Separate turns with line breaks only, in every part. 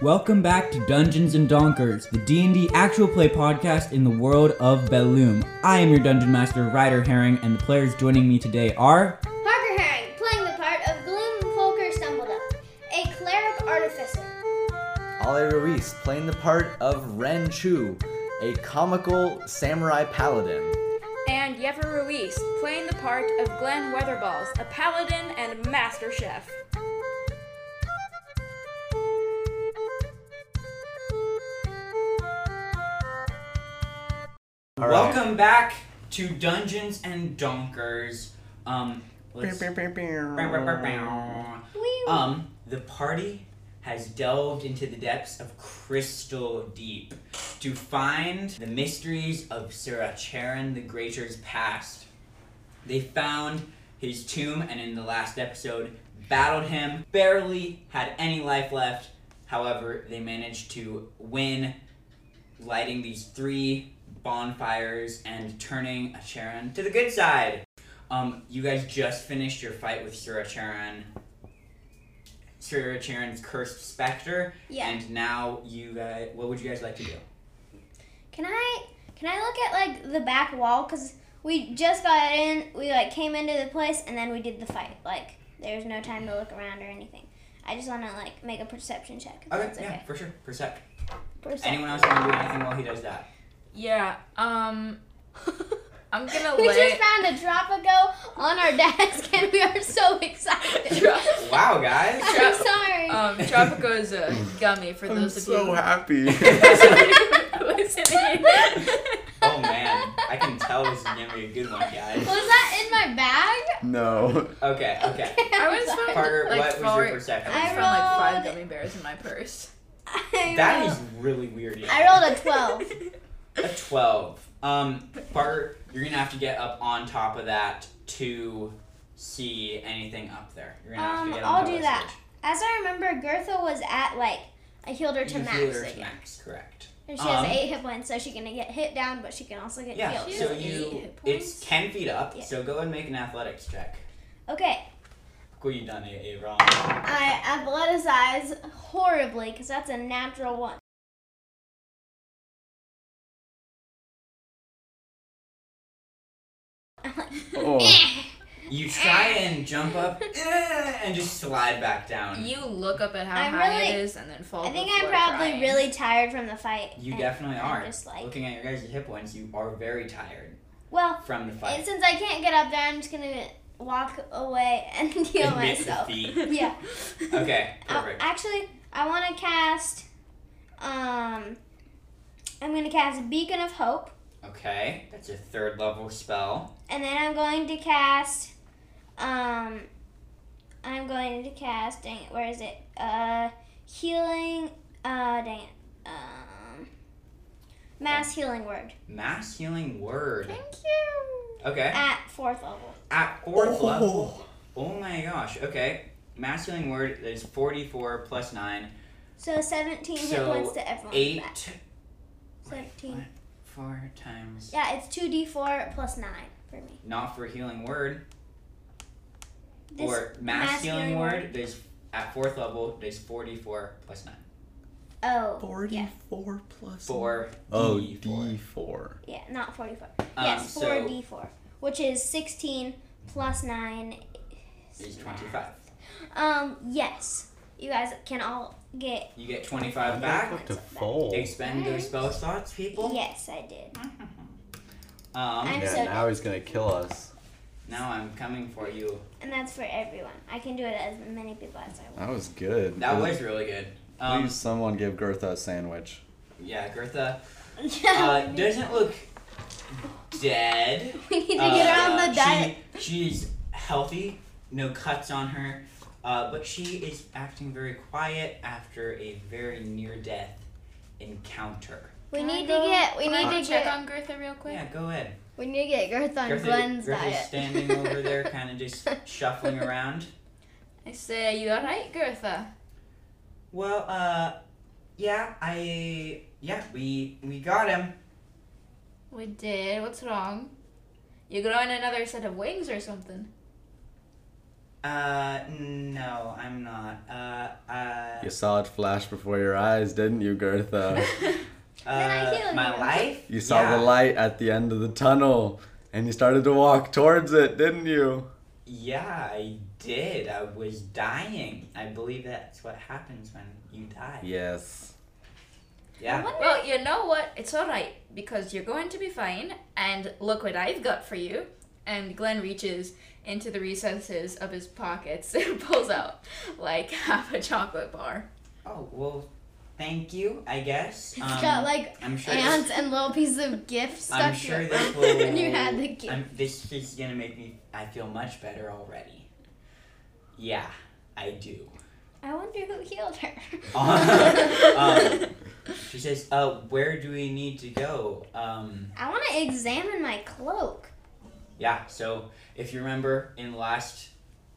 Welcome back to Dungeons and Donkers, the D&D actual play podcast in the world of Belloom. I am your dungeon master, Ryder Herring, and the players joining me today are
Parker Herring, playing the part of Gloom Folker Stumbledup, a cleric artificer.
Ale Ruiz playing the part of Ren Chu, a comical samurai paladin.
and Yeffer Ruiz, playing the part of Glenn Weatherballs, a paladin and master chef.
All right.
Welcome back to Dungeons and Donkers. Um, let's- Um, the party has delved into the depths of crystal deep to find the mysteries of Siracharan the Greater's past. They found his tomb and in the last episode battled him, barely had any life left. However, they managed to win lighting these three bonfires and turning Acharan to the good side. Um, you guys just finished your fight with Siracharan. Siracharan's cursed specter,
Yeah.
and now you guys, what would you guys like to do?
Can I can I look at like the back wall? Cause we just got in, we like came into the place and then we did the fight. Like there's no time to look around or anything. I just wanna like make a perception check. if that's
yeah, for sure. Percept.
Percep-
Anyone else want to do anything while he does that?
Yeah, um, I'm gonna
We
lay.
just found a Tropico on our desk and we are so excited.
Tro-
Wow, guys.
I'm sorry.
Um, Tropico is a gummy for those of you
happy.
who are listening.
oh man, I can tell this is gonna be a good one, guys.
Was that in my bag?
no.
Okay, okay.
I was
I'm sorry.
found
Parker,
like
what was your
four-
perception?
I
I
found like five
rolled-
gummy bears in my purse.
I
That
rolled-
is really weird. yeah.
I rolled a twelve.
A 12. Um, Bart, you're gonna have to get up on top of that to see anything up there. You're gonna have to
Um,
get on
I'll
top of
do
the
that. As I remember, Gertha was at like I healed her
stage.
to
You
max,
heal her
I
to
guess.
max, correct.
and she has
Um,
eight hit points, so she can get hit down, but she can also get
Yeah,
healed.
She
so
has eight
you,
hit
it's
points?
10 feet up,
Yeah.
so go and make an athletics check.
Okay,
Cool, you done it, wrong.
I athletize horribly because that's a natural one.
Oh.
You try and jump up eh, and just slide back down.
You look up at how
I'm
high
really-
it is and then fall.
I think
to the
I'm
floor
probably
crying.
really tired from the fight.
Oh, You
and
definitely
I'm
are.
Just like,
Looking at your guys' hit points, you are very tired
well,
from the
and
fight.
since I can't get up there, I'm just gonna walk away and heal
Admit
myself.
defeat.
Yeah.
Okay,
Uh,
perfect.
actually, I want to cast. Um, I'm going to cast Beacon of Hope,
Okay, that's your third level spell.
and then I'm going to cast. Um, I'm going to cast. Dang it, where is it? Uh, healing. Uh, dang it. Um, mass
Oh.
healing word
Mass healing word.
you.
Okay.
at fourth level.
At fourth level. Oh my gosh. Okay. Mass healing word is 44 plus 9.
So 17 hit
So,
points to everyone.
8.
back. 17.
4 times.
Yeah, it's 2d4 plus 9 for me.
Not for healing word.
This
or mass, healing, word, there's at fourth level, there's 44 plus 9.
Oh. Yeah.
44 plus.
4
Oh,
D4.
D4.
Yeah, not 44.
Um,
yes,
so
4d4, which is 16 plus 9
is 25.
Um, yes. You guys can all get
You get 25 back.
To fold.
Expend those spell slots, people.
Yes, I did.
Um,
I'm
Yeah,
so
now he's gonna kill us.
now I'm coming for you.
and that's for everyone. I can do it as many people as I want.
That was good.
That
Please-
was really good.
Please,
Um,
someone give Gertha a sandwich.
yeah, Gertha. uh,
Yeah.
doesn't look dead.
we need to
Uh,
get her on the
she-
diet.
She's healthy, no cuts on her, uh, but she is acting very quiet after a very near-death encounter.
We
Can I
need to
go-
get we
Can I
need
go
to
check
get
on Gertha real quick.
Yeah, go ahead.
we need to get Girth on
Gertha-
Glenn's
Gertha's
diet.
standing over there, kind of just shuffling around.
I say, you alright, Gertha?
Well, uh, yeah, I, yeah, we we got him.
We did. What's wrong? You growing another set of wings or something?
Uh, no, I'm not. Uh, uh.
You saw it flash before your eyes, didn't you, Gertha?
Then I
uh,
heal
my
you.
life.
You saw
yeah.
the light at the end of the tunnel and you started to walk towards it, didn't you?
Yeah, I did. I was dying. I believe that's what happens when you die.
Yes.
Yeah.
Well, you know what? It's alright, because you're going to be fine, and look what I've got for you. And Glenn reaches into the recesses of his pockets and pulls out like half a chocolate bar.
Oh well, thank you. I guess.
It's
Um,
got like
I'm sure. this-
ants and little pieces of gift stuff.
I'm sure this will.
when you had the gift.
I'm, this is gonna make me. I feel much better already. Yeah, I do.
I wonder who healed her.
Um, she says, "Uh, where do we need to go?" Um,
I want to examine my cloak.
yeah. So if you remember in the last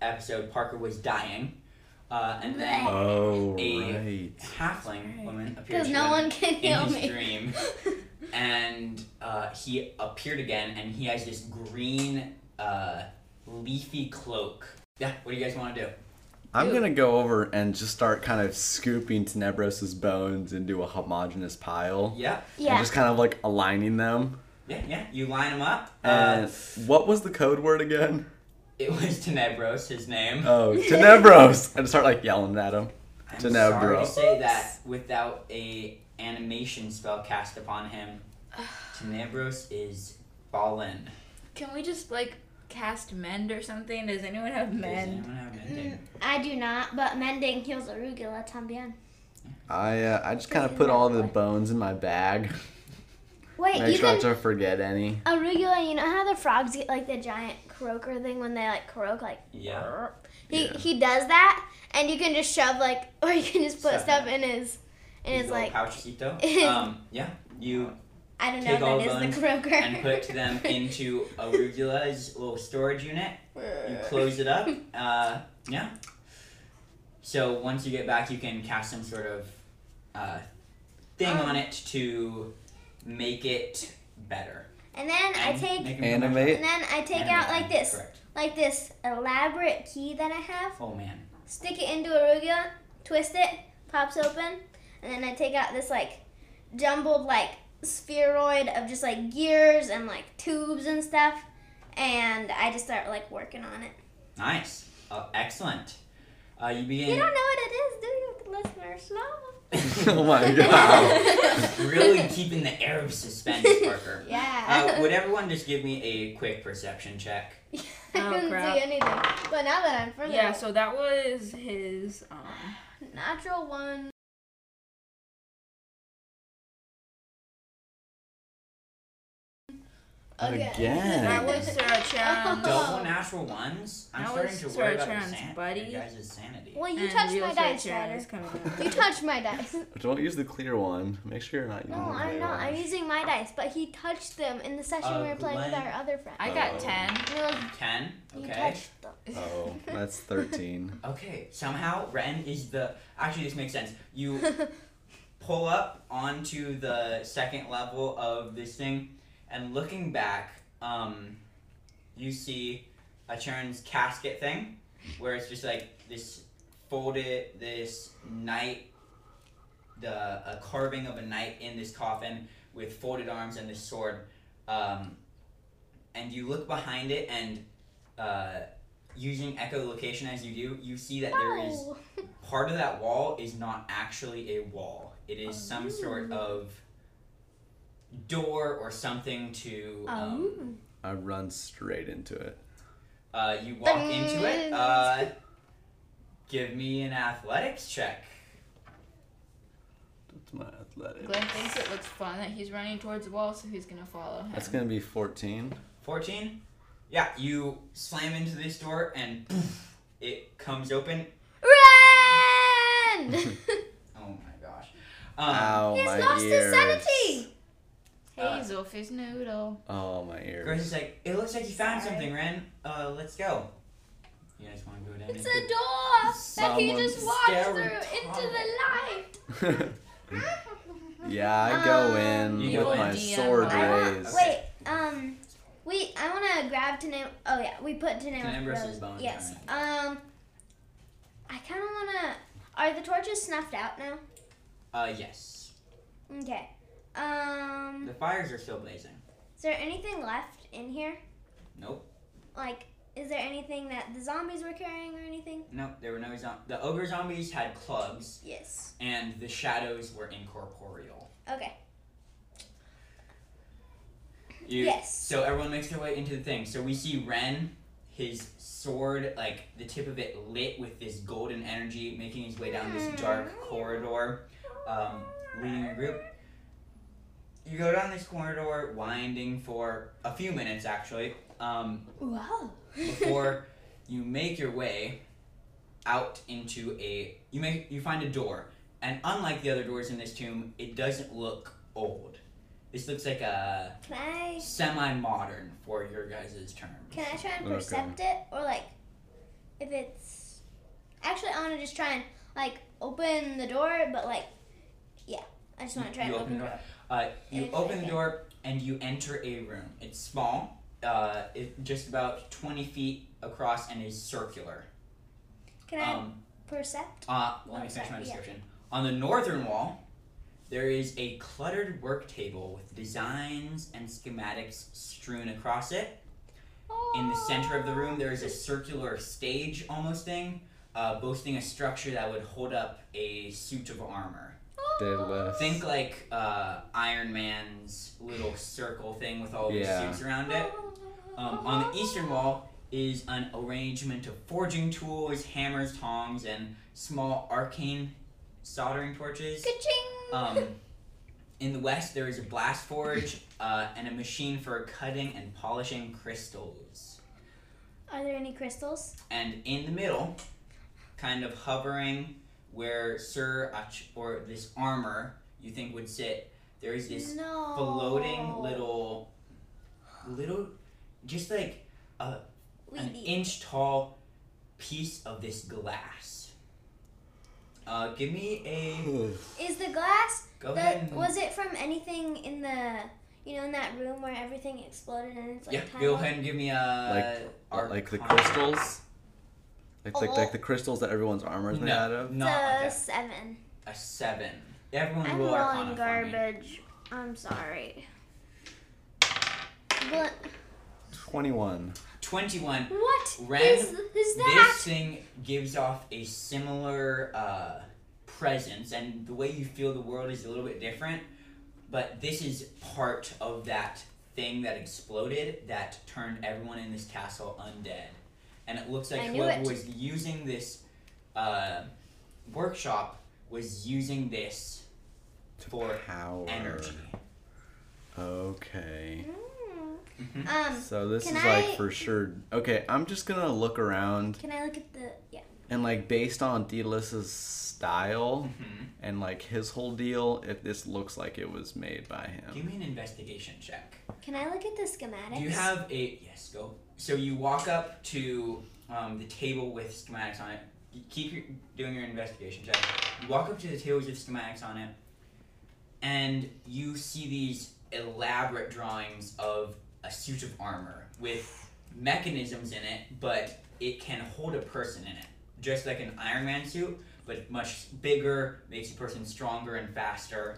episode, Parker was dying, uh, and then
Oh,
A-
right.
halfling woman appeared
Because
to
no
him
one can
in
heal
his
me.
dream, and uh, he appeared again, and he has this green uh, leafy cloak. Yeah. What do you guys want to do?
I'm gonna go over and just start kind of scooping Tenebros's bones into a homogeneous pile.
Yeah.
And
yeah.
just kind of like aligning them.
Yeah. Yeah. You line them up. Uh,
And what was the code word again?
It was Tenebros, his name.
Oh, Tenebros! and start like yelling at him.
I'm sorry to
Tenebros.
say that without a animation spell cast upon him, Tenebros is fallen.
Can we just like cast mend or something? Does anyone have
Does
mend?
anyone have
Eh.
mending?
I do not, but mending heals arugula también.
I uh, I just kind of put all the bones in my bag.
Wait,
Make
you
sure
can
not to forget any.
arugula. You know how the frogs get like the giant croaker thing when they like croak like.
Yeah.
"Burp"? He
Yeah.
he does that, and you can just shove like, or you can just put
Stuff
stuff in his, in his,
His little
like,
pouchito. um, yeah. You
I don't know
Take all
what that
bones
is, the croaker.
and put them into Arugula's little storage unit. You close it up. Uh, yeah. So once you get back, you can cast some sort of uh, thing
Um.
on it to make it better.
And then I
And
take,
make 'em come back.
Animate.
and then I take out
Animate
like
them,
this,
Correct.
like this elaborate key that I have.
Oh man.
stick it into arugula, twist it, pops open, and then I take out this like jumbled like spheroid of just like gears and like tubes and stuff, and I just start like working on it.
Nice. Uh, excellent. Uh, you
You
begin.
don't know what it is, do you, listeners? No.
oh my god.
really keeping the air of suspense, Parker. Uh,
Yeah.
would everyone just give me a quick perception check?
I
Oh,
couldn't
crap.
see anything. But now that I'm further,
Yeah, so that was his um
natural one.
Again.
That was Sarah Chan.
Double natural ones. I'm
That
starting
was
to worry about your,
Sartran's
san-
buddy.
your guys' sanity.
Well, you
And
touched
real
my
Sarah
dice,
Chan is
Ryder.
coming
You
out.
touched my dice.
Don't use the clear one. Make sure you're not using
Oh,
No,
the clear
I'm not. I'm
one.
using my dice, but he touched them in the session
Uh,
we were playing with
Ugly.
our other friend.
I got ten.
No,
Ten.
you
Okay.
touched them.
Oh, that's 13.
Okay. Somehow Ren is the. Actually, this makes sense. You pull up onto the second level of this thing, and looking back, um, you see a Charon's casket thing, where it's just like this folded, this knight, the a carving of a knight in this coffin with folded arms and this sword, um, and you look behind it and. Uh, Using echolocation as you do, you see that there is
Oh.
part of that wall is not actually a wall. It is some
Oh.
sort of door or something to. Um,
I run straight into it.
Oh.
uh, you walk into it. Uh, give me an athletics check.
That's my athletic.
Glenn thinks it looks fun that he's running towards the wall, so he's gonna follow him.
That's gonna be 14.
14? Yeah, you slam into this door and poof, it comes open.
Run!
Oh my gosh. Um,
Ow,
He's
my
Uh, lost
ears.
his sanity.
Uh,
Hazelfish noodle.
Oh, my ears.
Grace is like, it looks like you found
Sorry.
something, Ren. Uh, let's go. You guys want to go down?
It's
into-
a door that he
Someone
just walked
stare
through into
retarded.
the light.
yeah, I go in
You
with
go
my
Um,
in.
sword
I
I
raised.
want, wait, um, we. I want to grab to name. Oh yeah, we put to name.
Tenebris is bone,
Yes. Um, I kind of wanna. Are the torches snuffed out now?
Uh, yes.
Okay. Um,
The fires are still blazing.
is there anything left in here?
Nope.
Like, is there anything that the zombies were carrying or anything?
Nope. There were no zombies. The ogre zombies had clubs,
Yes.
and the shadows were incorporeal.
Okay.
You-
Yes.
So everyone makes their way into the thing. So we see Ren, his sword, like the tip of it lit with this golden energy, making his way down this dark corridor, um, leading a group. You go down this corridor, winding for a few minutes actually, um,
Wow.
before you make your way out into a. You make you find a door, and unlike the other doors in this tomb, it doesn't look old. This looks like a
Can I?
semi-modern for your guys' term.
Can I try and
Oh,
Okay.
percept it, or like, if it's actually, I want to just try and like open the door, but like, yeah, I just want to try
you
and open the door.
Uh, you
It's
open
okay.
the door and you enter a room. It's small, uh, it, just about 20 feet across and is circular.
Can I
Um,
percept?
uh, let me
sorry,
finish my
yeah.
description. On the northern wall, there is a cluttered work table with designs and schematics strewn across it. In the center of the room, there is a circular stage almost thing, uh, boasting a structure that would hold up a suit of armor.
Oh.
They
uh,
left.
Think like uh, Iron Man's little circle thing with all
Yeah.
the suits around it. Um, on the eastern wall is an arrangement of forging tools, hammers, tongs, and small arcane soldering torches.
Ka-ching!
Um, in the west, there is a blast forge uh, and a machine for cutting and polishing crystals.
Are there any crystals?
And in the middle, kind of hovering where Sir Ach- or this armor you think would sit, there is this
no.
floating little, little, just like an
Weedy.
inch tall piece of this glass. Uh, give me a.
Is the glass?
Go ahead.
The,
And,
was it from anything in the? You know, in that room where everything exploded and it's like
yeah,
time.
go ahead and give me a.
Like- like the
arcana.
crystals. Like, like, like the crystals that everyone's armor is made out
Oh. No,
of.
So
not like
seven.
a, a seven. Everyone
I'm
roll
rolling
arcana for me.
garbage. I'm sorry. What?
Twenty-one.
Twenty-one.
What
Ren,
is, is that?
This thing gives off a similar uh, presence, and the way you feel the world is a little bit different. But this is part of that thing that exploded that turned everyone in this castle undead, and it looks like
I knew
whoever
it.
was using this uh, workshop was using this for
Power.
energy.
Okay.
Mm.
Mhm.
Um,
So this
Can
is like
I-
for sure. Okay, I'm just gonna look around
can I look at the? Yeah.
and like based on Daedalus' style
Mhm.
and like his whole deal, if this looks like it was made by
Give
him.
me an investigation check.
Can I look at the schematics?
Do you have a yes? Go. So you walk up to um, the table with schematics on it. You keep your, doing your investigation check. You walk up to the tables with schematics on it, and you see these elaborate drawings of a suit of armor with mechanisms in it, but it can hold a person in it, just like an Iron Man suit, but much bigger, makes a person stronger and faster.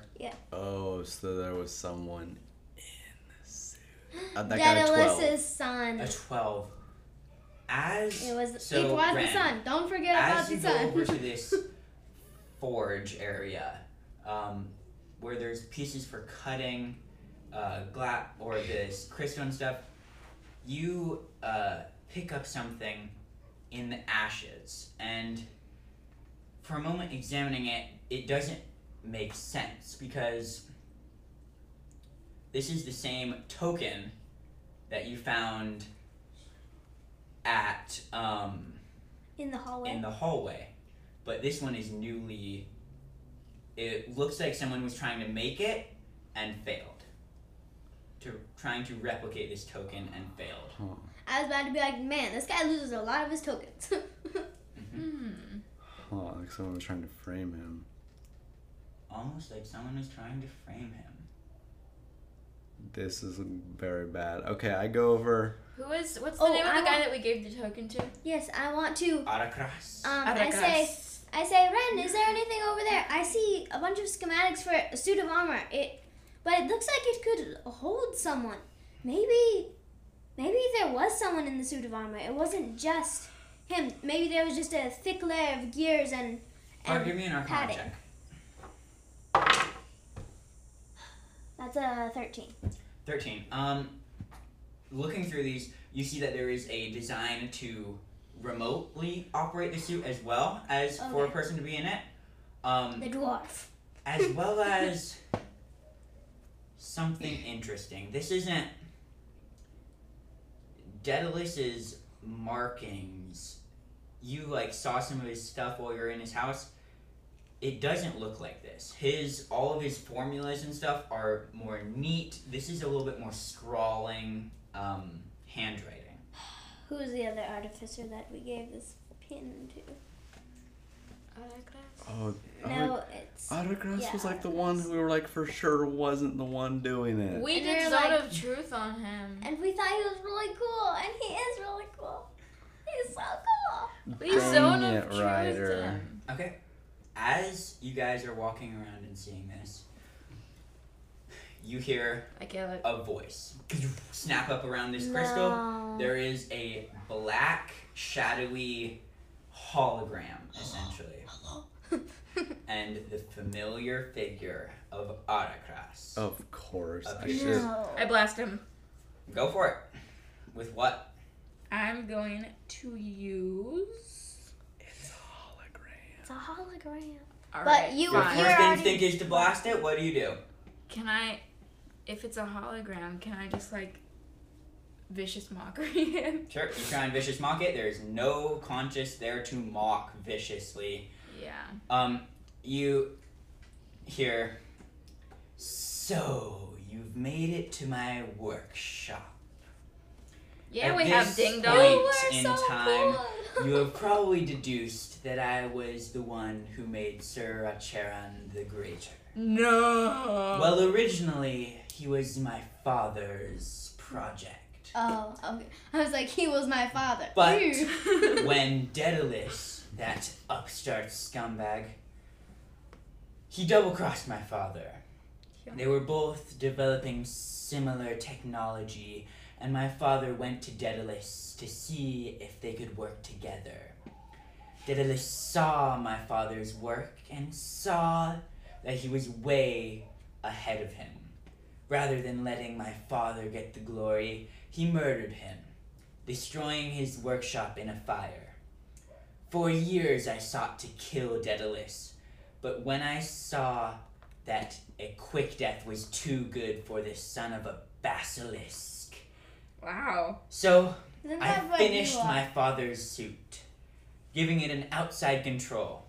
Oh, so there was someone in the suit. Uh, that got a twelve.
Daedalus's son.
A twelve. As
It was.
so
it was
Ren,
the son. Don't forget
as
about
you
the
go over to
son.
this forge area, um, where there's pieces for cutting, uh, gla- or this crystal and stuff, you uh, pick up something in the ashes, and for a moment examining it, it doesn't make sense because this is the same token that you found at um,
In the hallway.
in the hallway, but this one is newly. It looks like someone was trying to make it and failed. To trying to replicate this token and failed.
I was about to be like, man, this guy loses a lot of his tokens.
Hmm.
Huh, like someone was trying to frame him.
Almost like someone was trying to frame him.
This is very bad. Okay, I go over.
Who is? What's the
Oh,
name of the
I
guy
want-
that we gave the token to?
Yes, I want to. Um,
Autocross.
I say,
Aragas.
I say, Ren, is there anything over there? I see a bunch of schematics for a suit of armor. It, but it looks like it could hold someone. Maybe, maybe there was someone in the suit of armor. It wasn't just him. Maybe there was just a thick layer of gears and.
or
and
give me an arcana
padding.
check.
That's a thirteen.
13. Um, looking through these, you see that there is a design to remotely operate the suit as well as for a
Okay.
person to be in it, um,
The dwarf.
as well as something interesting. This isn't. Daedalus's markings. You like saw some of his stuff while you were in his house. It doesn't look like this. His all of his formulas and stuff are more neat. This is a little bit more scrawling um, handwriting.
Who was the other artificer that we gave this pin to?
Aragas.
Oh,
No, it's.
Autographs was
Yeah,
like the one
Autographs.
who we were like for sure wasn't the one doing it.
We
And
did
you're
Zone
like-
of Truth on him.
And we thought he was really cool, and he is really cool. He's so cool.
We
Dang
Zone
it,
of Truth
Ryder.
him.
Okay. As you guys are walking around and seeing this, you hear
I kill it.
a voice snap up around this crystal. There is a black, shadowy hologram, essentially. and the familiar figure of Autocross.
Of course, I
Okay.
should.
I blast him.
Go for it. With what?
I'm going to use.
It's a hologram.
It's a hologram.
All
But
right,
you-
Your
Fine.
first
you're already-
instinct is to blast it. What do you do?
Can I, if it's a hologram, can I just like vicious mockery him?
Sure, you try and vicious mock it. There is no conscious there to mock viciously.
Yeah.
Um, you hear. So you've made it to my workshop.
Yeah,
At
we have
this
ding
point
dong.
in time, You have probably deduced that I was the one who made Sir Acheron the Greater.
No.
Well, originally, he was my father's project.
Oh, okay. I was like, he was my father.
But-
Ew.
when Daedalus, that upstart scumbag, he double crossed my father.
Yeah.
They were both developing similar technology, and my father went to Daedalus to see if they could work together. Daedalus saw my father's work and saw that he was way ahead of him. Rather than letting my father get the glory, he murdered him destroying his workshop in a fire. For years I sought to kill Daedalus, but when I saw that a quick death was too good for this son of a basilisk,
wow.
so
Isn't
I
that what you
finished
are?
my father's suit, giving it an outside control.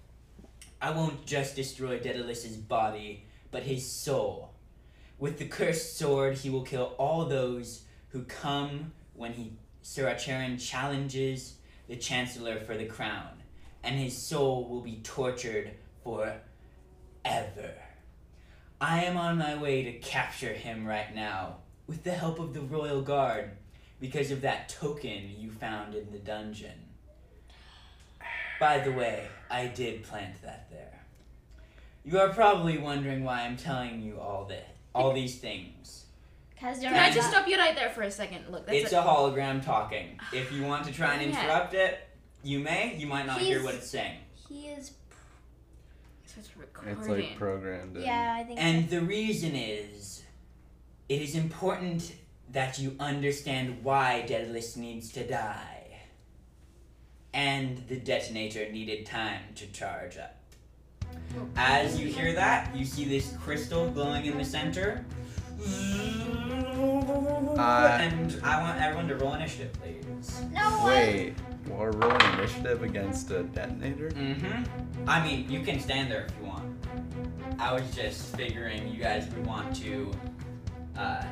I won't just destroy Daedalus's body, but his soul. With the cursed sword, he will kill all those who come when he Siracharan challenges the Chancellor for the crown, and his soul will be tortured forever. I am on my way to capture him right now, with the help of the royal guard because of that token you found in the dungeon. By the way, I did plant that there. You are probably wondering why I'm telling you all this, all these things.
Cause you're
Can I
Yeah.
just stop you right there for a second? Look, that's
It's a hologram talking. If you want to try and
Yeah.
interrupt it, you may. You might not hear
He's-
what it's saying.
He is.
So it's
It's
recording.
like programmed. in.
Yeah, I think.
And the reason is, it is important that you understand why Daedalus needs to die. And the detonator needed time to charge up. As you hear that, you see this crystal glowing in the center.
Uh,
and I want everyone to roll initiative, please.
so. No way.
Wait, we're rolling initiative against a detonator?
Mm-hmm. I mean, you can stand there if you want. I was just figuring you guys would want to. Uh,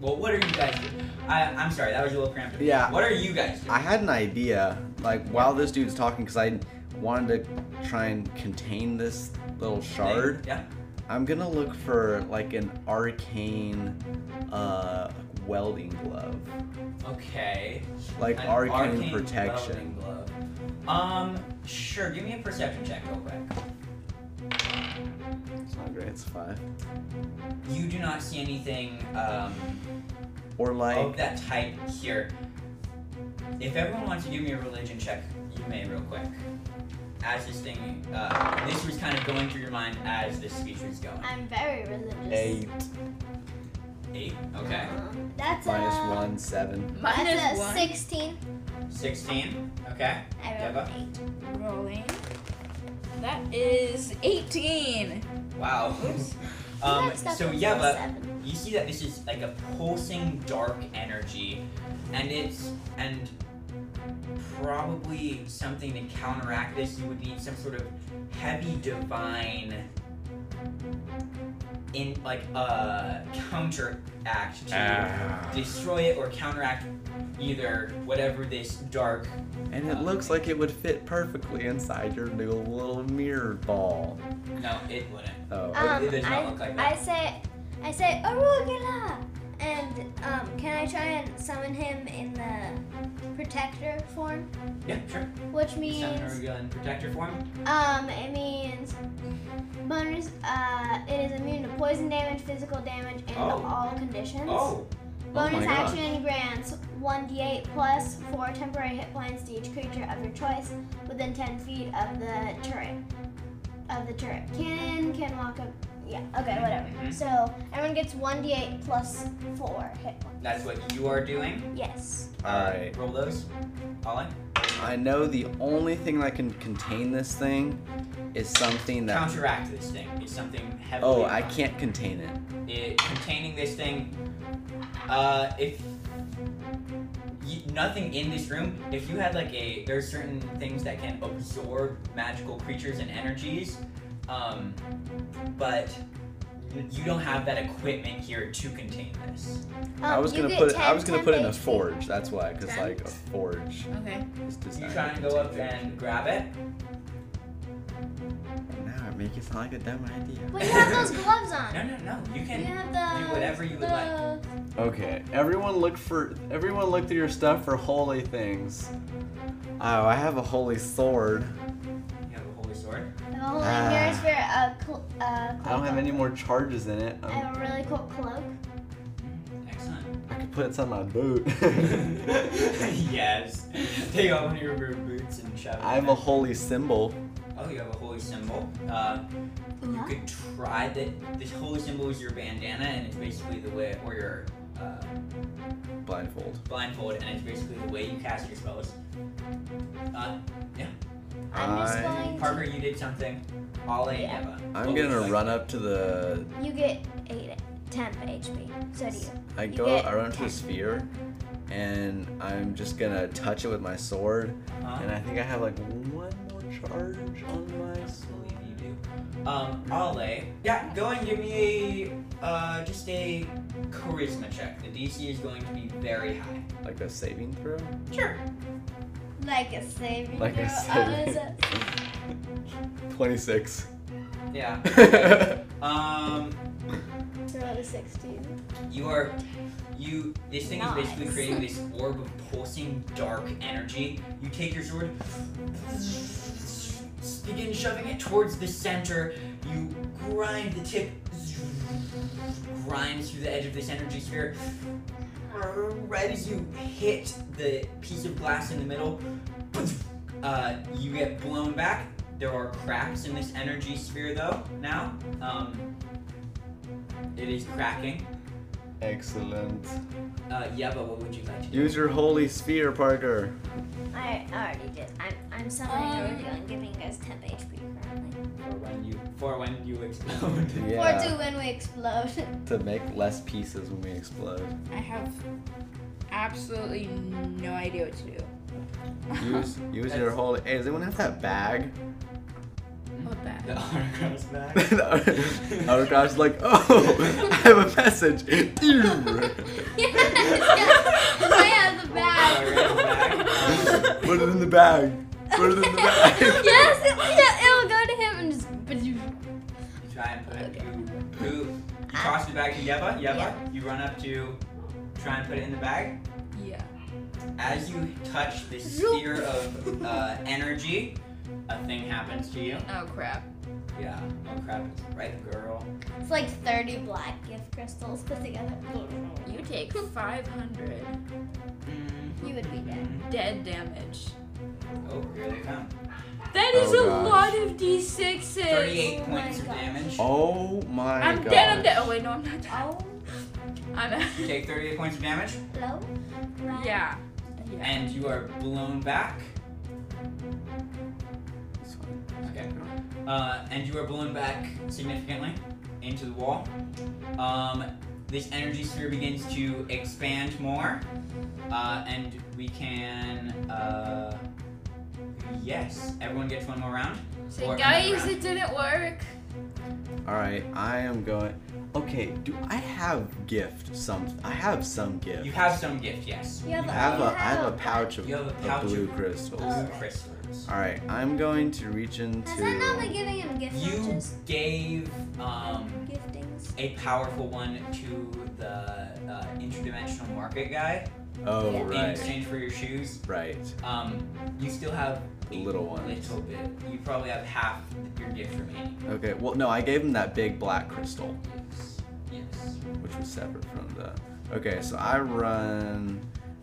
well, what are you guys doing? I, I'm sorry, that was a little preemptive.
Yeah.
What are you guys doing?
I had an idea, like while this dude's talking, because I wanted to try and contain this little shard.
Yeah.
I'm gonna look for like an arcane uh, welding glove,
Okay.
like
An
arcane
welding
protection.
glove. Um, sure. Give me a perception check real quick.
It's not great. It's five.
You do not see anything um,
Or like
of that type here. If everyone wants to give me a religion check, you may real quick. As this thing, uh, this was kind of going through your mind as this speech was going.
I'm very religious.
eight
Eight. Okay.
Um, that's
minus
a,
one seven.
That's
Minus
a
one.
16.
Sixteen. Okay.
I rolled
Deva?
an 8.
Rolling. That is 18.
Wow.
Oops.
Um,
That stuff
so
was
yeah,
a
but
seven.
you see that this is like a pulsing dark energy, and it's and probably something to counteract this. You would need some sort of heavy divine in like a counteract to
Ah.
destroy it or counteract either whatever this dark.
And it looks like it would fit perfectly inside your new little mirror ball.
No, it wouldn't.
Oh,
But it
Um,
does not
I,
look like
I
that.
say, I say, arugula! And um, can I try and summon him in the protector form?
Yeah, sure. You
Which
summon
means,
Urugula in protector form.
um, it means bonus, uh, it is immune to poison damage, physical damage, and
Oh.
all conditions.
Oh.
my
Bonus
God.
action grants 1d8 plus 4 temporary hit points to each creature of your choice within 10 feet of the turret. Of the turret. Cannon can walk up. Yeah, okay, whatever.
Mhm.
So everyone gets 1d8 plus 4 hit points.
That's what you are doing.
Yes.
Alright.
Roll those. Ollie.
I know the only thing that can contain this thing is something that.
Counteract this thing. It's something heavily.
Oh, I can't contain
Um,
it.
It, containing this thing. Uh, if you, nothing in this room, if you had like a, there's certain things that can absorb magical creatures and energies, um, but you don't have that equipment here to contain this.
Um,
I was
you
gonna
get
put it.
10
I was gonna put it in a
temp HP.
forge. That's why, because
Ten?
like a forge
Okay.
is designed.
You try and
to
go up
contain it.
and grab it.
Now it make it sound like a dumb idea.
But you have those gloves
No,
on.
no, no. You
You
can.
have the.
Do whatever you would like.
the-
Okay, everyone look for everyone look through your stuff for holy things. Oh, I have a holy sword.
You have a holy sword.
The holy
Ah.
mirrors for a, cl- a cloak.
I don't have any more charges in it.
I
Um,
have a really cool cloak.
Excellent.
I could put it on my boot.
yes. Take off one of your rubber boots and shove it.
I have a holy symbol.
Oh, you have a holy symbol. Uh, you
Yeah.
could try that. This holy symbol is your bandana, and it's basically the way, or your uh,
Blindfold.
blindfold, and it's basically the way you cast your spells. Uh,
I'm just
I-
going to
Parker, you did something. Ollie
Yeah.
and Eva.
I'm
what would you
gonna
like?
run up to the.
You get eight temp HP. So do you.
I
You
go.
get
I run up to
ten.
the sphere, and I'm just gonna touch it with my sword.
Huh?
And I think I have like one more charge on
I
my
don't
sword.
believe you do. Um, Ollie. Yeah, go and give me a, uh, just a charisma check. The DC is going to be very high.
Like a saving throw.
Sure.
Like a saving
Like a
throw.
saving-
Oh, is
Twenty-six.
Yeah.
That's
Um,
it- roll a 16.
You are, you. This thing is basically
Nice.
creating this orb of pulsing dark energy. You take your sword, begin shoving it towards the center. You grind the tip, grinds through the edge of this energy sphere. Right as you hit the piece of glass in the middle, uh, you get blown back. There are cracks in this energy sphere, though. Now, um, it is cracking.
excellent.
Uh, yeah, but what would you like to do?
Use your holy sphere, Parker.
I already did. I'm, I'm summoning
Um,
a review and giving you guys temp HP currently.
For when you, for when you explode.
Yeah.
Or do when we explode.
To make less pieces when we explode.
I have absolutely no idea what to do.
Use use your holy. Hey, does anyone have that bag?
What the
The
heck?
arm comes back.
Overcross like, oh, I have a message.
yes, yes. I have the
Alright,
bag.
it's back. Um,
Put it in the bag. Put it in the bag.
yes, it, yeah, it'll go to him and just.
try and put it. You, you, you toss the bag to Yeva. Yeva, you run up to try and put it in the bag.
Yeah.
As you touch the sphere of uh, energy, a thing happens to you.
Oh crap.
Yeah. Oh crap! It's right, girl.
It's like 30 black gift crystals put together.
You take 500
Mm,
You would be dead.
mm.
dead damage.
Oh, here they come.
That is
Oh,
a
gosh.
lot of d6s.
Thirty-eight
Oh my
points of
gosh.
damage.
Oh my
I'm
god.
dead. I'm dead. Oh wait, no, I'm not dead.
Oh,
I'm.
You take thirty-eight points of damage,
low, right.
yeah. Yeah.
and you are blown back. Okay. Uh, and you are blown back significantly into the wall. Um, this energy sphere begins to expand more, uh, and we can. Uh, yes, everyone gets one more round.
Say,
Or another
guys,
round.
it didn't work.
Alright, I am going. Okay, do I have gift some I have some gift.
You have some gift, yes.
You have,
I have
you
a I have a pouch of,
You have a pouch
of blue
of-
crystals.
Oh.
Crystals.
Alright, I'm going to reach into
Has that not been giving him gift
You
vouchers?
gave um,
Giftings.
a powerful one to the uh, interdimensional market guy
Oh
Yeah.
in
right.
exchange for your shoes.
Right.
Um, you still have
The little ones.
little bit. You probably have half your gift remaining.
Okay, well no, I gave him that big black crystal.
Yes. Yes.
which was separate from the. Okay, so I run.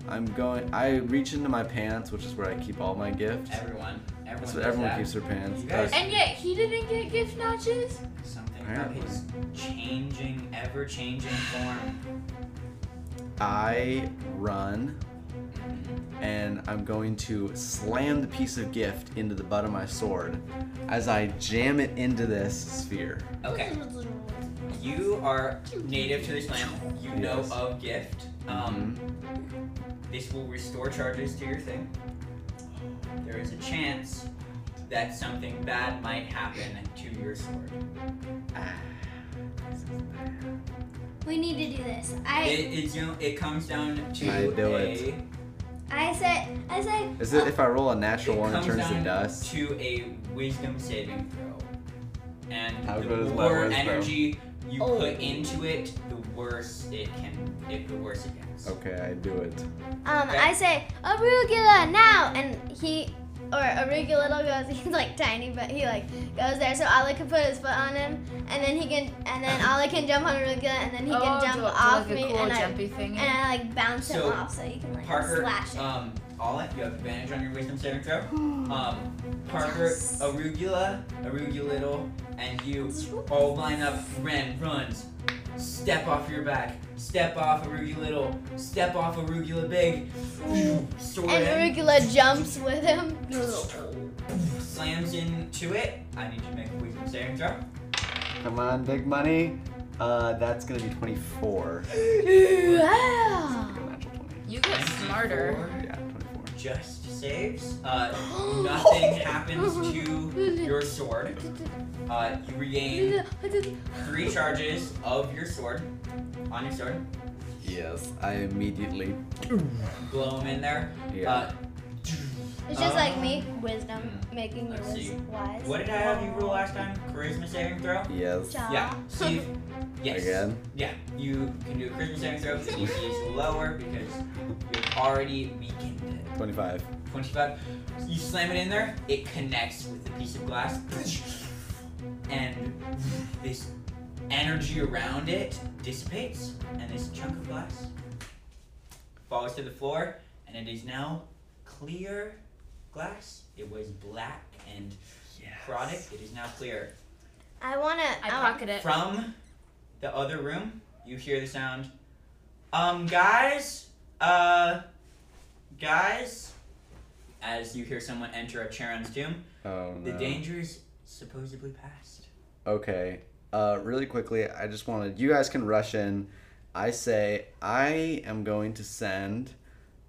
I'm going. I reach into my pants, which is where I keep all my gifts.
Everyone. Everyone.
That's
does
what everyone
that.
keeps their pants.
You guys-
Uh,
And yet he didn't get gift notches.
Something about
Apparently.
his changing, ever-changing form.
I run, and I'm going to slam the piece of gift into the butt of my sword as I jam it into this sphere.
Okay. You are native to this land. You know
Yes.
of gift. Um,
Mm-hmm.
This will restore charges to your thing. There is a chance that something bad might happen to your sword.
We need to do this. I
It, it, you know, it comes down to
I
a
do it.
I said I uh, said
Is it if I roll a natural
it
one, it
comes
turns to
down
dust?
to a wisdom saving throw. And
How
the
good is my
more
wisdom?
energy you
Oh.
put into it, the worse it can if the worse it gets.
Okay, I do it.
um I say arugula now and he or arugula goes he's like tiny but he like goes there so Ali can put his foot on him and then he can and then Ali can jump on arugula and then he
Oh,
can jump off me and I
thing.
and I like bounce him
So,
off so you can like
Parker,
slash it.
um, Olive, you have advantage on your wisdom saving throw. Um, Parker, Arugula, Arugulittle, and you all line up. Ren runs. Step off your back. Step off Arugulittle. Step off Arugula Big. Sword in.
and arugula jumps with him.
Slams into it. I need you to make a wisdom saving throw.
Come on, big money. Uh, that's gonna be 24.
Wow.
Go natural 20.
you get smarter.
24
Yeah, 24.
Just saves. Uh, nothing happens to your sword. Uh, you regain three charges of your sword on your sword.
Yes, I immediately.
Blow them in there.
Yeah.
It's just
Uh,
like me, wisdom, making you
hmm. let's
wis-
see.
wise.
Uh, what did I have you roll last time? Charisma saving throw.
yes.
Job.
Yeah. See. If, yes.
Again.
Yeah. You can do a charisma saving throw. The DC is lower because you've already weakened it.
25.
Twenty-five. You slam it in there. It connects with the piece of glass, and this energy around it dissipates, and this chunk of glass falls to the floor, and it is now clear glass. It was black and chronic. It is now clear.
I wanna.
I
I want-
pocket it.
From the other room, you hear the sound. Um, guys, uh, guys, as you hear someone enter a Charon's tomb,
Oh
the
no.
danger is supposedly past.
Okay. Uh, really quickly, I just wanted you guys can rush in. I say I am going to send.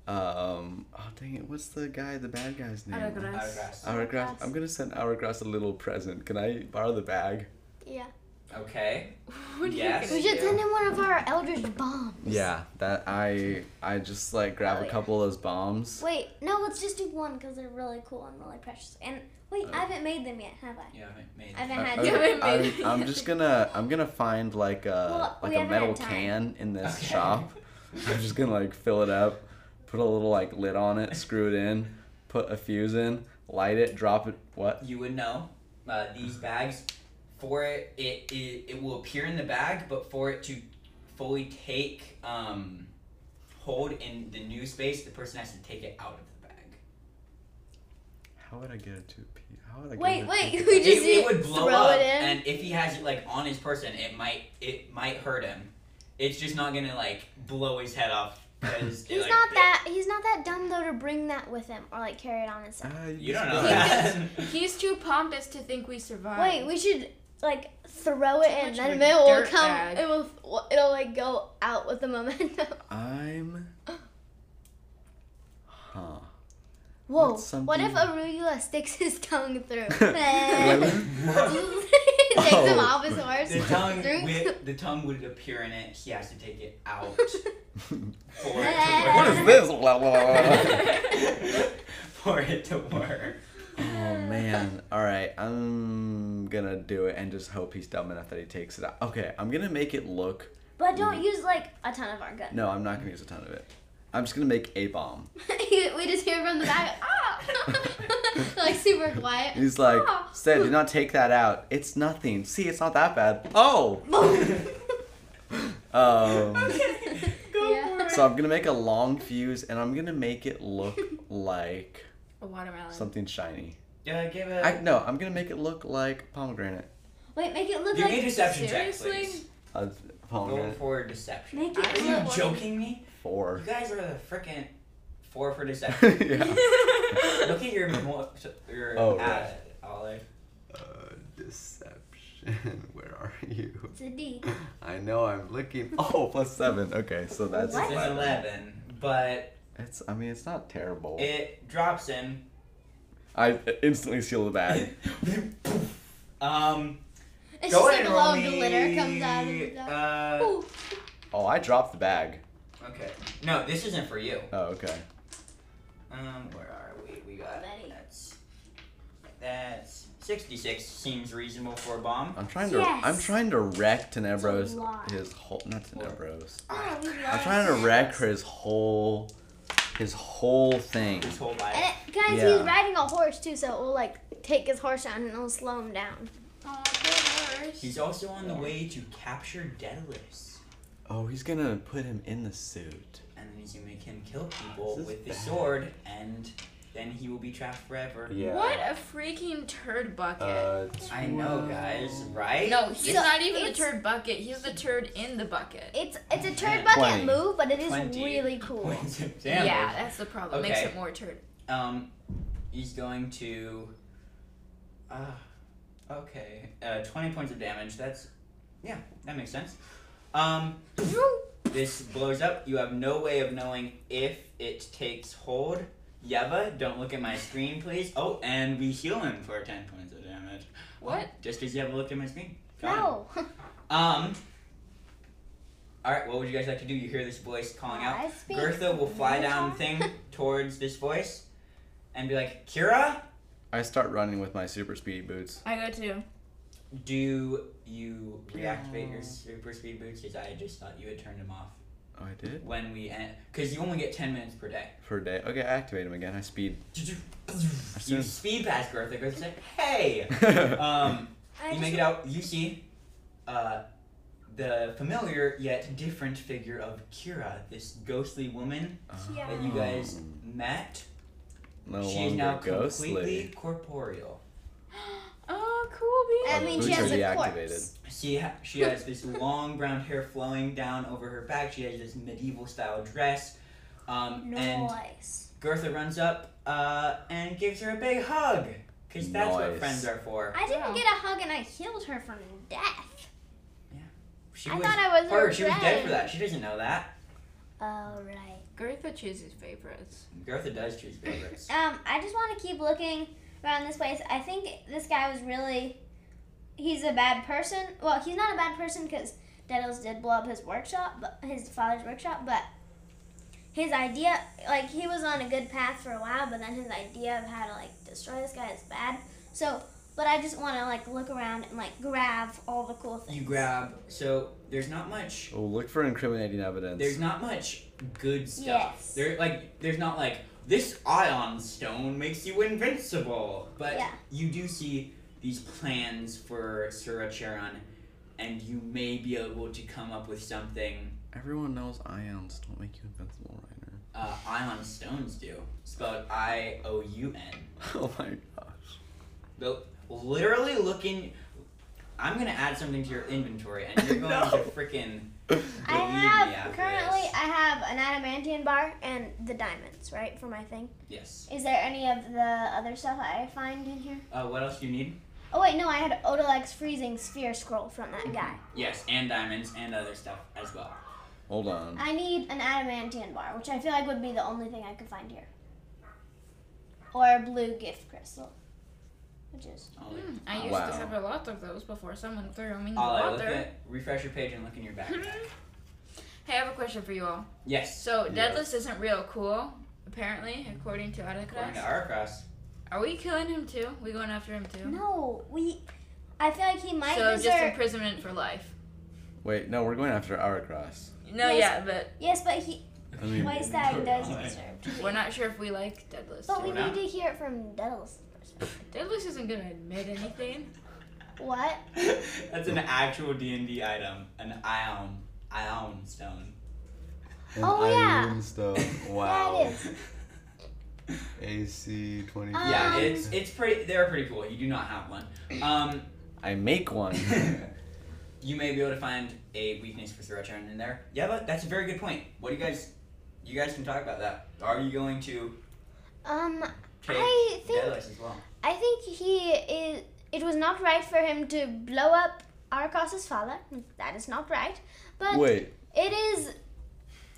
Um. Oh dang it! What's the guy? The bad guy's name.
Autograss.
Hourglass.
Hourglass. I'm gonna send Hourglass a little present. Can I borrow the bag?
yeah.
Okay.
What are
Yes.
you
We
gonna
should
do?
send in one of our Eldritch bombs.
Yeah, that I I just like grab a couple of those bombs.
Wait, no, let's just do one because they're really cool and really precious. And wait, I haven't made them yet, have I?
Yeah, I made
I haven't
Uh,
had.
okay.
them.
haven't
I'm,
made it
I'm just gonna I'm gonna find like a
Well,
like
we
a
haven't had
metal
time.
can in this
Okay.
shop. I'm just gonna like fill it up, put a little like lid on it, screw it in, put a fuse in, light it, drop it. What?
You would know uh, these bags. For it, it, it, it will appear in the bag, but for it to fully take um, hold in the new space, the person has to take it out of the bag.
How would I get it to? P- How would I?
Wait,
get
wait,
It
we
It-
just
it would blow
throw
up,
it in.
and if he has it like on his person, it might it might hurt him. It's just not gonna like blow his head off. 'cause it,
he's
like,
not that. He's not that dumb though to bring that with him or like carry it on himself.
Ah,
You don't
just
know
got it.
that.
He's too pumped as to think we survived.
Wait, we should like throw it
Too
in,
much
then
of
it
a
will
dirt
come.
bag.
It will. It'll like go out with the momentum.
I'm. Huh.
Whoa!
What's something-
What if arugula sticks his tongue through? takes
Really?
him
Oh.
off his horse.
The tongue,
through-
with, the tongue would appear in it. He has to take it out. for it to work.
what is this? Oh, Blah, blah, blah, blah.
for it to work.
Oh man. All right. I'm gonna do it and just hope he's dumb enough that he takes it out. Okay. I'm gonna make it look.
But don't use like a ton of our gun.
No, I'm not gonna use a ton of it. I'm just gonna make a bomb.
we just hear from the back, ah, like super quiet.
He's like,
Ah.
said, do not take that out. It's nothing. See, it's not that bad. Oh. um.
yeah.
So I'm gonna make a long fuse and I'm gonna make it look like
A watermelon.
something shiny.
Yeah, give it.
I no. I'm gonna make it look like pomegranate.
Wait, make it look
you need
like.
deception check,
seriously?
please.
A
Roll
pomegranate
for deception.
Make
Are
it
you
look.
joking
Oh.
me? You
four.
guys are the frickin' four for deception.
yeah.
Oh
Look at your mo- your
Oh,
ad, Olive.
Uh, deception. Where are you?
It's a D.
I know I'm looking.
Oh, plus seven. Okay, so that's
This is an eleven, but
It's. I mean, it's not terrible.
it drops in.
I instantly seal the bag.
um,
It's
go
just
ahead and
like a little
roll me,
glitter comes out of it.
Uh,
Ooh.
oh, I dropped the bag.
okay. No, this isn't for you.
Oh, okay.
Um, where are we? We got
Betty.
that's that's sixty-six seems reasonable for a bomb.
I'm trying to. I'm
Yes.
trying to wreck Tenebro's
lot.
his whole. Not Tenebro's.
Oh, we
I'm
love
trying to
that.
wreck his whole. His whole thing.
This whole life.
And it, guys,
Yeah.
he's riding a horse too, so it will like take his horse down and it'll slow him down.
Aw, poor horse.
He's also on the way to capture Daedalus,
Oh, he's gonna put him in the suit.
and then he's gonna make him kill people
This is
with the
bad.
sword, and then he will be trapped forever.
What a freaking turd bucket.
I know, guys, Uh, right?
no, he's
So
not even a
it's-
turd bucket. He's the turd in the bucket.
It's it's a turd bucket
Twenty.
move, but it is
20
really cool.
points of damage.
Yeah, that's the problem. Makes
Okay.
it more turd.
Um, he's going to. Uh, okay. Uh, 20 points of damage. That's. Yeah, that makes sense. Um, this blows up. You have no way of knowing if it takes hold. Yeva, don't look at my screen, please. Oh, and we heal him for 10 points of damage.
What?
Just as Yeva looked at my screen. Got him.
No.
Um. Alright, what would you guys like to do? You hear this voice calling out.
I speak
Gertha will fly down the thing towards this voice and be like, Kira,
I start running with my super speedy boots.
I go to.
do you reactivate your super speed boots? Because I just thought you had turned them off
Oh, I did
when we end. Because you only get 10 minutes per day.
for a day. Okay, I activate him again. I speed.
You
soon-
speed past Gertha. Gertha's like, hey! Um,
I
you
just-
make it out. You see uh, the familiar yet different figure of Kira, this ghostly woman
Yeah.
that you guys met.
no
she is
longer
now
ghostly.
completely corporeal.
Oh, cool
I
The
mean, she
boots
has
are
a
deactivated.
corpse.
She ha- she has this long brown hair flowing down over her back. She has this medieval style dress, um, and
Nice.
Gertha runs up uh, and gives her a big hug because that's what
Nice.
friends are for.
I didn't
Wow.
get a hug and I healed her from death.
She
I
was
thought I was
or
her
she was dead for
friend.
that. She doesn't know that.
All right.
Gertha chooses favorites.
Gertha does choose favorites.
Um, I just want to keep looking around this place. I think this guy was really he's a bad person. Well, he's not a bad person because Daedalus did blow up his workshop, but his father's workshop. But his idea, like he was on a good path for a while, but then his idea of how to like destroy this guy is bad. So, but I just want to like look around and like grab all the cool things.
You grab. So there's not much.
Oh, look for incriminating evidence.
There's not much good stuff.
Yes.
There like there's not like this ion stone makes you invincible. But
Yeah.
you do see these plans for Suracharon and you may be able to come up with something
Everyone knows ions don't make you invincible, Reiner.
uh, ion stones do. Spelled I O U N.
Oh my gosh.
Though literally looking I'm gonna add something to your inventory and you're going to
No.
frickin'
I
believe me
have
after
currently
this.
I have an adamantium bar and the diamonds, right, for my thing.
Yes.
Is there any of the other stuff I find in here?
Uh, what else do you need?
Oh wait, no, I had Odaleg's freezing sphere scroll from that guy.
Yes, and diamonds and other stuff as well.
Hold on.
I need an adamantium bar, which I feel like would be the only thing I could find here. Or a blue gift crystal. Which is
Ollie.
Hmm, I used
Wow.
to have a lot of those before someone threw them in the
Ollie, look
water.
at refresh your page and look in your backpack.
Mm-hmm.
Hey, I have a question for you all.
yes.
So,
Yes.
Deadlist isn't real cool, apparently, according to
according to
Autoclass.
Aracross,
Are we killing him too? We going after him too?
No, we I feel like he might
so, just
deserve
imprisonment for life.
Wait, no, we're going after Hourglass.
No,
Yes.
yeah, but
Yes, but he
I mean,
Why is that he does
Alright.
deserve to be-
we're not sure if we like Deadlist.
But we
We're not.
need to hear it from Deadless perspective.
Deadlist isn't gonna admit anything.
What?
That's an actual D and D item, an ion, ion stone.
And
Oh, yeah.
iron Stuff. Wow.
That is.
AC 20.
yeah,
Um,
it's it's pretty. They're pretty cool. You do not have one. Um,
I make one.
you may be able to find a weakness for throw turn in there. Yeah, but that's a very good point. What do you guys? You guys can talk about that. Are you going to
Um,
take
I think
Daedalus as well?
I think he is. It was not right for him to blow up Arcos's father. That is not right. But
Wait,
it is.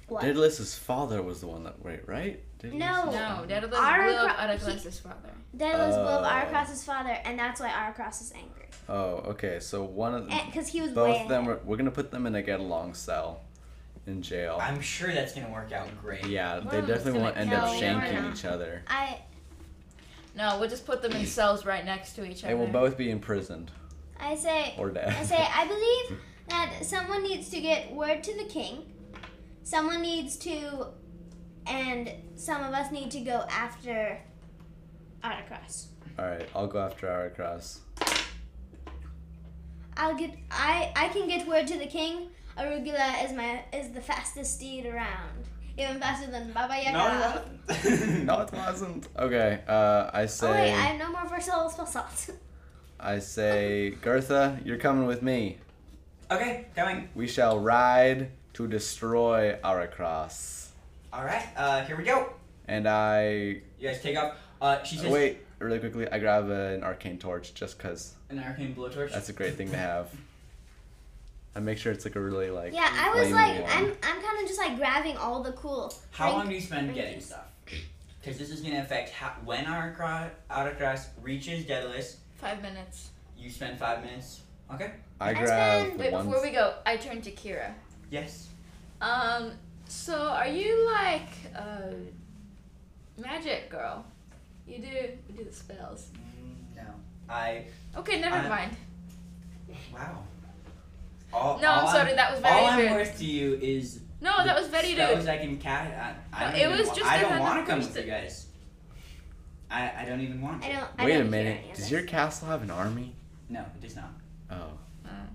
What?
Daedalus's father was the one that. Wait, right? Daedalus's
No.
No,
father?
Daedalus
Our
blew up
pro-
Autoclass's father.
Daedalus blew up
Oh.
Arcos's father, and that's why Arcos is angry.
Oh, okay. So one of them.
Because he was
Both
way
of them. Were, we're gonna put them in a get along cell, in jail.
I'm sure that's gonna work out great.
yeah,
One
they
of them's
definitely won't
gonna
end up
kill you or
shanking
not.
each other.
I
No, we'll just put them in cells right next to each other.
They will both be imprisoned
I say
or dead.
I say I believe that someone needs to get word to the king. Someone needs to, and some of us need to go after Arcos.
All right, I'll go after Hourglass.
I'll get I I can get word to the king. Arugula is my is the fastest steed around. Even faster than Baba Yaga.
No, it
No, it wasn't. Okay, uh, I
oh wait,
say,
I have no more versatile spell slots.
I say, Gertha, you're coming with me.
Okay, going.
We shall ride to destroy Aracross.
All right, uh, here we go.
And I
You guys take off. Uh, she says,
wait really quickly. I grab an arcane torch just cause
an arcane blowtorch.
that's a great thing to have. I make sure it's like a really like.
yeah, I was
flamey
like
one.
I'm I'm kind of just like grabbing all the cool.
How
like,
long do you spend
Thank
getting
you.
stuff? Because this is gonna affect how, when Autocross, Autocross reaches Daedalus.
Five minutes.
You spend five minutes. Okay.
I
That's
grab
fine.
Wait,
one.
before we go, I turn to Kira.
Yes.
Um, so are you like a magic girl? You do you do the spells.
Mm, No. I.
Okay, never
I-
mind.
Wow. All,
No, I'm
all
sorry, that was very
all
rude.
I'm worth to you is
No, that
the
was very
spells
rude.
I can cast. I, I
No,
don't
it
even
was
wa-
just
I
a
don't
kind
want
of
to come with you
person-
guys. I I don't even want.
I
to.
don't. I
Wait a
don't hear
minute.
any of
Does
this.
your castle have an army?
No, it does not.
Oh.
Mm.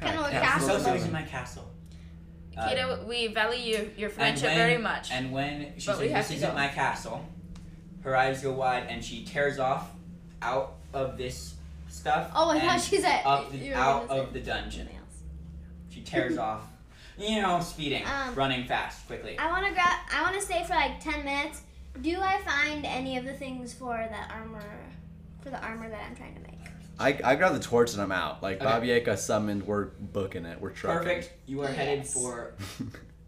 Kinda like
I'm
Castle.
so sorry, this is my castle. Uh,
Kira, we value your, your friendship
when-
very much.
And when she
But we
says,
have
"This
to
isn't
go."
my castle," her eyes go wide, and she tears off out of this stuff.
Oh my
and
gosh, she's at
Up the,
you're
out
gonna
of the
say
dungeon.
something else.
She tears off. You know, speeding,
Um,
running fast, quickly.
I want to grab. I want to stay for like ten minutes. Do I find any of the things for that armor, for the armor that I'm trying to make?
I, I grab the torch and I'm out. Like
Okay.
Baba Yaga summoned, we're booking it. We're trucking.
Perfect. You are headed
Yes.
for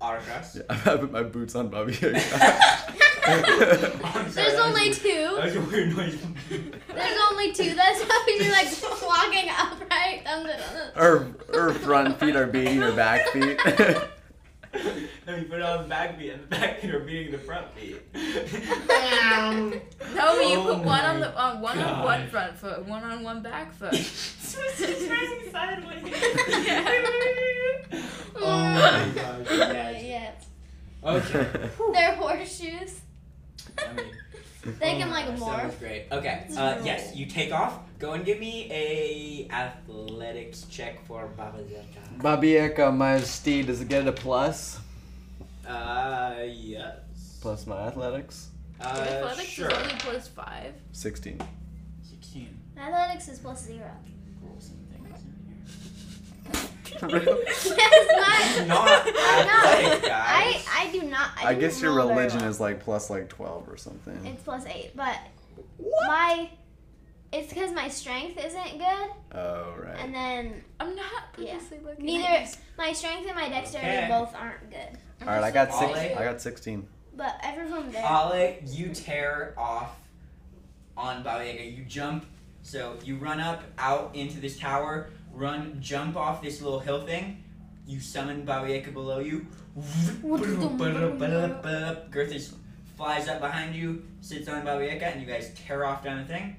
autocross.
Yeah, I put my boots on Baba Yaga.
I'm sorry,
There's
that was Uh,
only
weird.
two.
That was a weird noise.
There's only two. That's how you're like walking upright. I'm gonna-
Her, her front feet are beating her back feet.
and we put it on the back feet, and the back feet are beating the front feet.
No, you
Oh
put one
my
on the on one on one
God.
front foot, one on one back foot.
so she's facing sideways. oh my
Mm.
gosh. Yes.
yeah.
Okay.
They're horseshoes.
I mean, oh
They can like
That
morph.
was great. Okay. Uh, yes, you take off. Go and give me a athletics check for Baba Yaga.
Babieka, my steed, does it get a plus?
Uh, yes.
Plus my athletics?
Uh,
Athletics
sure.
is only plus five.
16.
Sixteen.
Athletics is plus zero.
Roll some things in
That's
here.
not.
Not athletic,
I
guys.
I do not. I,
I
do
guess your
roll very
religion
well.
is like plus like 12 or something.
It's plus eight, but my it's because my strength isn't good,
Oh, right.
and then
I'm not
Yeah.
purposely looking.
neither my strength and my dexterity
Okay.
both aren't good.
Alright, I got six.
Ollie?
I got 16.
But everyone there.
Ale, you tear off on Baba Yaga. You jump. So you run up out into this tower, run, jump off this little hill thing. You summon Baba Yaga below you. Girthis flies up behind you, sits on Baba Yaga, and you guys tear off down the thing.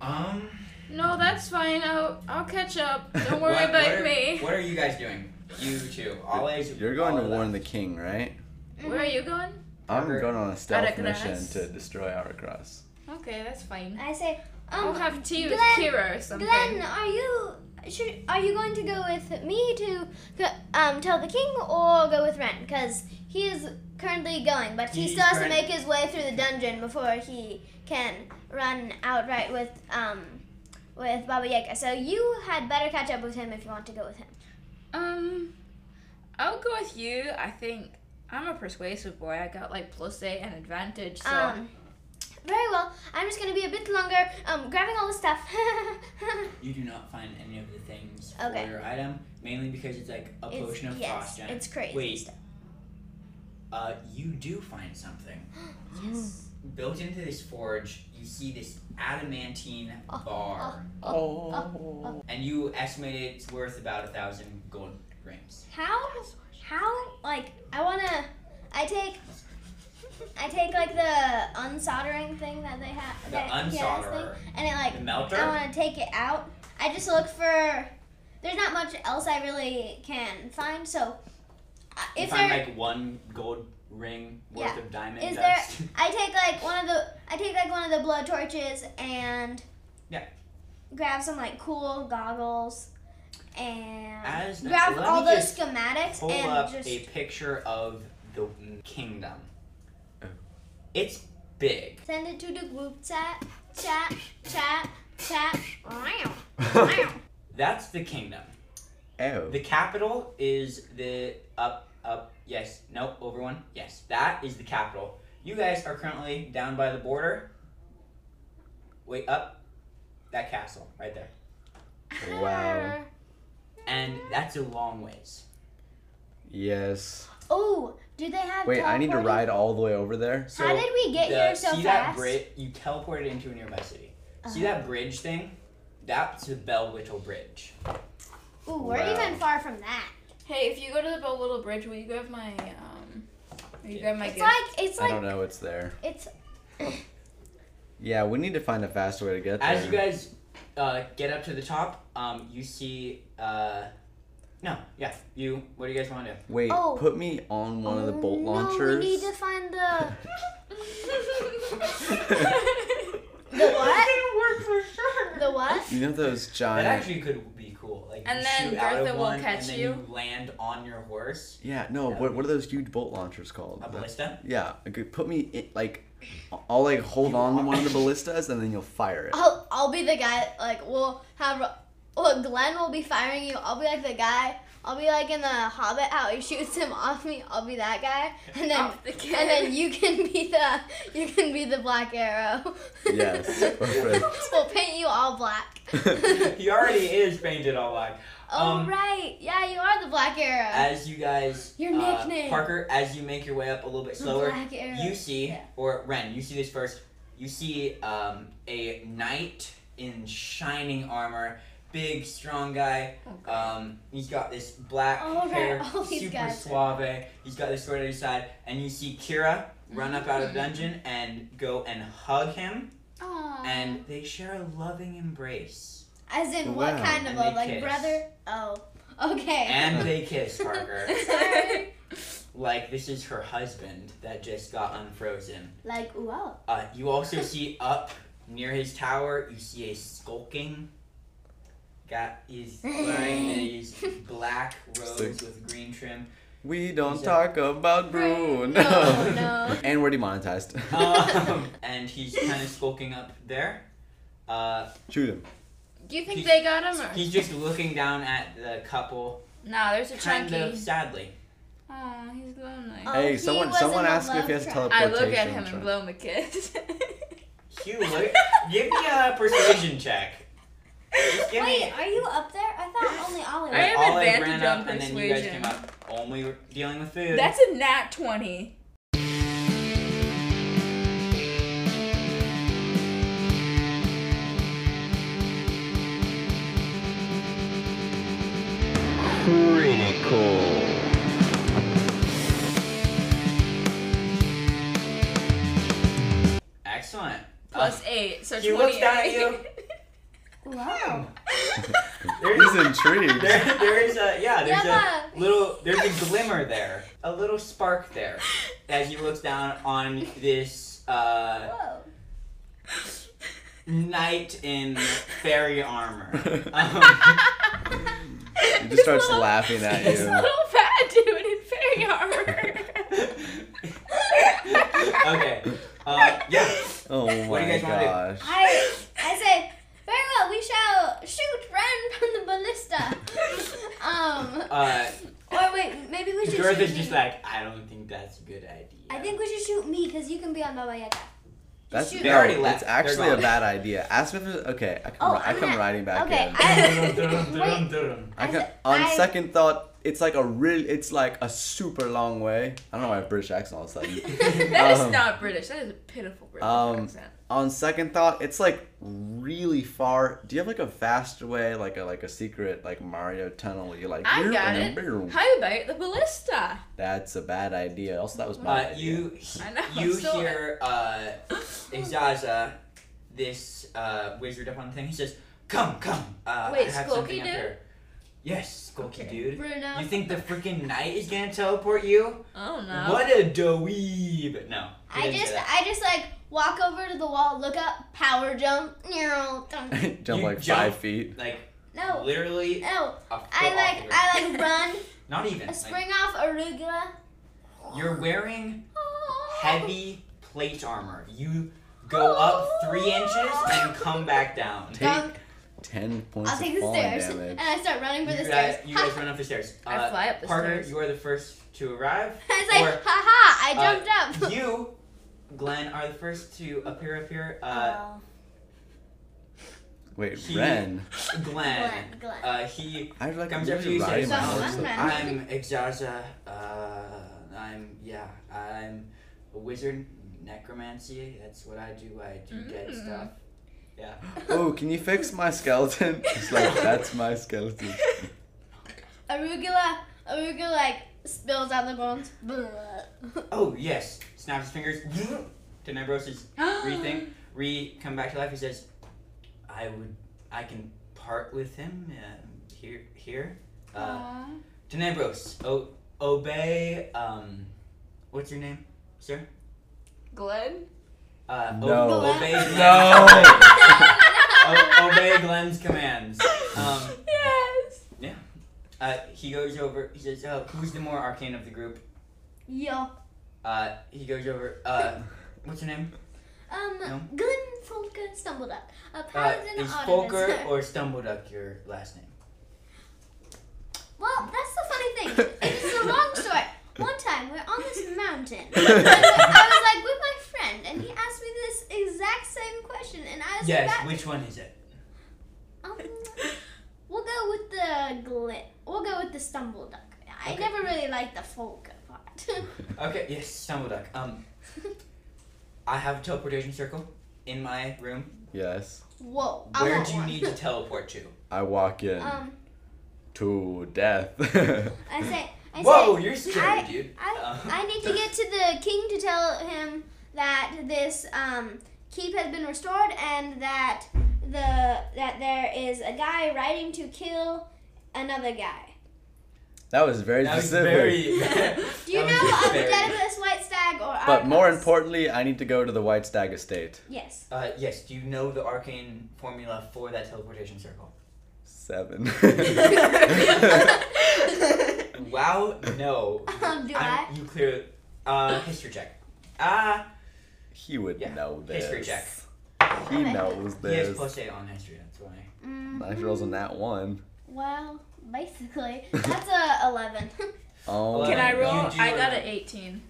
Um,
No, that's fine. I'll I'll catch up. Don't
what,
worry
what
about
are,
me.
What are you guys doing? You two. Ale's.
You're going to
Ale
warn the
left.
king, right?
Mm-hmm.
Where are you going?
I'm
Aragras.
going on a stealth mission
Aragras.
to destroy Aragras.
Okay, that's fine.
I say, um,
I'll have tea with
Glenn-
Kira or something.
Glenn, are you should are you going to go with me to go- um tell the king or go with Ren? Because he is currently going, but he
He's
still has to
current-
make his way through the dungeon before he can run outright with um with Baba Yaga. So you had better catch up with him if you want to go with him.
Um, I'll go with you. I think I'm a persuasive boy. I got like plus eight and advantage. So
Um, very well. I'm just gonna be a bit longer. Um, grabbing all the stuff.
You do not find any of the things
Okay.
for your item, mainly because it's like a
it's,
potion of
yes,
frost giant.
it's crazy.
Wait.
stuff.
Uh, you do find something. yes. Built into this forge, you see this adamantine
Oh,
bar, and you estimate it's worth about a thousand gold rings.
How? How? Like, I wanna. I take. I take like the unsoldering thing that they have.
The
that he has thing,
unsolderer,
and it like uh,
the melter.
I want to take it out. I just look for. There's not much else I really can find, so uh,
you
if
find
there,
like one gold ring worth
Yeah.
of diamond
Is there-
dust.
I take like one of the I take like one of the blow torches and
Yeah.
grab some like cool goggles and
As-
grab
let
all
me
those
just
schematics
pull
and
up
just
a picture of the kingdom.
Oh.
It's big.
send it to the group chat chat chat chat. Wow,
oh.
wow.
That's the kingdom. The capital is the up, up, yes, nope, over one, yes. That is the capital. You guys are currently down by the border. Wait, up, that castle right there.
Wow.
And that's a long ways.
Yes.
Oh, do they have?
Wait, I need to
teleporting?
ride all the way over there?
So
How did we get
the-
here so
see that
fast? Uh-huh.
bridge? You teleported into a nearby city. See that bridge thing? That's the Bell Whittle Bridge.
Ooh, we're
Wow.
even far from that.
hey, if you go to the Bow Little Bridge, will you grab my um? Will you grab my
It's
gift?
like it's
I don't
like
know what's there.
it's
Yeah, we need to find a faster way to get there.
As you guys uh, get up to the top, um, you see. Uh, no, yeah, you. What do you guys want to do?
Wait,
Oh.
put me on one of the
Oh,
bolt
No, we
launchers.
need to find the
the
what? the what?
You know those
That
giant.
actually could be cool. Like
And
you
then
shoot out of
Bertha will
one,
catch
and then
you.
you land on your horse.
yeah, no.
That
What,
would
what are those huge bolt launchers called?
A ballista.
Yeah, okay, put me in, like, I'll like hold
You
on to
are-
one of the ballistas and then you'll fire it.
I'll I'll be the guy like we'll have Look, Glenn will be firing you. I'll be like the guy. I'll be like in the Hobbit, how he shoots him off me. I'll be that guy, and
Oh.
then
Off the kid.
and then you can be the you can be the Black Arrow.
Yes, perfect.
we'll paint you all black.
he already is painted all black.
Oh
Um,
right, yeah, you are the Black Arrow.
As you guys,
Your
uh,
nickname.
Parker, as you make your way up a little bit
the
slower,
Black Arrow.
you see,
Yeah.
or Ren, you see this first. You see um, a knight in shining armor, big, strong guy.
Okay.
Um, he's got this black
All right,
hair,
all these
super
guys.
suave. He's got this sword at his side, and you see Kira
Mm-hmm.
run up out of dungeon and go and hug him,
Aw.
and they share a loving embrace,
As in, what
Wow.
kind of
And
love?
they
Like
kiss.
brother? Oh, okay.
and they kiss Parker.
Sorry.
like this is her husband that just got unfrozen.
like wow.
Uh, you also see up near his tower, you see a skulking. Got he's wearing these black robes with green trim.
We don't
He's a-
talk about Bruno.
No, no.
and we're demonetized.
Um, and he's kind of skulking up there. Uh,
Shoot him.
Do you think
he's-
they got him? Or?
he's just looking down at the couple,
Nah, there's a
kind of
chunky.
sadly.
Oh, he's lonely.
Oh,
hey,
he
someone
was
someone
in the
asked me if he has
love
I
teleportation.
look at him
Try-
and blow him a kiss.
Hugh, what- give me a persuasion check. Just give me.
Wait, are you up there? I thought only Ollie.
I
was.
am
Olive
advantage
ran
on
up, and then you guys
persuasion.
came up. Only dealing with food.
That's a nat 20.
excellent.
Plus 8, so
Ah. he looks
28.
down at you.
Wow.
He's intrigued.
There, there is a yeah. There's
Yeah.
a little. There's a glimmer there, a little spark there, as he looks down on this uh,
Whoa.
knight in fairy armor. Um,
he just starts laughing at
This
you.
little fat dude in fairy armor.
okay. Uh, yeah.
Oh my
do you guys wanna do?
gosh.
I I say very well. We shall shoot Ren from the ballista. Um.
Uh,
Or wait, maybe we should.
Garth
shoot
is
me.
just like, I don't think that's a good idea.
I think we should shoot me because you can be on Baba Yaga.
That's
shoot.
no,
They already left.
that's
They're
actually a
gone.
bad idea. Ask if it's okay. I come,
Oh,
ri- I
I'm
come
gonna-
riding back
okay,
in.
I- I
I can,
said-
on
I-
second thought, it's like a real, it's like a super long way. I don't know why I have British accent all of a sudden.
that is
Um,
not British. That is a pitiful British
um,
accent.
on second thought, it's like really far. Do you have like a faster way, like a like a secret like Mario tunnel? Where you're like,
I
"Beer
got
and a
it."
beer."
How about the ballista?
That's a bad idea. Also, that was my
Uh,
idea.
you
I know.
you
I'm still-
hear uh, Izaza, uh, this uh, wizard up on the thing. He says, "Come, come. Uh,
Wait,
I have
Skulky
something up
dude?
here." Yes, Skulky
Okay.
dude.
Bruno.
You think the freaking knight is gonna teleport you?
Oh no.
What a dweeb! No, he
I
didn't say
just
that.
I just like walk over to the wall, look up, power jump. No, don't-
jump
you
like
jump.
five feet.
like
Oh.
no,
literally.
no.
A foot
I
off
like
of it.
I like run,
Not even.
I
like,
spring off arugula.
you're wearing
Oh.
heavy plate armor. You
Oh.
go up three inches and come back down.
Take
Dunk.
ten points
I'll take
of
the
falling
stairs,
damage.
and I start running for
you
the
guys,
stairs.
you guys
Ha.
run up the stairs. Uh,
I fly up the
Parker,
stairs.
you are the first to arrive.
I was like, ha ha! I
uh,
jumped
Or
up.
you, Glenn, are the first to appear up here. Uh,
Oh.
Wait,
he-
Ren.
Glenn.
Glenn, Glenn.
Uh, he.
I like
Comes
I'm
after you,
really riding
says,
my
"Don't
horse.
run, Ren."
I-
I'm Exaza. Uh, I'm yeah. I'm a wizard, necromancy. That's what I do. I do dead
Mm.
stuff. Yeah.
oh, can you fix my skeleton? It's like that's my skeleton.
arugula, arugula like spills out the bones. Blah.
Oh yes. Snaps his fingers. to Nebros' rethink. Re come back to life. He says, "I would. I can part with him uh, here. Here." Uh,
Aw.
Tenebros, o- obey. Um, what's your name, sir?
Glenn?
Uh, o-
No.
Glenn.
obey. Glenn's
No.
commands. O- obey Glenn's commands. Um,
Yes.
uh, he goes over. He says, "Oh, who's the more arcane of the group?"
Yo.
Uh, he goes over. Uh, what's your name?
Um,
No?
Glenn Folka and Stumbleduck. A
Uh,
paladin
is
auto
Folker or Stumbleduck your last name?
Well, that's the funny thing. It is a long story. One time we're on this mountain. And I was like with my friend, and he asked me this exact same question, and I was
Yes,
like, that,
which one is it?
um, "We'll go with the glit. We'll go with the stumble duck." I
Okay.
never really liked the folk part.
Okay, yes, Stumbleduck. Um, I have a teleportation circle in my room.
Yes.
Whoa! I
Where
want
do you
one.
need to teleport to?
I walk in
Um,
to death.
I say, I
Whoa,
say,
you're scary,
I-
dude.
I,
Um,
I need to get to the king to tell him that this um, keep has been restored and that the that there is a guy riding to kill another guy.
that was very
that was
specific.
very.
Do you
That
know
was
of the
very-
Daedalus White Stag or
but more
Argos?
importantly, I need to go to the White Stag Estate.
Yes.
Uh, yes, do you know the arcane formula for that teleportation circle?
Seven.
Wow, no.
Um,
I'm-
do I?
You clear. Uh, history check. Ah,
he would
Yeah.
know this.
history check.
He
Okay.
knows
He has
this.
plus eight on history. That's why.
Nice rolls on that one.
Mm, Well, basically, that's a eleven.
Oh.
Well,
Can I
you
roll?
do
I
or
got
not?
an 18.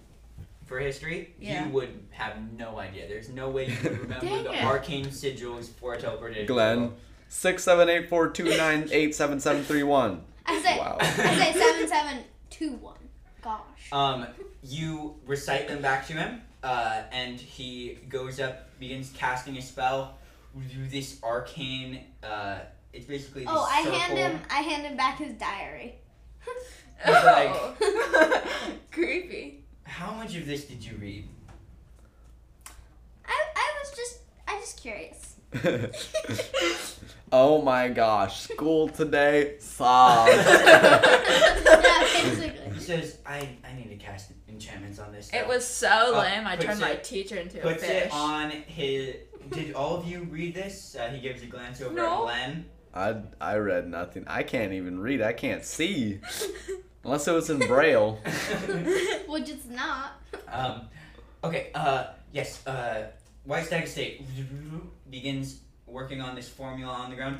For history,
Yeah.
you would have no idea. There's no way you would remember
Dang
the
it.
arcane sigils for a teleportation.
Glenn.
circle.
Six seven eight four two nine eight seven seven three one.
I say,
Wow.
I say seven, seven, two, one. Gosh.
Um, you recite them back to him, uh, and he goes up, begins casting a spell. Do this arcane. Uh, it's basically. This
oh, I hand
circle.
him. I hand him back his diary.
He's like-
Oh. Creepy.
How much of this did you read?
I, I was just, I just curious.
oh my gosh. School today sucks.
yeah, basically.
He says, "I I need to cast enchantments on this."
It
stuff."
was so
Uh,
lame. I
puts
turned my
it-
teacher into a
puts
fish.
it on his. Did all of you read this? Uh, he gives a glance over
No.
at Glenn.
I I read nothing. I can't even read. I can't see. Unless it was in braille.
Which it's not.
um, okay. Uh, yes. Uh, White Stag Estate begins working on this formula on the ground.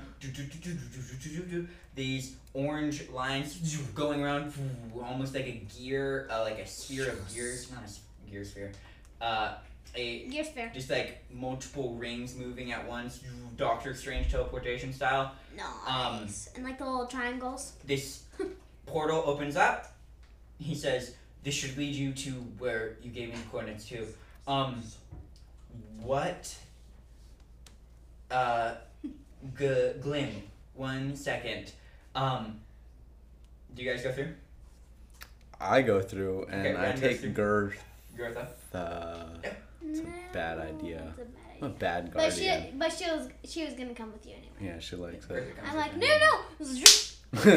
These orange lines going around, almost like a gear, uh, like a sphere of gears, not a s- gear sphere. Uh, a
You're fair.
just like multiple rings moving at once, Doctor Strange teleportation style.
Um,
Nice. and like the little triangles.
this portal opens up. He says, "This should lead you to where you gave me the coordinates to." Um, what? Uh, g- Glim, one second. Um, do you guys go through?
I go through and
Okay,
I
Ryan goes
take Gertha.
Gertha.
It's
a bad idea.
It's a bad
I'm a
idea.
bad
But
guardian.
she, but she was, she was gonna come with you anyway.
yeah, she likes
Gertha
it.
comes
I'm
with
like,
him.
no, no. Zzzz.
No,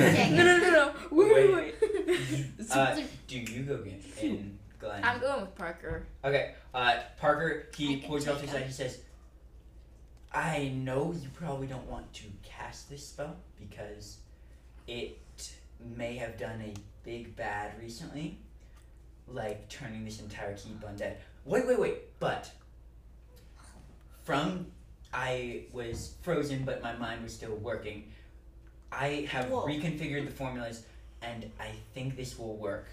no, no, no. Wait, wait, wait.
Uh, do you go get in, Glenn?
I'm going with Parker.
Okay, uh, Parker, he
I can
pulls you off to
take
the side. He says, I know you probably don't want to cast this spell because it may have done a big bad recently, like turning this entire keep undead. Wait, wait, wait, but from I was frozen, but my mind was still working. I have
Whoa.
reconfigured the formulas, and I think this will work.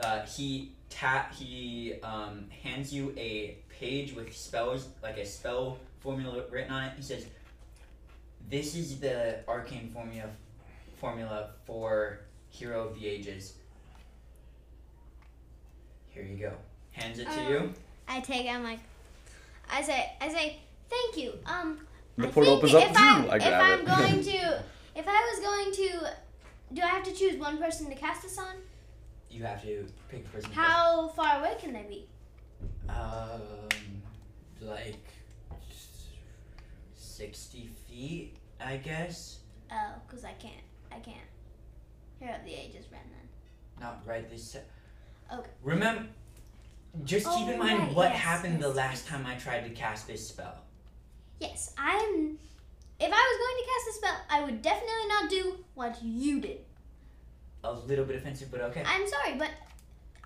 Uh, he ta- he um, hands you a page with spells, like a spell formula written on it. He says, "This is the arcane formula formula for Hero of the Ages." Here you go. Hands it to
Um,
you.
I take. I'm like, I say, I say, thank you. Um,
The
I
portal
think
opens up.
If, I,
Zoom, I
if
grab
I'm
it.
going to, if I was going to, do I have to choose one person to cast this on?
You have to pick a person.
How far away can they be?
Um, like sixty feet, I guess.
Oh, because I can't. I can't. Here of the ages, ran then.
Not right this. se-
Okay.
Remember, just keep
Oh,
in mind
right,
what
yes,
happened the
yes,
last time I tried to cast this spell.
Yes, I'm. If I was going to cast a spell, I would definitely not do what you did.
A little bit offensive, but okay.
I'm sorry, but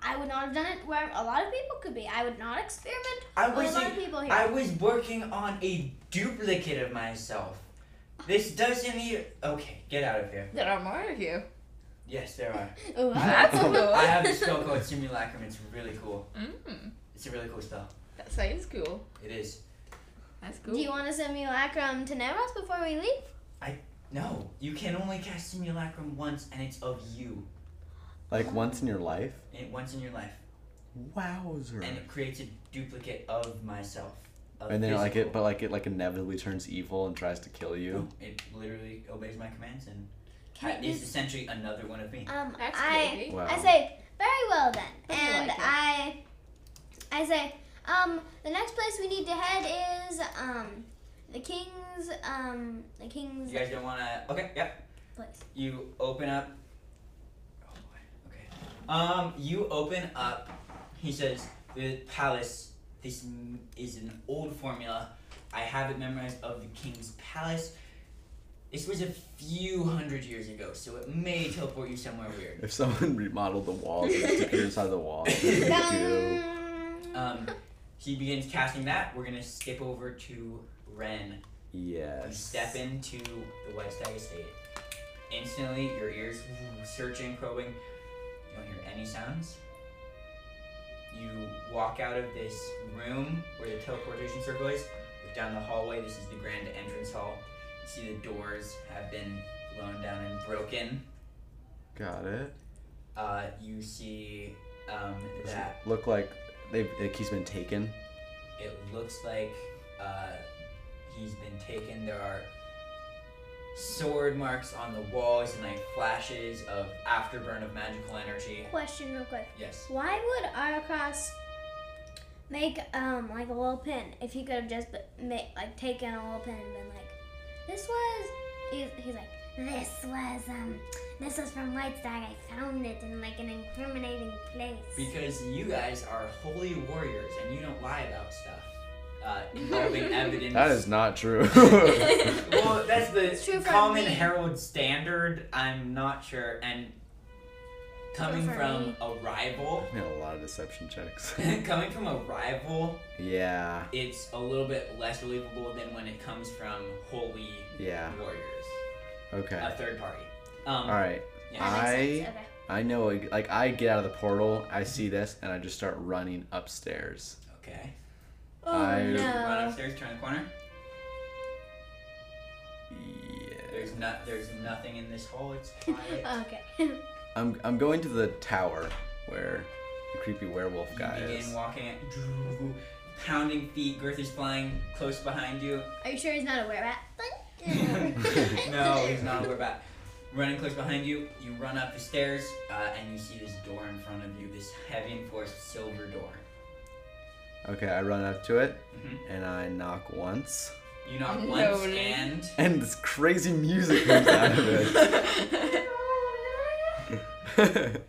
I would not have done it where a lot of people could be. I would not experiment
I
with a
was
lot of people here.
I was working on a duplicate of myself. This doesn't even. Okay, get out of here.
There are more of you.
Yes, there are.
Ooh,
That's
I,
cool.
I have a spell called Simulacrum. It's really cool.
Mm,
It's a really cool spell.
that sounds cool.
It is.
That's cool.
Do you want to send Simulacrum to Nevros before we leave?
No, you can only cast Simulacrum once, and it's of you.
Like once in your life?
It, once in your life,
Wowzer.
and it creates a duplicate of myself. Of
And then like it,
physical.
but like it like inevitably turns evil and tries to kill you.
it literally obeys my commands and
Can it
is
do-
essentially another one of me.
Um,
That's
I
creepy.
Wow.
I say very well then,
I do
and
like it.
I I say um the next place we need to head is um the king's um the king's
You guys don't wanna. Okay, yep.
place.
you open up. Oh boy. Okay. Um, you open up. He says the palace. This m- is an old formula. I have it memorized of the king's palace. This was a few hundred years ago, so it may teleport you somewhere weird.
If someone remodeled the wall, they would stick it inside the wall. Ew.
Dun.
Um, he begins casting that. We're gonna skip over to Ren. You
yes.
step into the White Stag Estate. Instantly, your ears searching, probing. You don't hear any sounds. You walk out of this room where the teleportation circle is. Look down the hallway. This is the grand entrance hall. You see the doors have been blown down and broken.
Got it.
Uh, you see um,
Does
that
it look like they've like he's been taken?
It looks like uh, he's been taken. There are sword marks on the walls and like flashes of afterburn of magical energy.
Question real quick.
Yes.
Why would Aracross make um like a little pin if he could have just make, like taken a little pin and been like, this was he's, he's like this was um this was from Whitestag. I found it in like an incriminating place.
Because you guys are holy warriors and you don't lie about stuff uh, involving evidence.
That is not true.
Well, that's
It's true
the
for
common
me.
herald standard. I'm not sure. And coming
for
from
me.
a rival,
We had a lot of deception checks.
coming from a rival,
yeah.
it's a little bit less believable than when it comes from holy
Yeah.
warriors,
Okay.
a third party. Um,
All right.
yeah.
That makes
I-
sense. Okay.
I know. Like I get out of the portal, I see this, and I just start running upstairs.
Okay.
Oh
I-
Run
no.
upstairs, turn the corner.
Yeah.
There's not. There's nothing in this hole. It's quiet.
Uh.
Okay.
I'm I'm going to the tower where the creepy werewolf guy
you
is.
begin walking, at, pounding feet. Girth is flying close behind you.
Are you sure he's not a werebat? uh,
No, he's not. We're back. Running close behind you, you run up the stairs, uh, and you see this door in front of you. This heavy enforced silver door.
Okay, I run up to it
Mhm.
and I knock once,
You knock
No,
once,
really?
and
and this crazy music comes out of it.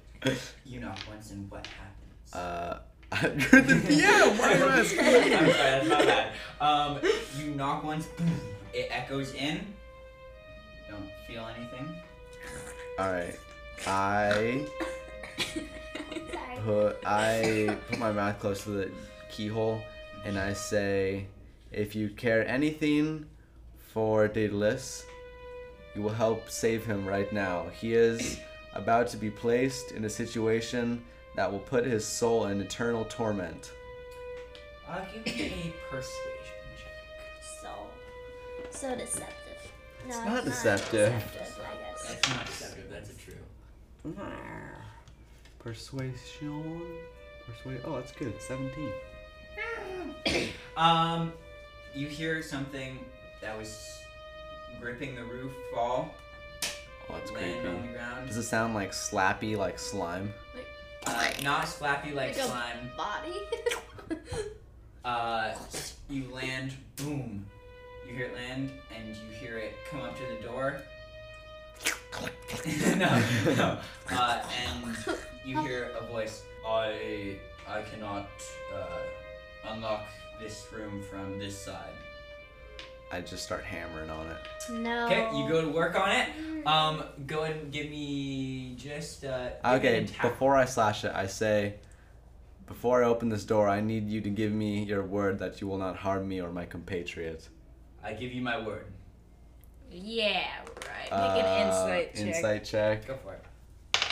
you knock once, and what happens?
uh, you're at the piano. Why am I asking?
I'm sorry, that's not bad. Um, you knock once, boom, it echoes in. Don't feel anything.
All right, I put I put my mouth close to the keyhole, and I say, "If you care anything for Daedalus, you will help save him right now. He is about to be placed in a situation that will put his soul in eternal torment."
Uh, give me a persuasion check.
so so deceptive. No, it's
not deceptive.
deceptive, I guess.
That's not deceptive, that's a true.
Persuasion. Persuade. Oh, that's good. Seventeen.
Um, you hear something that was gripping the roof fall,
Oh, that's
land on
creepy.
the ground.
Does it sound like slappy, like slime?
Uh, not slappy like
Like a-
slime.
Body.
Uh, you land, boom. You hear it land, and you hear it come up to the door. no, no. Uh, and you hear a voice. I I cannot uh, unlock this room from this side.
I just start hammering on it.
No.
Okay, you go to work on it. Um, go ahead and give me just uh. give me an
Okay,
attack
before I slash it, I say, before I open this door, I need you to give me your word that you will not harm me or my compatriot.
I give you my word.
Yeah, right. Make an
Uh,
insight check.
Insight check.
Go for it.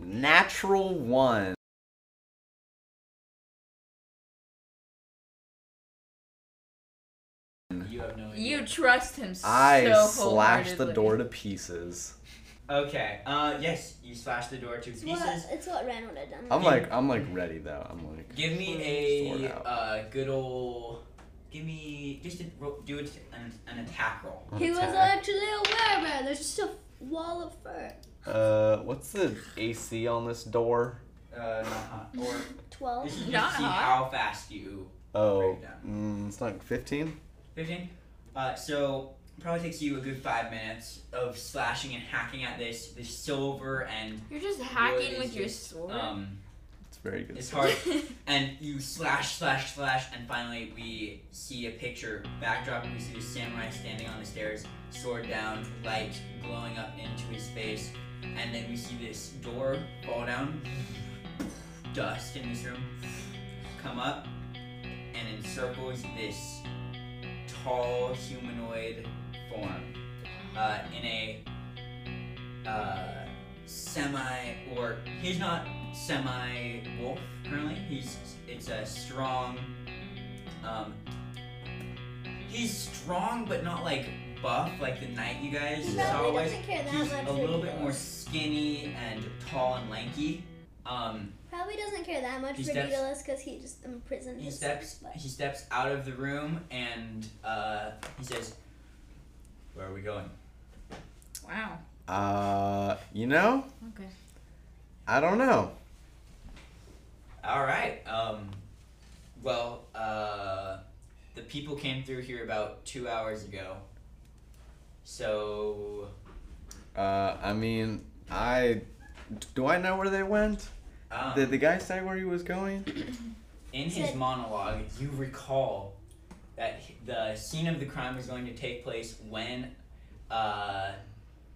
Natural one.
You have no idea.
You trust him so
I slash
wholeheartedly.
the door to pieces.
Okay. Uh, yes, you slash the door to
It's
pieces.
what, it's what Ren would have done.
I'm
You-
like, I'm like ready though. I'm like,
Give me
Sort
a
out.
uh, good old. Give me just a, ro- do it an, an attack roll.
he was
Oh, attack.
actually a werewolf. There's just a wall of fur.
Uh, what's the AC on this door?
Uh, not hot. Or
Twelve.
this is just
Oh, Not
to see
hot.
how fast you.
Oh,
Break down.
mm, it's like 15.
Fifteen. Uh, so probably takes you a good five minutes of slashing and hacking at this. The silver and
You're just hacking
wood
with
is
your
just,
sword.
um,
It's very good.
it's hard. and you slash, slash, slash, and finally we see a picture backdrop. We see the samurai standing on the stairs, sword down, light glowing up into his face, and then we see this door fall down, dust in this room come up, and encircles this tall humanoid form uh, in a uh, semi or he's not semi wolf currently. He's it's a strong. Um, he's strong, but not like buff like the knight you guys
He
saw.
probably
was.
doesn't care that
He's
much.
a
who
little
he
bit
kills.
more skinny and tall and lanky. Um,
Probably doesn't care that much
He
for
steps-
Daedalus because he just imprisoned
he
his
steps
butt.
he steps out of the room and uh, he says, "Where are we going?"
wow.
Uh, you know,
Okay.
I don't know.
All right. Um, well, uh, the people came through here about two hours ago. So,
Uh, I mean, I do I know where they went?
um,
Did the guy say where he was going?
in his
Said-
monologue, you recall that h- the scene of the crime was going to take place when, uh,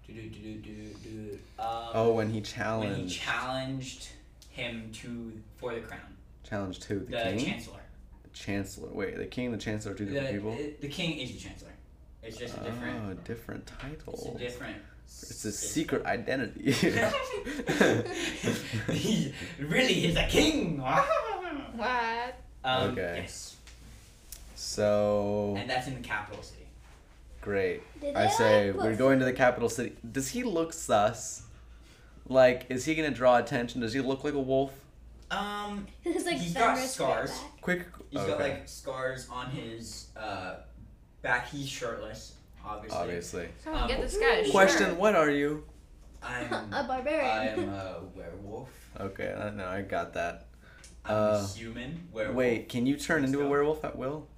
do do do do do. um,
Oh, when he
when he
challenged
challenged him to for the crown,
challenged who? The,
the
king,
chancellor.
the chancellor. Wait, the king, the chancellor, are two
The,
different people.
the, the king is the chancellor. It's just a different.
Oh, different
It's a
title.
different.
It's a secret identity.
he really is a king.
What?
Um,
Okay.
Yes,
so
and that's in the capital city.
great.
Did
I
they,
say
like, put
we're going to the capital city. Does he look sus? Like, is he gonna draw attention? Does he look like a wolf?
Um,
It's like
He's got
Fenris way
scars.
back.
Quick.
he's got like scars on his uh, back. He's shirtless, obviously.
obviously.
Someone
Um,
get this guy a
Question:
shirt.
What are you?
I'm.
a barbarian.
I'm a werewolf.
Okay, I no, I got that.
I'm a
Uh,
human werewolf.
Wait, can you turn into a
Stop.
werewolf at will?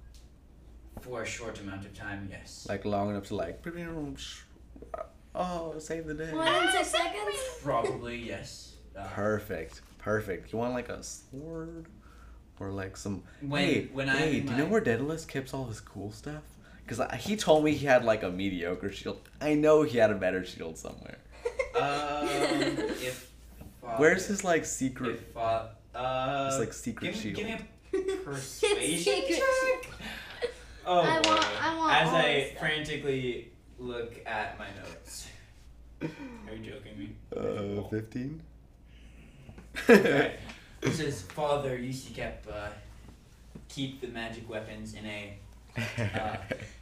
For a short amount of time, yes.
Like long enough to like. Oh, save the day.
One in six seconds.
Probably yes. Uh,
Perfect, perfect. You want like a sword, or like some.
When-
hey,
when I'm
hey,
in
do you know
my-
where Daedalus keeps all his cool stuff? Because he told me he had like a mediocre shield. I know he had a better shield somewhere.
um, if. uh,
Where's his like secret?
If, uh, uh,
It's like secret
give, me- Give me a
It's
persuasion
secret.
check. Oh,
I
boy.
want. I want.
As
all
I
this stuff.
frantically look at my notes. Are you joking me?
Uh, fifteen.
Okay. It says father used to keep uh, keep the magic weapons in a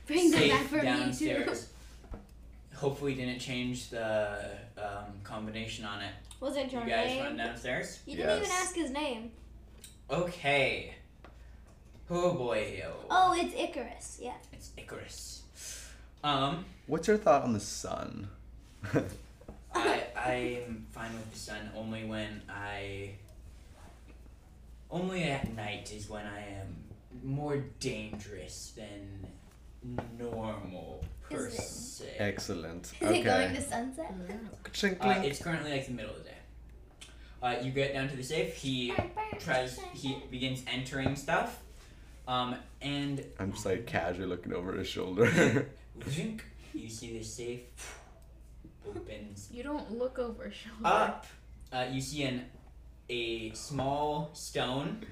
Bring them
safe
back for me too.
downstairs. Hopefully didn't change the um, combination on it.
Was it your
you guys
name?
run downstairs.
You didn't even
Yes.
ask his name.
Okay. Oh boy. oh.
Oh, it's Icarus. Yeah.
It's Icarus. Um,
What's your thought on the sun?
I I'm fine with the sun only when I. Only at night is when I am more dangerous than normal per
Is it-
se.
Excellent.
Is it going to
Okay.
sunset?
Uh, it's currently like the middle of the day. Uh, you get down to the safe. He tries. He begins entering stuff. Um, and
I'm just like casually looking over his shoulder.
Zink. You see the safe opens
You don't look over your shoulder.
up. Uh, you see an a small stone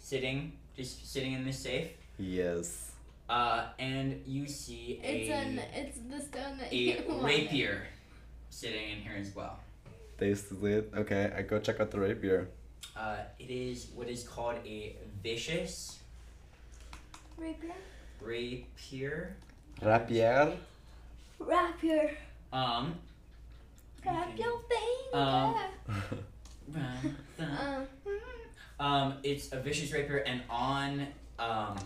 sitting, just sitting in this safe.
yes.
Uh, and you see a
It's an it's the stone that you
a
wanted.
rapier sitting in here as well.
They still it. Okay, I go check out the rapier.
Uh, it is what is called a vicious
Rapier.
rapier.
Rapier.
Wrap your
Um.
wrap your finger.
Um,
Uh,
Um, it's a vicious rapier, and on um,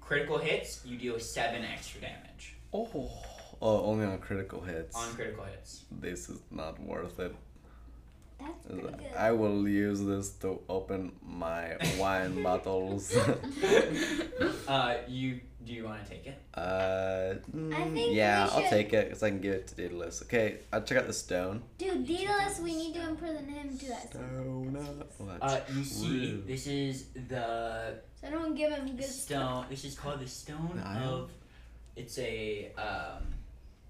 critical hits, you deal seven extra damage
oh. Oh, only on critical hits.
on critical hits.
This is not worth it.
that's pretty good.
I will use this to open my wine bottles.
Uh, you do you want to take it?
Uh, mm,
I think
yeah,
we
I'll
should-
take it because I can give it to Daedalus. Okay, I'll check out the stone.
Dude, Daedalus, we need to imprison him to us.
Stone.
Uh, you see, this is the
So don't give him good
stone. This is called the stone
The Isle?
of. It's a um,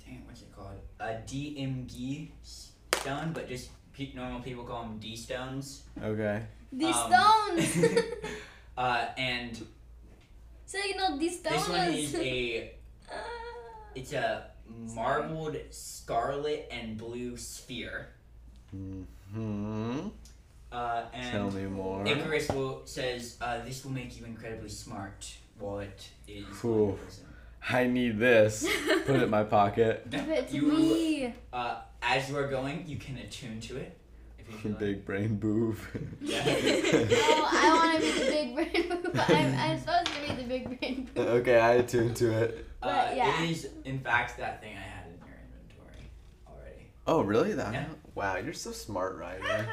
dang, what's it called? A DMG stone, but just pe- normal people call them D stones.
Okay.
The
Um,
stones.
uh, and
Signal the stones.
this one is a
Ah.
It's a marbled scarlet and blue sphere.
Hmm.
Uh,
Tell
and
me more.
Icarus will, says, uh, This will make you incredibly smart while it is.
Cool. I need this. Put it in my pocket.
Give it to
You-
me.
Uh, as you are going, you can attune to it. If you feel like.
Big brain move.
Yeah.
Oh, I want to be the big brain poop. I'm, I'm supposed to be the big brain poop.
okay, I attuned to it.
Uh,
But, yeah.
It is, in fact, that thing I had in your inventory already.
Oh, really? That?
Yeah.
Wow, you're so smart,
Ah,
Ryder.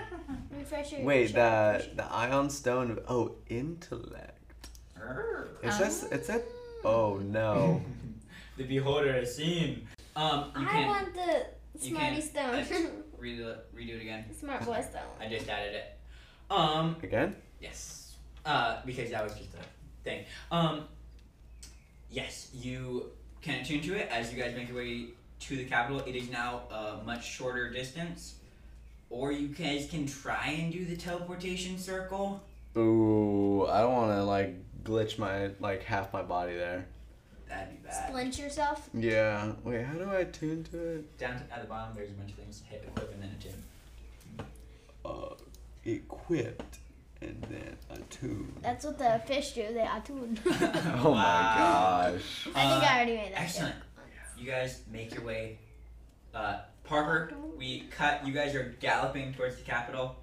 Refresh your
Wait,
check.
the the ion stone. of- Oh, intellect.
Err.
Is this? It's that. Oh no.
the beholder has seen. Um, you
I
can
want the
you
smarty
can't-
stone.
redo, redo it again.
Smart boy stone.
I just added it. Um,
Again?
Yes. Uh, because that was just a thing. Um, yes, you can attune to it as you guys make your way to the capital. It is now a much shorter distance. Or you guys can try and do the teleportation circle.
Ooh, I don't want to like glitch my like half my body there.
That'd be bad.
Splint yourself.
Yeah. Wait, how do I tune to it?
Down to, at the bottom, there's a bunch of things. Hit equip and then attune.
Uh, equipped and then attuned.
That's what the fish do. They attune. I
Uh,
think
Oh
Wow.
my gosh.
I already made that. joke.
Excellent. You guys make your way. Uh, Parker, we cut. You guys are galloping towards the capital.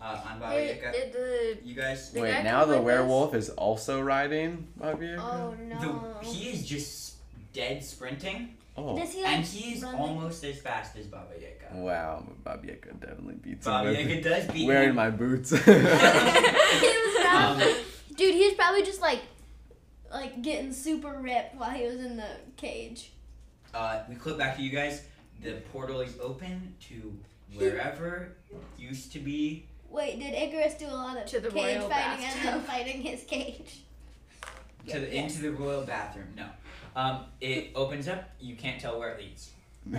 Uh, on
Did-
Babayaka.
did the-
You guys
The guy
Wait, now
come
the
like this?
werewolf is also riding Bobby.
Oh
The,
no.
he is just dead sprinting,
Oh.
Does he like
and he's
run
almost as fast as Baba Yaga.
Wow, but Bobby Yaga definitely beats
Baba
him.
Yaga does beat
Wearing
him.
my boots.
like- He was not-
Um,
Dude, he was probably just like, like getting super ripped while he was in the cage.
uh, we clip back to you guys. The portal is open to wherever used to be.
Wait, did Icarus do a lot of
To the
cage
royal
fighting and then
bathtub.
fighting his cage?
To the, into the royal bathroom. No, um, it opens up. You can't tell where it leads.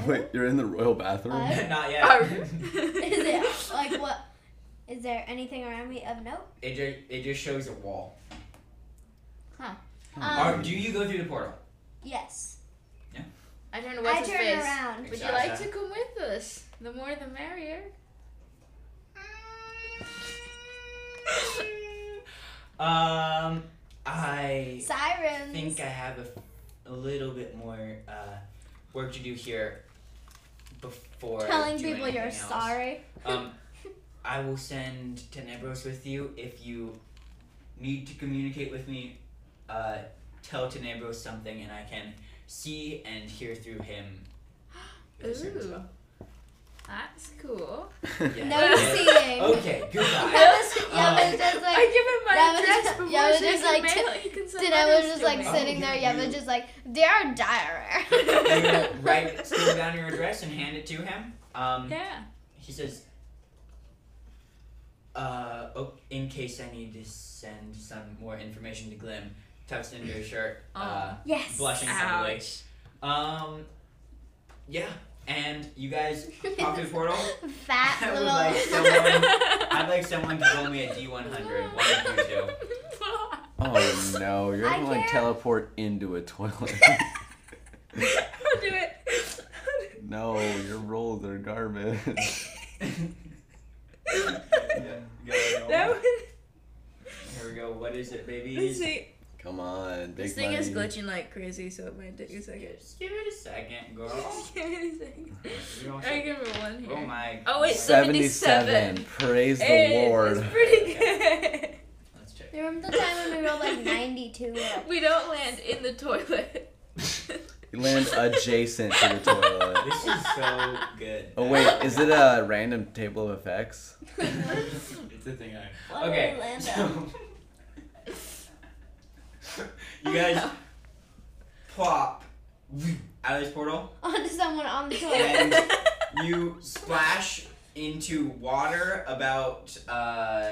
Wait, you're in the royal bathroom?
Uh,
Not
Arr.
yet.
Is it like what? Is there anything around me of note?
it just it just shows a wall.
Um,
or do you go through the portal?
yes.
I don't know
I
what's his
turn
face.
around.
Would you like to come with us? The more the merrier.
Um, I.
Sirens.
think I have a, a little bit more uh, work to do here before
telling
doing
people you're
anything else.
sorry.
Um, I will send Tenebros with you if you need to communicate with me. Uh, tell Tenebros something, and I can see and hear through him. with a certain
Ooh.
spell.
That's cool.
Yeah. Oh.
No seeing.
Okay. Goodbye.
That was, yeah, but it's just
I
like.
give him my
that was
address
just-
before
yeah, I was
she
just
can
like,
mail
t-
it. He can send
Then
letters
I was just
to
like
me.
sitting
yeah,
there, yeah,
you-
but just like, dear
You
diary.
can write still down your address and hand it to him. Um,
Yeah.
He says, Uh, oh, in case I need to send some more information to Glim, tucks into her shirt, uh,
Oh.
Yes.
blushing heavily.
Ouch.
Um, yeah, and you guys pop through the portal. I
Fat
would
little.
like someone. I'd like someone to roll me a D one hundred. One of you two.
Oh no, you're
I
gonna like
can't.
teleport into a toilet.
I'll do it.
no, your rolls are garbage.
Yeah, you gotta roll.
That was,
Here we go. What is it,
let's
babies?
see.
Come on, big
This thing is
money.
glitching like crazy, so it might take a second.
Just give it a second, girl.
Give it a second.
You don't
I
say-
give it one here.
Oh my.
Oh, wait,
God.
77. Praise
Hey,
the Lord.
That's pretty good.
Let's check.
Remember the time when we rolled like 92?
We don't land in the toilet.
You land adjacent to the toilet.
This is so good.
Oh wait, is it a random table of effects?
it's the thing I.
did
okay.
we land
so- you guys plop out of this portal.
Onto someone on the toilet.
And you splash into water about uh,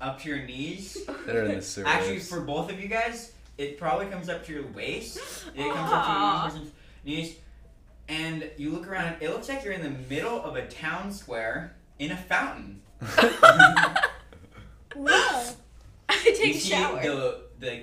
up to your knees.
They're in the sewers.
Actually, for both of you guys, it probably comes up to your waist. It comes up to your
Aw.
person's knees. And you look around, it looks like you're in the middle of a town square in a fountain.
Whoa.
I
You
take a
see
shower.
the,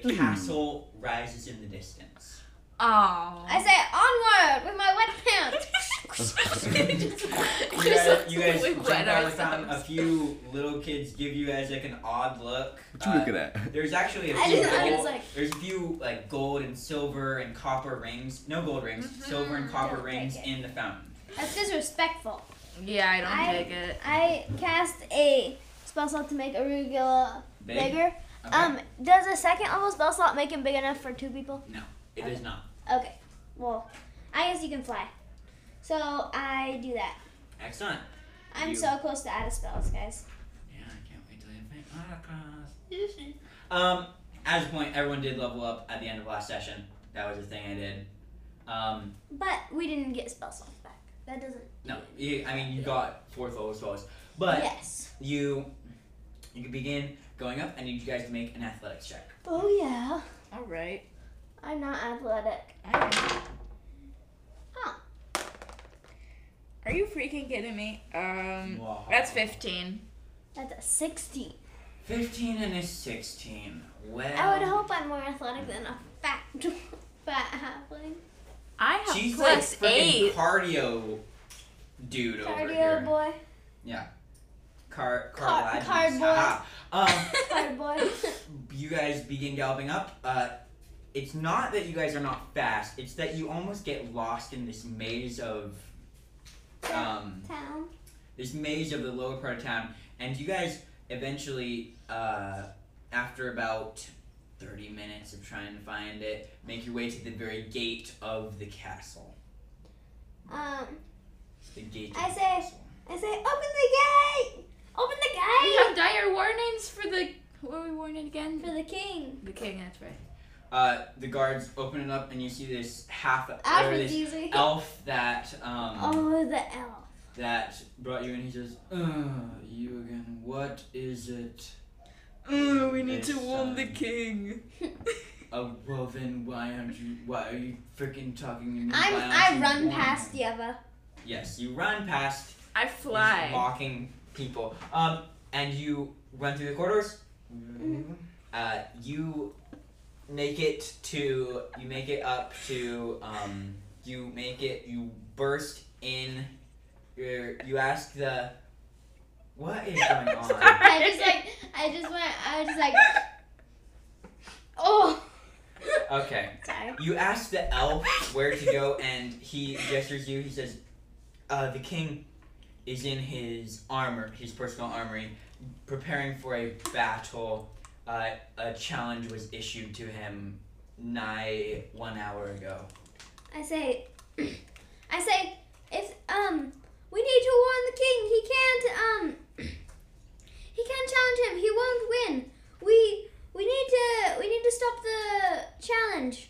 the castle rises in the distance.
Aww.
I say onward with my wet pants.
You guys, you guys
we
jump
wet
out of the fountain. A
ourselves.
few little kids give you guys like an odd look.
what you
Uh,
looking at?
There's actually a
I
few
just- I was
gold,
like-
there's a few like gold and silver and copper rings. No gold rings, silver and copper
Mm-hmm. Don't take
rings
it.
in the fountain.
That's disrespectful.
Yeah, I don't
I-
take it.
I cast a spell slot to make arugula
Big?
bigger.
Okay.
Um, does a second level spell slot make him big enough for two people?
it is not.
Okay. Well, I guess you can fly. So I do that.
Excellent.
I'm
You-
so close to out of spells, guys.
Yeah, I can't wait till you make autocross. um, at this point, everyone did level up at the end of last session. That was the thing I did. Um,
But we didn't get spell slots back. That doesn't.
no, you, I mean you got fourth level spells, but
Yes.
you you can begin going up. I need you guys to make an athletics check.
Oh yeah.
All right.
I'm not athletic.
Are you freaking kidding me? Um,
Wow.
that's 15.
That's a 16.
Fifteen and a sixteen. Well,
I would hope I'm more athletic than a fat fat halfling.
I have
she's
plus
like freaking
eight.
cardio dude over here.
Cardio boy.
Car,
Car-
cartilaginous.
cardboard.
Haha. Um,
Cardio boy.
you guys begin galloping up. Uh, it's not that you guys are not fast. It's that you almost get lost in this maze of, um,
Town.
this maze of the lower part of town, and you guys eventually, uh, after about thirty minutes of trying to find it, make your way to the very gate of the castle.
Um,
The gate. Of
I
the
say-
castle.
I say, open the gate! Open the
We
gate!
have dire warnings for the. What were we warning again?
For the king.
The king, that's right.
Uh, the guards open it up, and you see this half or this
Aphrodisiac.
elf that um.
Oh, the elf.
that brought you in. He says, Ugh, you again. What is it? Oh, we need to warn the
king.
Oh, well then, why aren't you? Why are you freaking talking to me?
I'm,
Why aren't
I
you
run
warning
past
me?"
Yeva.
Yes, you run past
I
these
fly.
mocking people. Um, and you run through the corridors. Uh, you make it to. You make it up to. Um, you make it. You burst in. Your, you ask the. What is going on?
I just like, I just went, I was just like, oh.
Okay.
Sorry.
You ask the elf where to go, and he gestures you. He says, uh, "The king is in his armor, his personal armory, preparing for a battle. Uh, a challenge was issued to him nigh one hour ago."
I say, I say, if, um, we need to warn the king. He can't, um, he can't challenge him. He won't win. We, we need to, we need to stop the challenge.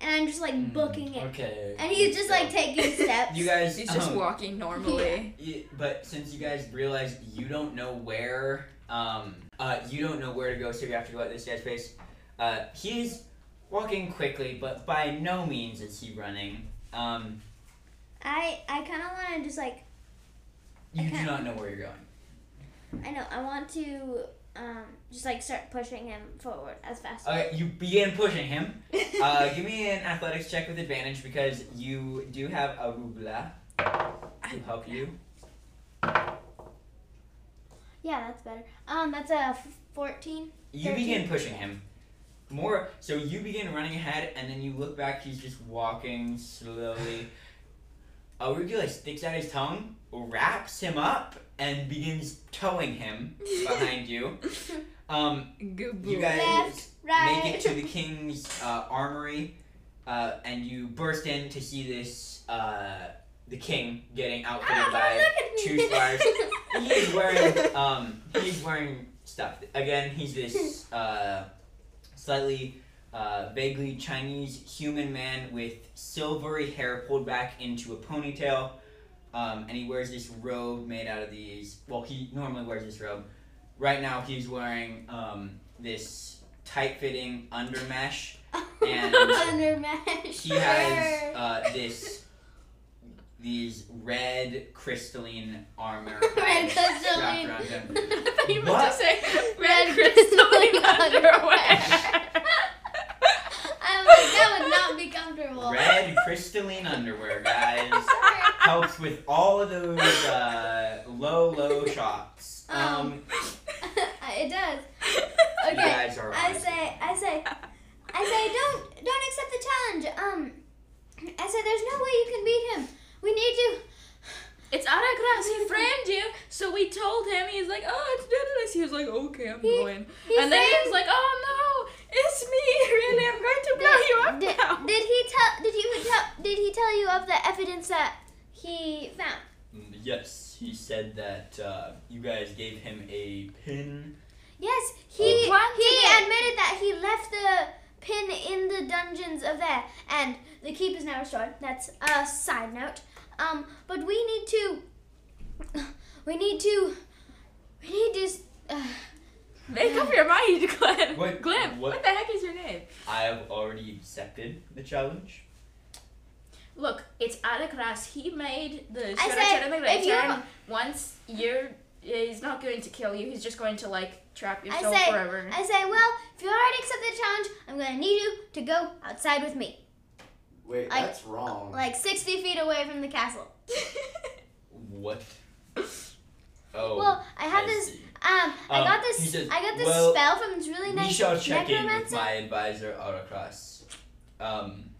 And I'm just like
Hmm,
booking it.
Okay.
And he's
he's just like taking steps.
You guys.
He's just
um,
walking normally.
y- But since you guys realize you don't know where, um, uh, you don't know where to go, so you have to go at this guy's pace. Uh, he's walking quickly, but by no means is he running. Um,
I I kind of want to just like
you do
Okay.
not know where you're going.
I know I want to um just like start pushing him forward as fast. as
Okay, you begin pushing him. Uh, give me an athletics check with advantage because you do have a rubla to help you.
Yeah, that's better. Um, that's a f- fourteen.
You begin pushing him. More so you begin running ahead and then you look back, he's just walking slowly. Arugula sticks out his tongue, wraps him up, and begins towing him behind you. Um,
Good
you
boy.
guys
Left, right.
make it to the king's uh, armory, uh, and you burst in to see this uh, the king getting outfitted
Ah,
by two squires. he is wearing um, he's wearing stuff. Again, he's this uh, slightly uh, vaguely Chinese human man with silvery hair pulled back into a ponytail, um, and he wears this robe made out of these. Well, he normally wears this robe. Right now, he's wearing um, this tight-fitting undermesh, and
Under mesh.
he has uh, this these red crystalline armor
Red
pads wrapped
crystalline.
around him.
You
What?
what? Just say red
Red
crystalline
crystalline
underwear.
I'm like, that would not be comfortable.
Red crystalline underwear, guys.
Sorry.
Helps with all of those uh, low, low shots. Um,
it does.
you
Okay.
guys are.
I
awesome.
say, I say, I say, don't, don't accept the challenge. Um, I say, there's no way you can beat him. We need you.
it's Aragrass, he framed you, so we told him, he's like, oh, it's Daedalus. He was like, okay, I'm
He-
going.
He
and then he was
framed-
like, oh no, it's me, really, I'm going to blow you up
did,
now.
did he tell? Did you tell? Did he tell you of the evidence that he found?
Mm, Yes, he said that uh, you guys gave him a pin.
Yes, he
Wanted
he
it.
admitted that he left the pin in the dungeons of there, and the keep is now restored. That's a side note. Um, but we need to, we need to, we need to. s- Uh,
Make up your mind, Glim.
What-
Glim, what?
what-
the heck is your name?
I have already accepted the challenge.
Look, it's Alakras. He made the
I
Shara
said,
Shara
if you-
Shara Once you're, he's not going to kill you. He's just going to like trap your
I
soul
said-
forever.
I say, well, if you already accepted the challenge, I'm gonna need you to go outside with me,
Wait,
I-
that's
Oh.
wrong.
like 60 feet away from the castle.
What? Oh.
Well, I have
I
this.
see.
Um, I
Um,
got
he
this.
says,
I got this
"Well,
spell from this really
we
nice
shall check in with
necromancer.
my advisor Autocross. Um,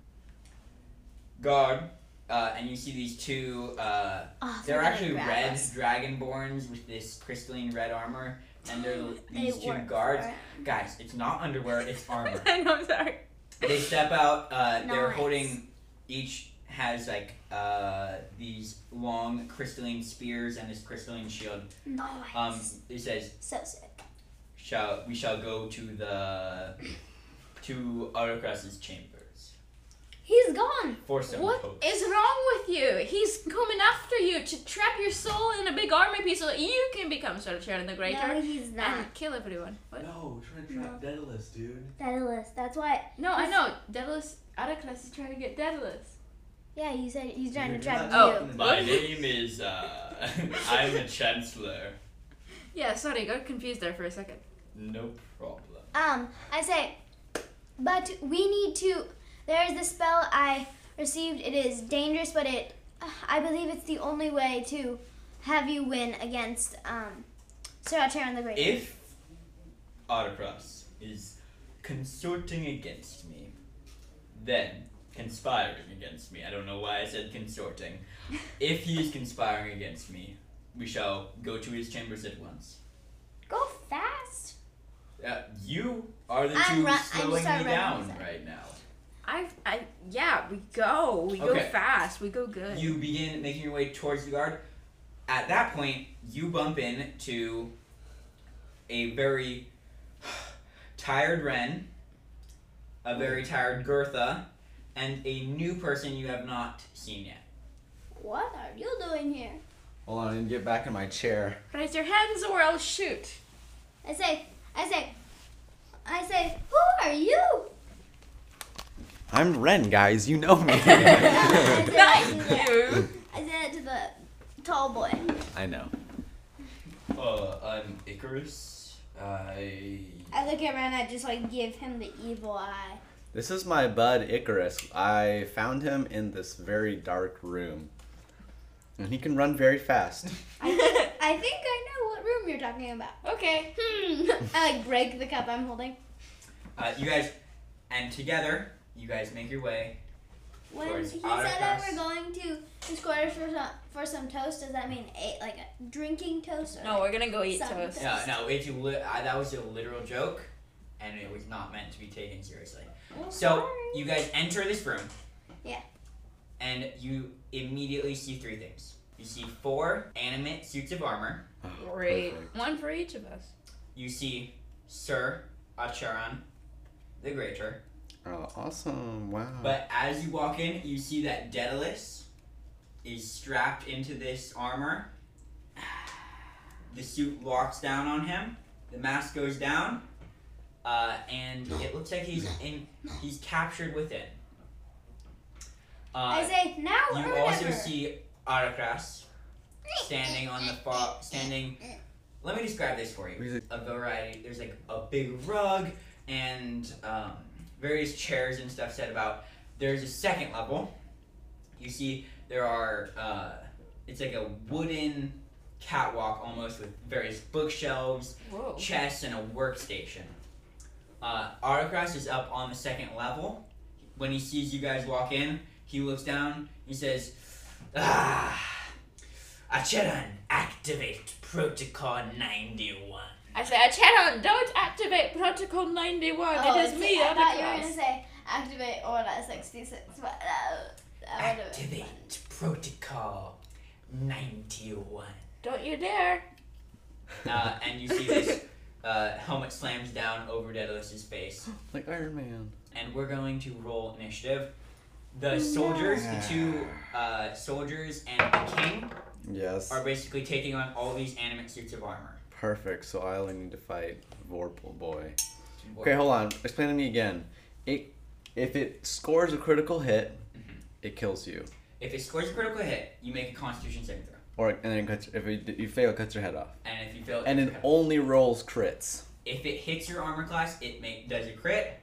guard, uh, and you see these two. Uh,
Oh,
they're
forget it,
actually
grab
red
us.
dragonborns with this crystalline red armor, and they're
They
these two
work for
guards.
it.
Guys, it's not underwear; it's armor.
I know, I'm sorry.
they step out. Uh, They're
Nice.
holding. Each has like uh, these long crystalline spears and this crystalline shield.
Nice.
Um, it says
so sick.
shall we shall go to the to Autocross's chambers
He's gone.
for some
What
hope.
is wrong with you? He's coming after you to trap your soul in a big army piece so that you can become Shara Shara the Greater
No, he's not.
and kill everyone. What?
No, we're trying to trap Daedalus, dude.
Daedalus. That's why.
No, I know. Daedalus, Alakras is trying to get Daedalus.
Yeah, you said he's trying to
You're
trap
not
you.
Oh.
talking about
My name is uh, I'm the Chancellor.
Yeah, sorry, got confused there for a second.
No problem.
Um, I say, but we need to. There is the spell I received. It is dangerous, but it. uh, I believe it's the only way to have you win against um, Sir Altair the Great.
If Autocross is consorting against me, then conspiring against me. I don't know why I said consorting. if he is conspiring against me, we shall go to his chambers at once.
Go fast.
Uh, you are the
I'm
two
ru- I'm
slowing
sorry,
me
running
down
inside.
right now.
I, I, yeah, we go. We go
Okay.
fast. We go good.
You begin making your way towards the guard. At that point, you bump into a very tired Ren, a very tired Gertha, and a new person you have not seen yet.
What are you doing here?
Hold on, I didn't get back in my chair.
Raise your hands or I'll shoot.
I say, I say, I say, who are you?
I'm Ren, guys. You know me.
I say,
Not
I say that-
you.
I say that to the tall boy.
I know.
Uh, I'm Icarus. I.
I look at Ren, I just like give him the evil eye.
This is my bud Icarus. I found him in this very dark room. And he can run very fast.
I think I know what room you're talking about.
okay.
Hmm. I like break the cup I'm holding.
Uh, you guys, and together, you guys make your way.
When he
Towards
said that
Autocross.
we're going to his quarters for some for some toast, does that mean eight like a drinking toast? Or
No, we're gonna go eat
Some-
toast.
No, no, it's a li- I, that was a literal joke, and it was not meant to be taken seriously.
Oh,
So
sorry.
you guys enter this room.
Yeah.
And you immediately see three things. You see four animate suits of armor.
Great.
Oh, Perfect.
One for each of us.
You see Sir Acharon the Greater.
Oh, awesome. Wow.
But as you walk in, you see that Daedalus is strapped into this armor. The suit locks down on him. The mask goes down, uh, and it looks like he's in. He's captured within.
I
Uh,
say now or
you
never.
also see Autocras standing on the far, standing. Let me describe this for you.
He's like,
A variety. There's like a big rug and um, various chairs and stuff set about. There's a second level. You see, there are. Uh, it's like a wooden catwalk almost with various bookshelves
Whoa.
chest and a workstation. Uh, Autocross is up on the second level. When he sees you guys walk in, he looks down. He says, "Ah, Acheron, activate Protocol 91."
I say, Acheron, don't activate Protocol 91.
Oh,
it is
it's-
me,
I thought you were
Autocross.
gonna say activate order sixty six, but that,
uh,
that would have been.
Activate Protocol 91.
Don't you dare.
Uh, and you see this uh, helmet slams down over Daedalus's face.
like Iron Man.
and we're going to roll initiative. The soldiers, the two uh, soldiers, and the king
Yes.
are basically taking on all these animate suits of armor.
Perfect. So I only need to fight Vorpal Boy. Okay, hold on. Explain to me again. It, if it scores a critical hit, it kills you.
If it scores a critical hit, you make a Constitution saving throw,
Or and then it cuts, if it, you fail, it cuts your head off.
and if you fail,
And it only rolls crits.
if it hits your armor class, it make, does a crit.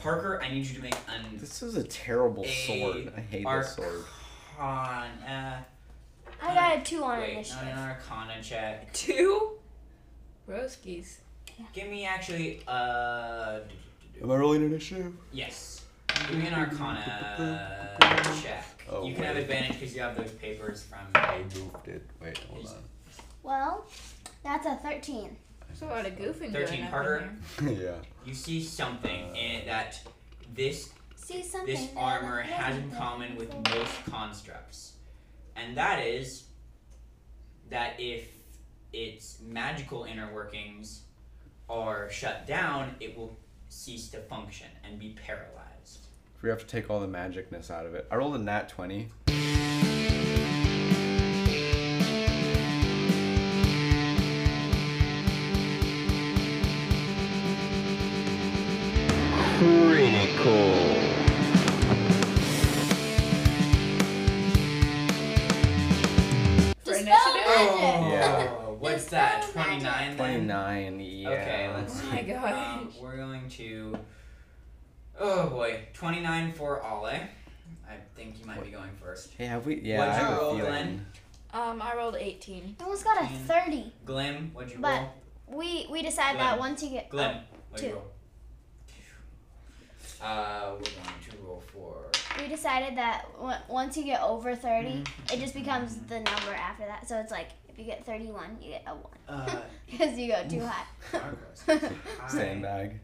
Parker, I need you to make an
This is a terrible
A
sword. I hate
arc-
this sword.
Arcana.
I got a two on
Wait,
initiative.
not an Arcana check.
Two? Broskies.
Give me actually. Uh,
Am I rolling initiative?
Yes. Give me an Arcana check.
Oh,
you can have
wait.
advantage because you have those papers from.
I moved it. Wait, hold
Well, that's a 13.
So a lot of
13
goofing going on
Parker.
in Oh
on. yeah.
You see something in that this
See something.
this
that
armor
wasn't
has in
there
common with
before.
most constructs, and that is that if its magical inner workings are shut down, it will cease to function and be paralyzed.
We have to take all the magicness out of it. I rolled a nat 20.
For
Dispel
initiative?
magic.
Yeah.
What's
There's
that?
no
Twenty nine.
29, yeah.
Okay, let's
Oh
see.
my gosh.
Um, we're going to. Oh boy, 29 for Ale. I think you might be going first.
Hey, have we? Yeah,
What'd
I
you
have a
roll,
feeling.
Glenn?
Um, I rolled 18.
I almost got a 30.
Glim, what'd you
But-
roll?
We we decided
Glenn.
that once you get.
Glim, what'd you
two.
roll? Uh, we're going to roll for.
We decided that w- once you get over 30,
Mm-hmm.
it just becomes the number after that. So it's like if you get 31, you get a 1.
Uh,
Because you go too high.
Marcos. Hi.
Sandbag.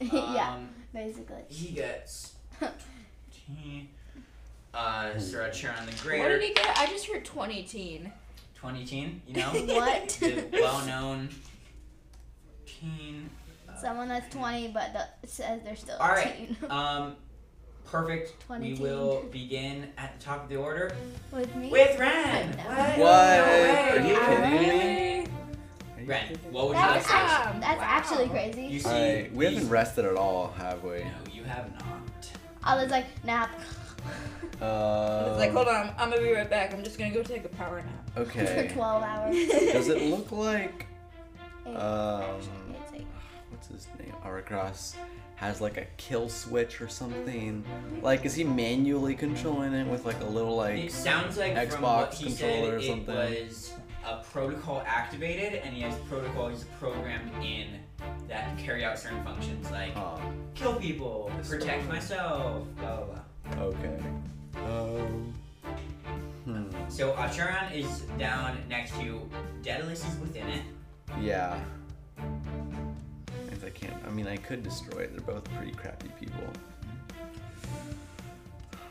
yeah,
Um,
basically.
He gets. 20. Uh, Sarah Charon the
What did
Greater.
he get? I just heard 20 teen.
20 teen, you know?
What?
the well known teen.
Someone that's 20 but the, says they're still
All right.
18.
Uh, Um, perfect. We
20.
will begin at the top of the order
With me?
with Ren.
No.
What?
What? Are you
No way.
kidding me?
Ren, what would you
That
like
was
to say?
actually, that's
Wow.
actually crazy.
You see,
Alright, we
these-
haven't rested at all, have we?
No, you have not.
I was like, nap.
Uh,
It's like, hold on, I'm gonna be right back. I'm just gonna go take a power nap.
Okay.
For 12 hours.
Does it look like
Eight,
um
actually, it's eight.
what's his name? Aragras has like a kill switch or something? Like is he manually controlling it with like a little
It
like
sounds like from what
Xbox
he said,
controller or
it
something.
was a protocol activated, and he has protocols programmed in that carry out certain functions like
uh,
kill people, protect myself, blah blah blah.
okay. Um hmm.
So Acheron is down next to you. Daedalus is within it.
Yeah. If I can't I mean I could destroy it. They're both pretty crappy people.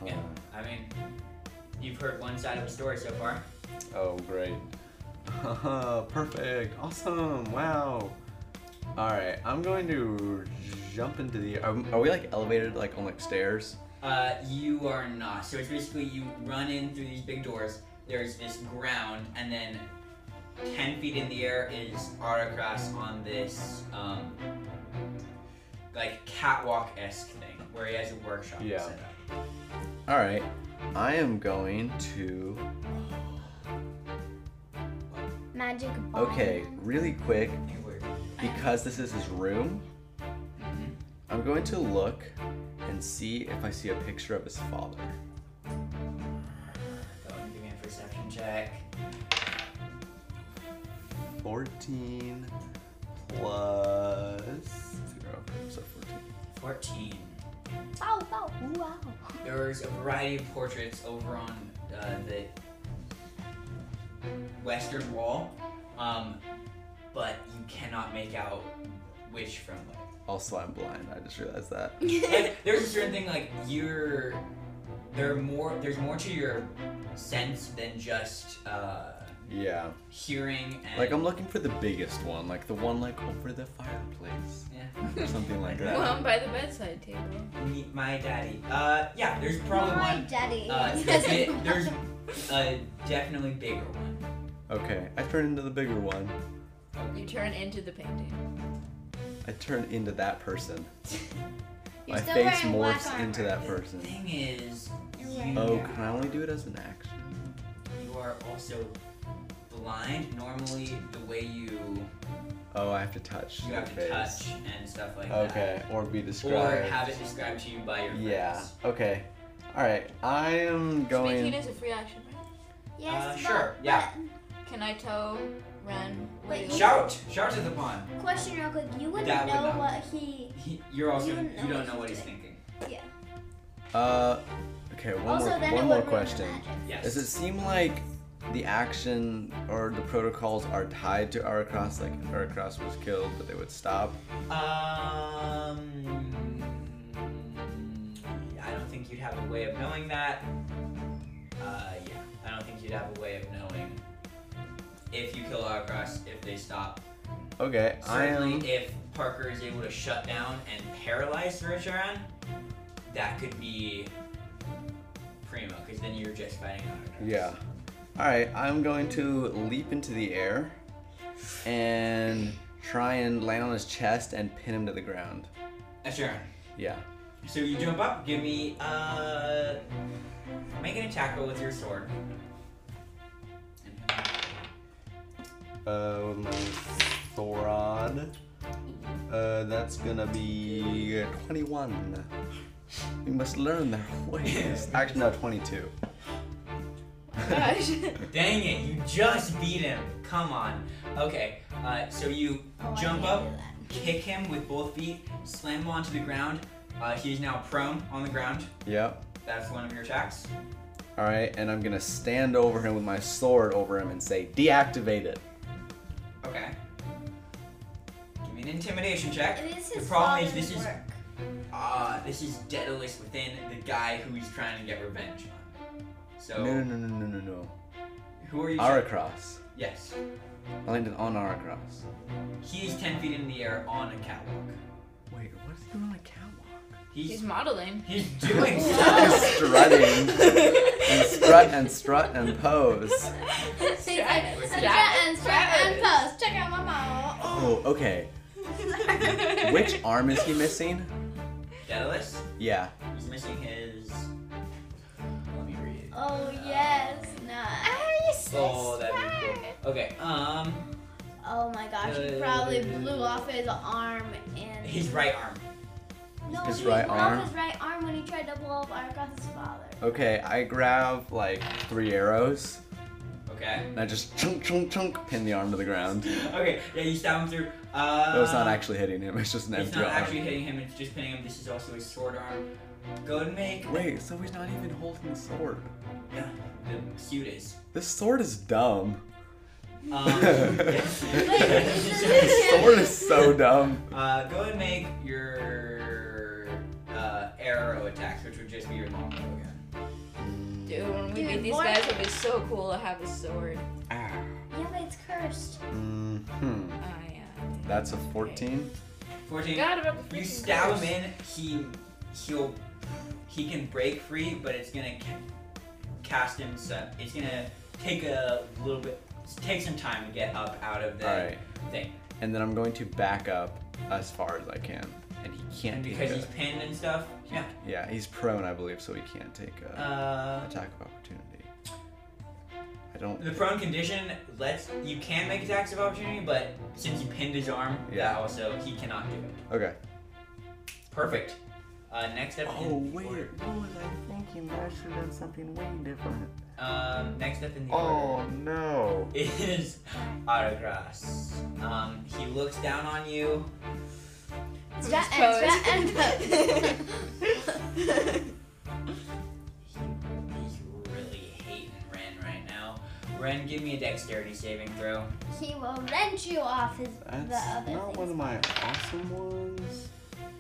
Yeah. I mean, you've heard one side of the story so far.
Oh, great. Perfect. Awesome. Wow. All right, I'm going to jump into the. Are, are we like elevated, like on like stairs?
Uh, you are not. So it's basically you run in through these big doors. There's this ground, and then ten feet in the air is autocross on this um, like catwalk esque thing where he has a workshop
Yeah.
set up.
All right, I am going to.
Magic ball.
Okay, really quick,
I think we're-
because this is his room.
Mhm.
I'm going to look and see if I see a picture of his father.
Go ahead and give me a perception check.
14 plus zero, so 14.
Fourteen.
Wow, wow, wow.
There's a variety of portraits over on uh, the western wall, um, but you cannot make out which from what.
Also, I'm blind. I just realized that.
And there's a certain thing like you're there are more there's more to your sense than just uh,
Yeah.
hearing and
Like I'm looking for the biggest one, like the one like over the fireplace
yeah,
or something like that.
Well, I'm by the bedside table.
meet my daddy. Uh, yeah, there's probably
My
one.
daddy.
Uh, there's, a- there's a definitely bigger one.
Okay, I turn into the bigger one.
You turn into the painting.
I turn into that person.
You're
My
still
face
wearing black
morphs into
armor.
that
The
person.
thing is, you,
Oh, can I only do it as an action?
you are also blind. Normally, the way you
Oh, I have to touch
you
your
have to
face.
touch and stuff like
Okay, or be
that, or
described.
have it described to you by your
yeah.
friends.
Okay. All right. I am
Speaking
going.
is a free action, right?
yes,
uh,
but-
sure, yeah.
Can I tell Ren? what
Wait,
is-
Shout! Shout to the pond.
Question real quick. You wouldn't
That would
know
not-
what he.
He- You're also you,
You don't know
don't
what
know what he's
he's
thinking.
Uh, okay. One
also,
more.
then it would
One more
ruin the
question.
magic.
Yes.
Does it seem like the action or the protocols are tied to Aracross? Like if Aracross was killed, but they would stop.
Um, I don't think you'd have a way of knowing that. Uh, yeah, I don't think you'd have a way of knowing if you kill Outcross, if they stop.
Okay, I
Certainly,
am.
if Parker is able to shut down and paralyze Saracharan, that could be primo, because then you're just fighting Outcross.
Yeah. All right, I'm going to leap into the air and try and land on his chest and pin him to the ground.
Sharon.
Yeah.
So you jump up. Give me uh, make an attack roll with your sword.
Uh, with my Thorod. Uh, that's gonna be 21. We must learn their ways. Actually, no, 22.
Gosh.
Dang it! You just beat him. Come on. Okay. Uh, so you
Oh, I
jump
can't
up,
do that.
kick him with both feet, slam him onto the ground. Uh, he's now prone on the ground.
Yep.
That's one of your attacks.
All right, and I'm gonna stand over him with my sword over him and say, "Deactivate it."
Okay. Give me an intimidation check.
This
The
is
problem is
father's
this is-
work.
Ah, this is Daedalus within the guy who he's trying to get revenge on. So
No, no, no, no, no, no, no.
who are you?
Aracross.
yes.
I landed on Aracross.
He's 10 feet in the air on a catwalk.
Wait, what is he doing on a catwalk?
He's
He's modeling.
he's doing
And
stuff.
strutting and strut and strut and pose.
and strap and post. Check out my mom.
Oh, okay. Which arm is he missing?
Daedalus.
Yeah.
He's missing his. Let me read. it.
Oh yes, nice.
Oh, that'd be cool. Okay. Um,
Oh my gosh, he probably blew off his arm and
his right arm.
no,
His
he
right
broke
arm.
his right arm when he tried to blow up Argoth's father.
Okay, I grab like three arrows
Okay.
and I just chunk chunk chunk pin the arm to the ground.
Okay. Yeah, you stab him through. Uh,
That was not actually hitting him, it's just an
It's
empty
not
arm.
actually hitting him. It's just pinning him. This is also his sword arm. Go and make
Wait, so he's not even holding the sword.
the cutest.
This sword is dumb.
Um,
this sword is so dumb.
uh, go and make your uh, arrow attacks, which would just be your longbow again.
Dude, when we
Dude,
beat these
what-
guys, it'd be so cool to have a sword.
Ah.
Yeah, but it's cursed.
hmm
Oh, yeah.
That's a 14.
Fourteen.
God, about the
You
freaking
stab
curse.
him in. He he'll he can break free, but it's gonna ca- cast him. So it's gonna take a little bit. Take some time to get up out of the
All right.
thing,
And then I'm going to back up as far as I can. And he can't
and
take
because
a-
he's pinned and stuff. Yeah.
Yeah, he's prone, I believe, so he can't take a
Uh,
attack of opportunity. I don't.
the prone condition lets you can make attacks of opportunity, but since you pinned his arm,
Yeah.
that also he cannot do it.
Okay.
Perfect. Uh, next up.
Oh
in the
wait,
order-
what was I thinking? That should have been something way different.
Um, next up in the order.
Oh no.
is Autograss. Um, he looks down on you.
Strap and
pose.
strap and post.
He, he's really hating Ren right now. Ren, give me a dexterity saving throw.
he will wrench you off his the
That's
other
not
things.
one of my awesome ones,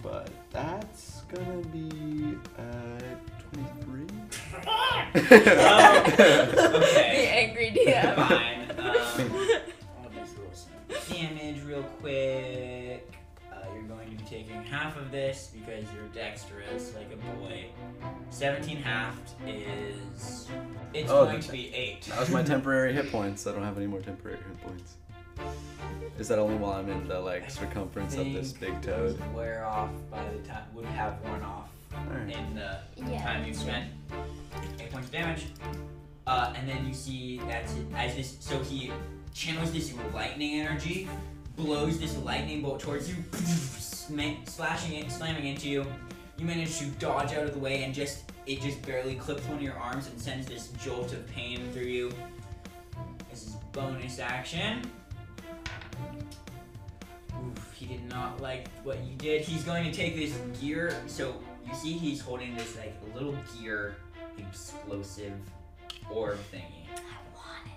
but that's gonna be uh 23.
The
Okay.
angry DM.
Fine. Um, I'll just roll some damage real quick. Uh, you're going to be taking half of this because you're dexterous like a boy. 17 halved is. It's
Oh,
going
the-
to be 8.
that was my temporary hit points. I don't have any more temporary hit points. Is that only while I'm in the like circumference of this big
Think
toad?
would Wear off by the time would have worn off
Alright.
in the
Yeah.
time you spent. Eight points of damage. Uh, and then you see that's it, as this. So he channels this lightning energy, blows this lightning bolt towards you, sma- slashing it, slamming into you. You manage to dodge out of the way and just it just barely clips one of your arms and sends this jolt of pain through you. This is bonus action. Oof, he did not like what you did. He's going to take this gear. So you see, he's holding this like little gear explosive orb thingy.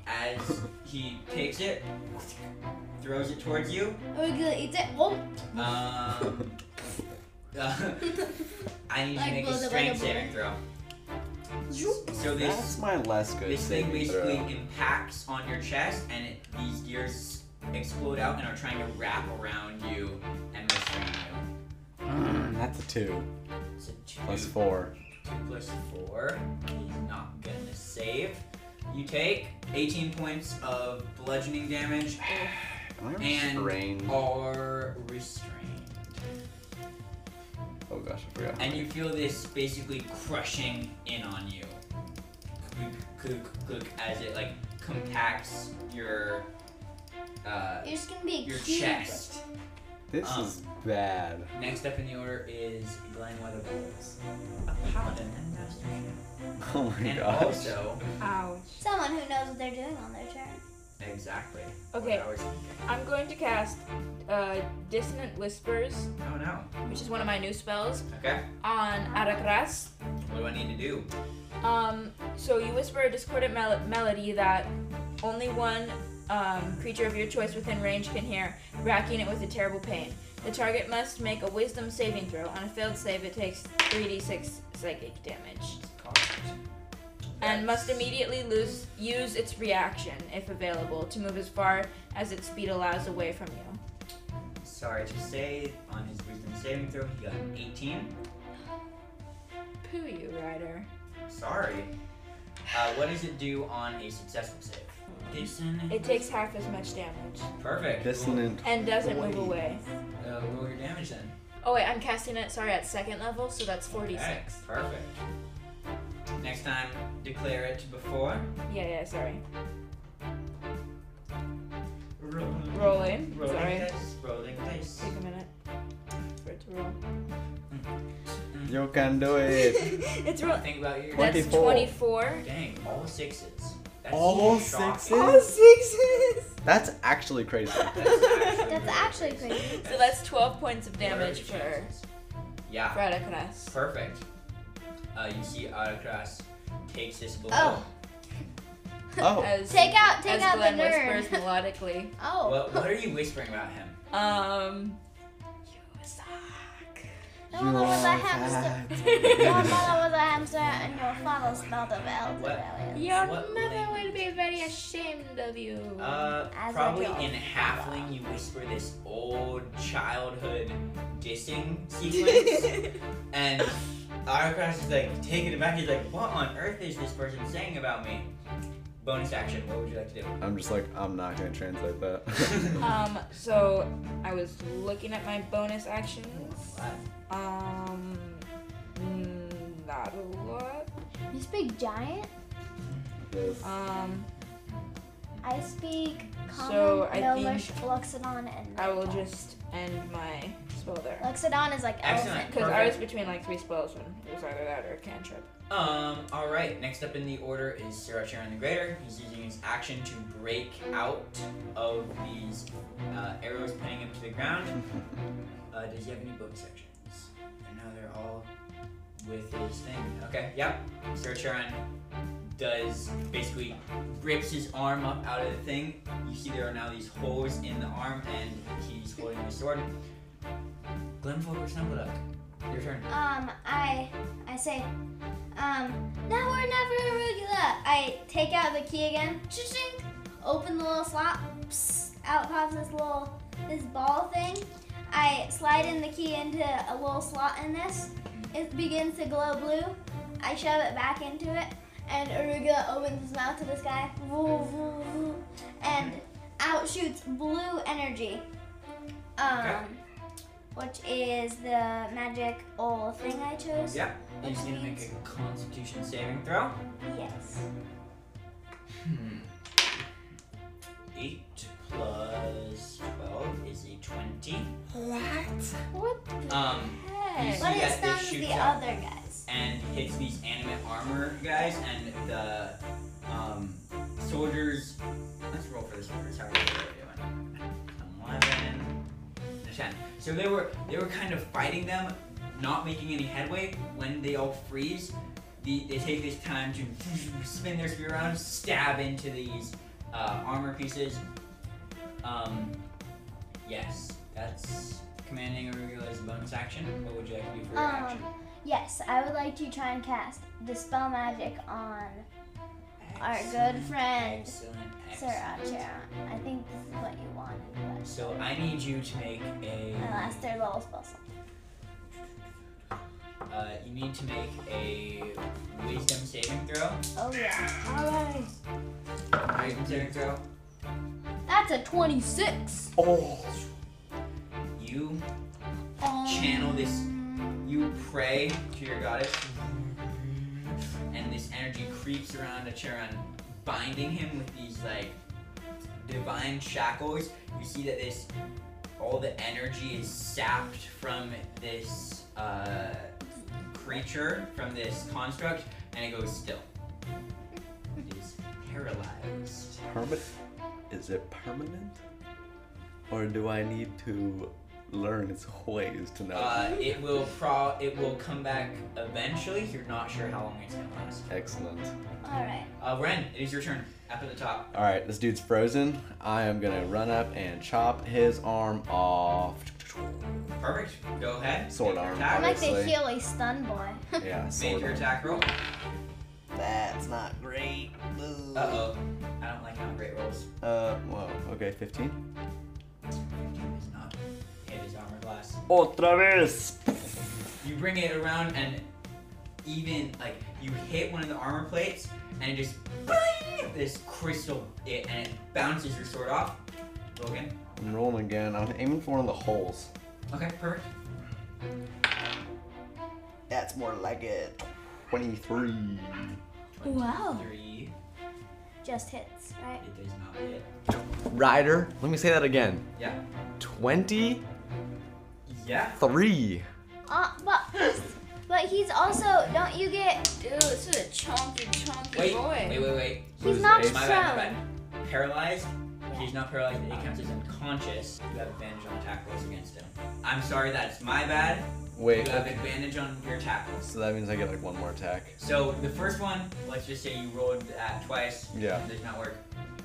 As he takes it, throws it towards you.
Are we gonna eat it? Oh,
Um, uh, I need you to
Like
make a
blow the
strength
bubble.
saving throw. So
That's
this
my less good
this thing
saving
basically
throw.
impacts on your chest, and it, these gears explode out and are trying to wrap around you and restrain you.
Mm, that's a two
So two
plus four.
two plus four. He's not gonna save. You take 18 points of bludgeoning damage
Am I
And-
restrained?
or restrained.
Oh gosh, I forgot.
And you feel this basically crushing in on you. Click, click, click, as it like compacts your uh,
you're just gonna be a
your
cute.
chest.
This
Um,
is bad.
Next up in the order is Glenn Weatherballs, a paladin and master chef.
Oh my
and
gosh.
also
Ouch.
Someone who knows what they're doing on their turn.
exactly. what
Okay.
I was thinking.
I'm going to cast uh, Dissonant Whispers,
Oh no.
which is one of my new spells,
Okay.
on Aragras.
What do I need to do?
Um, so you whisper a discordant mel- melody that only one um, creature of your choice within range can hear, racking it with a terrible pain. The target must make a wisdom saving throw. On a failed save, it takes 3d6 psychic damage and must immediately lose use its reaction, if available, to move as far as its speed allows away from you.
Sorry to say, on his wisdom saving throw, he got an 18.
Woohoo, you rider.
Sorry. Uh, what does it do on a successful save? Decent.
It takes half as much damage
Perfect.
Dissonant.
and doesn't move
Wait.
away.
Roll, uh, roll your damage then.
Oh wait, I'm casting it. Sorry, at second level, so that's
Okay,
forty-six.
perfect. Next time, declare it before.
Yeah, yeah. Sorry.
Rolling.
Rolling.
Rolling
Sorry.
dice. Rolling dice.
Take a minute for it to roll.
You can do it.
it's roll.
Mm. Think about your.
That's
24.
twenty-four.
Dang, all sixes. That's
All
shocking.
sixes?
sixes.
That's actually crazy.
That's
That's actually crazy.
So that's twelve points of damage
What are
for
the chances? Yeah,
for Autocross.
perfect. Uh, you see Autocross takes this blow.
Oh.
Oh,
As
Take out, take
as
out
Glenn
the
whispers
nerd.
melodically.
Oh.
What, what are you whispering about him?
Um, you suck.
No mother was a hamster. No mother was a hamster, and your father smelled of
What?
elderberry.
Your
What
mother
language?
will be very ashamed of you.
Uh,
As a
probably
dog.
in halfling, you whisper this old childhood dissing sequence, and Autocross is like taken aback. He's like, "What on earth is this person saying about me?" Bonus action. What would you like to do?
I'm just like, I'm not gonna translate that.
um, so I was looking at my bonus actions.
What?
Um, mm, not a lot.
You speak giant?
Yes.
Um,
I speak common,
So, I
gnomish,
think
Luxodon, and
I will
Nightfall.
just end my spell there.
Luxodon is like
Excellent.
elephant.
Because I was between like three spells when it was either that or a cantrip.
Um, alright, next up in the order is Sarah Sharon the Greater. He's using his action to break out of these uh, arrows pinning him to the ground. Uh, does he have any bonus actions? I know they're all with his thing. Okay, yep. Sarah Sharon does basically rips his arm up out of the thing. You see there are now these holes in the arm and he's holding his sword. Glenfolk or Stumbleduck, your turn.
Um, I, I say, um, now we're never arugula. I take out the key again. Ching, open the little slot. Psst, out pops this little, this ball thing. I slide in the key into a little slot in this. It begins to glow blue. I shove it back into it, and arugula opens his mouth to the sky. Woo, woo, woo, and out shoots blue energy. Um
Okay.
which is the magic old thing I chose.
Yeah, you just need to make a constitution saving throw.
Yes.
Hmm. 8 plus 12 is a 20.
What the
Um,
Hey.
So
But
you
it
got the
stuns the
shoots out.
other guys.
and hits these animate armor guys, and the um, soldiers. Let's roll for the soldiers. How are they doing? 11, 10. So they were they were kind of fighting them, not making any headway. When they all freeze, the, they take this time to spin their spear around, stab into these uh, armor pieces. Um, yes, that's commanding a regular as a bonus action. What would you like to do for your action?
Um, yes, I would like to try and cast dispel magic on our good friend
Excellent. excellent.
Sarah Charon. I think this is what you wanted. But
So I need you to make a.
my last third level spell slot.
Uh, you need to make a wisdom saving throw.
Oh yeah.
Wisdom saving throw.
That's a 26.
You
Um,
channel this. You pray to your goddess, and this energy creeps around Acheron, binding him with these like divine shackles. You see that this, all the energy is sapped from this uh, creature, from this construct, and it goes still. It is paralyzed.
Perma- is it permanent? Or do I need to learn its ways to know?
Uh, it will pro. It will come back eventually. You're not sure how long it's gonna last.
Excellent.
All right.
Uh, Ren, it is your turn. Up at the top.
All right, this dude's frozen. I am gonna run up and chop his arm off.
Perfect. Go ahead.
Sword
Make your
arm,
attack.
I'm like the
Obviously.
Healy stun boy.
Yeah,
Make
sword
your
arm.
attack roll.
That's not great.
Uh oh. I don't like how great rolls.
Uh, whoa. Okay, 15.
It is not. It is armor glass.
Otra vez.
You bring it around and even like you hit one of the armor plates and it just bling, this crystal it and it bounces your sword off. Logan.
I'm rolling again. I'm aiming for one of the holes.
Okay, perfect.
That's more like it. 23.
Wow.
Three.
Just hits, right?
It does not hit.
Ryder, let me say that again.
Yeah.
23.
Yeah.
Uh, but but he's also don't you get
Dude, this is a chunky, chunky
Wait.
boy.
Wait. Wait. Wait.
he's
Lose
knocked
eight.
My bad, my
prone.
bad. Paralyzed? He's not paralyzed, but he counts as unconscious. You have advantage on attack rolls against him. I'm sorry, that's my bad.
Wait,
You have
okay.
advantage on your tackles.
So that means I get like one more attack.
So the first one, let's just say you rolled that twice.
Yeah.
It Does not work.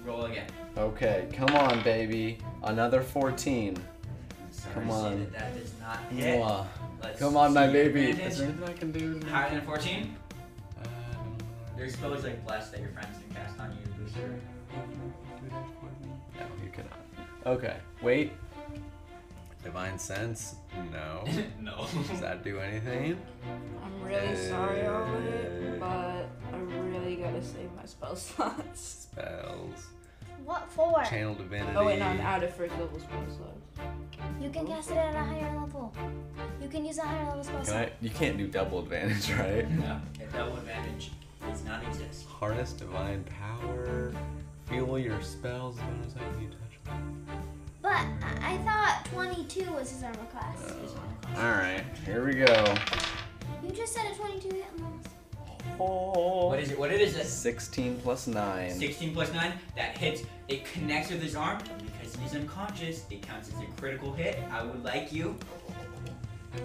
Roll again.
Okay, come on, baby. Another 14.
I'm sorry
Come
to say
on.
That, that does not hit.
Mwah.
Let's
Come on, my
see your
baby. Is there
advantage.
anything I can do?
Higher than 14?
Uh,
Your spell is like blessed that your friends can cast on you, booster.
No, you cannot. Okay, wait. Divine sense? No.
no.
Does that do anything?
I'm really
Uh,
sorry, Ollie, but I really gotta save my spell slots.
Spells.
What for?
Channel divinity.
Oh wait, no, I'm out of first level spell slots.
You can cast it at a higher level. You can use a higher level spell.
Can I, you can't do double advantage, right?
no. If double advantage does not exist.
Harness divine power. Fuel your spells. Bonus action you touch.
But I I thought 22 was his armor class.
Uh.
All right, here we go.
You just said a 22 hit and loss.
What is it? What it is this?
16 plus 9.
16 plus 9, that hits. It connects with his arm. Because he's unconscious, it counts as a critical hit. I would like you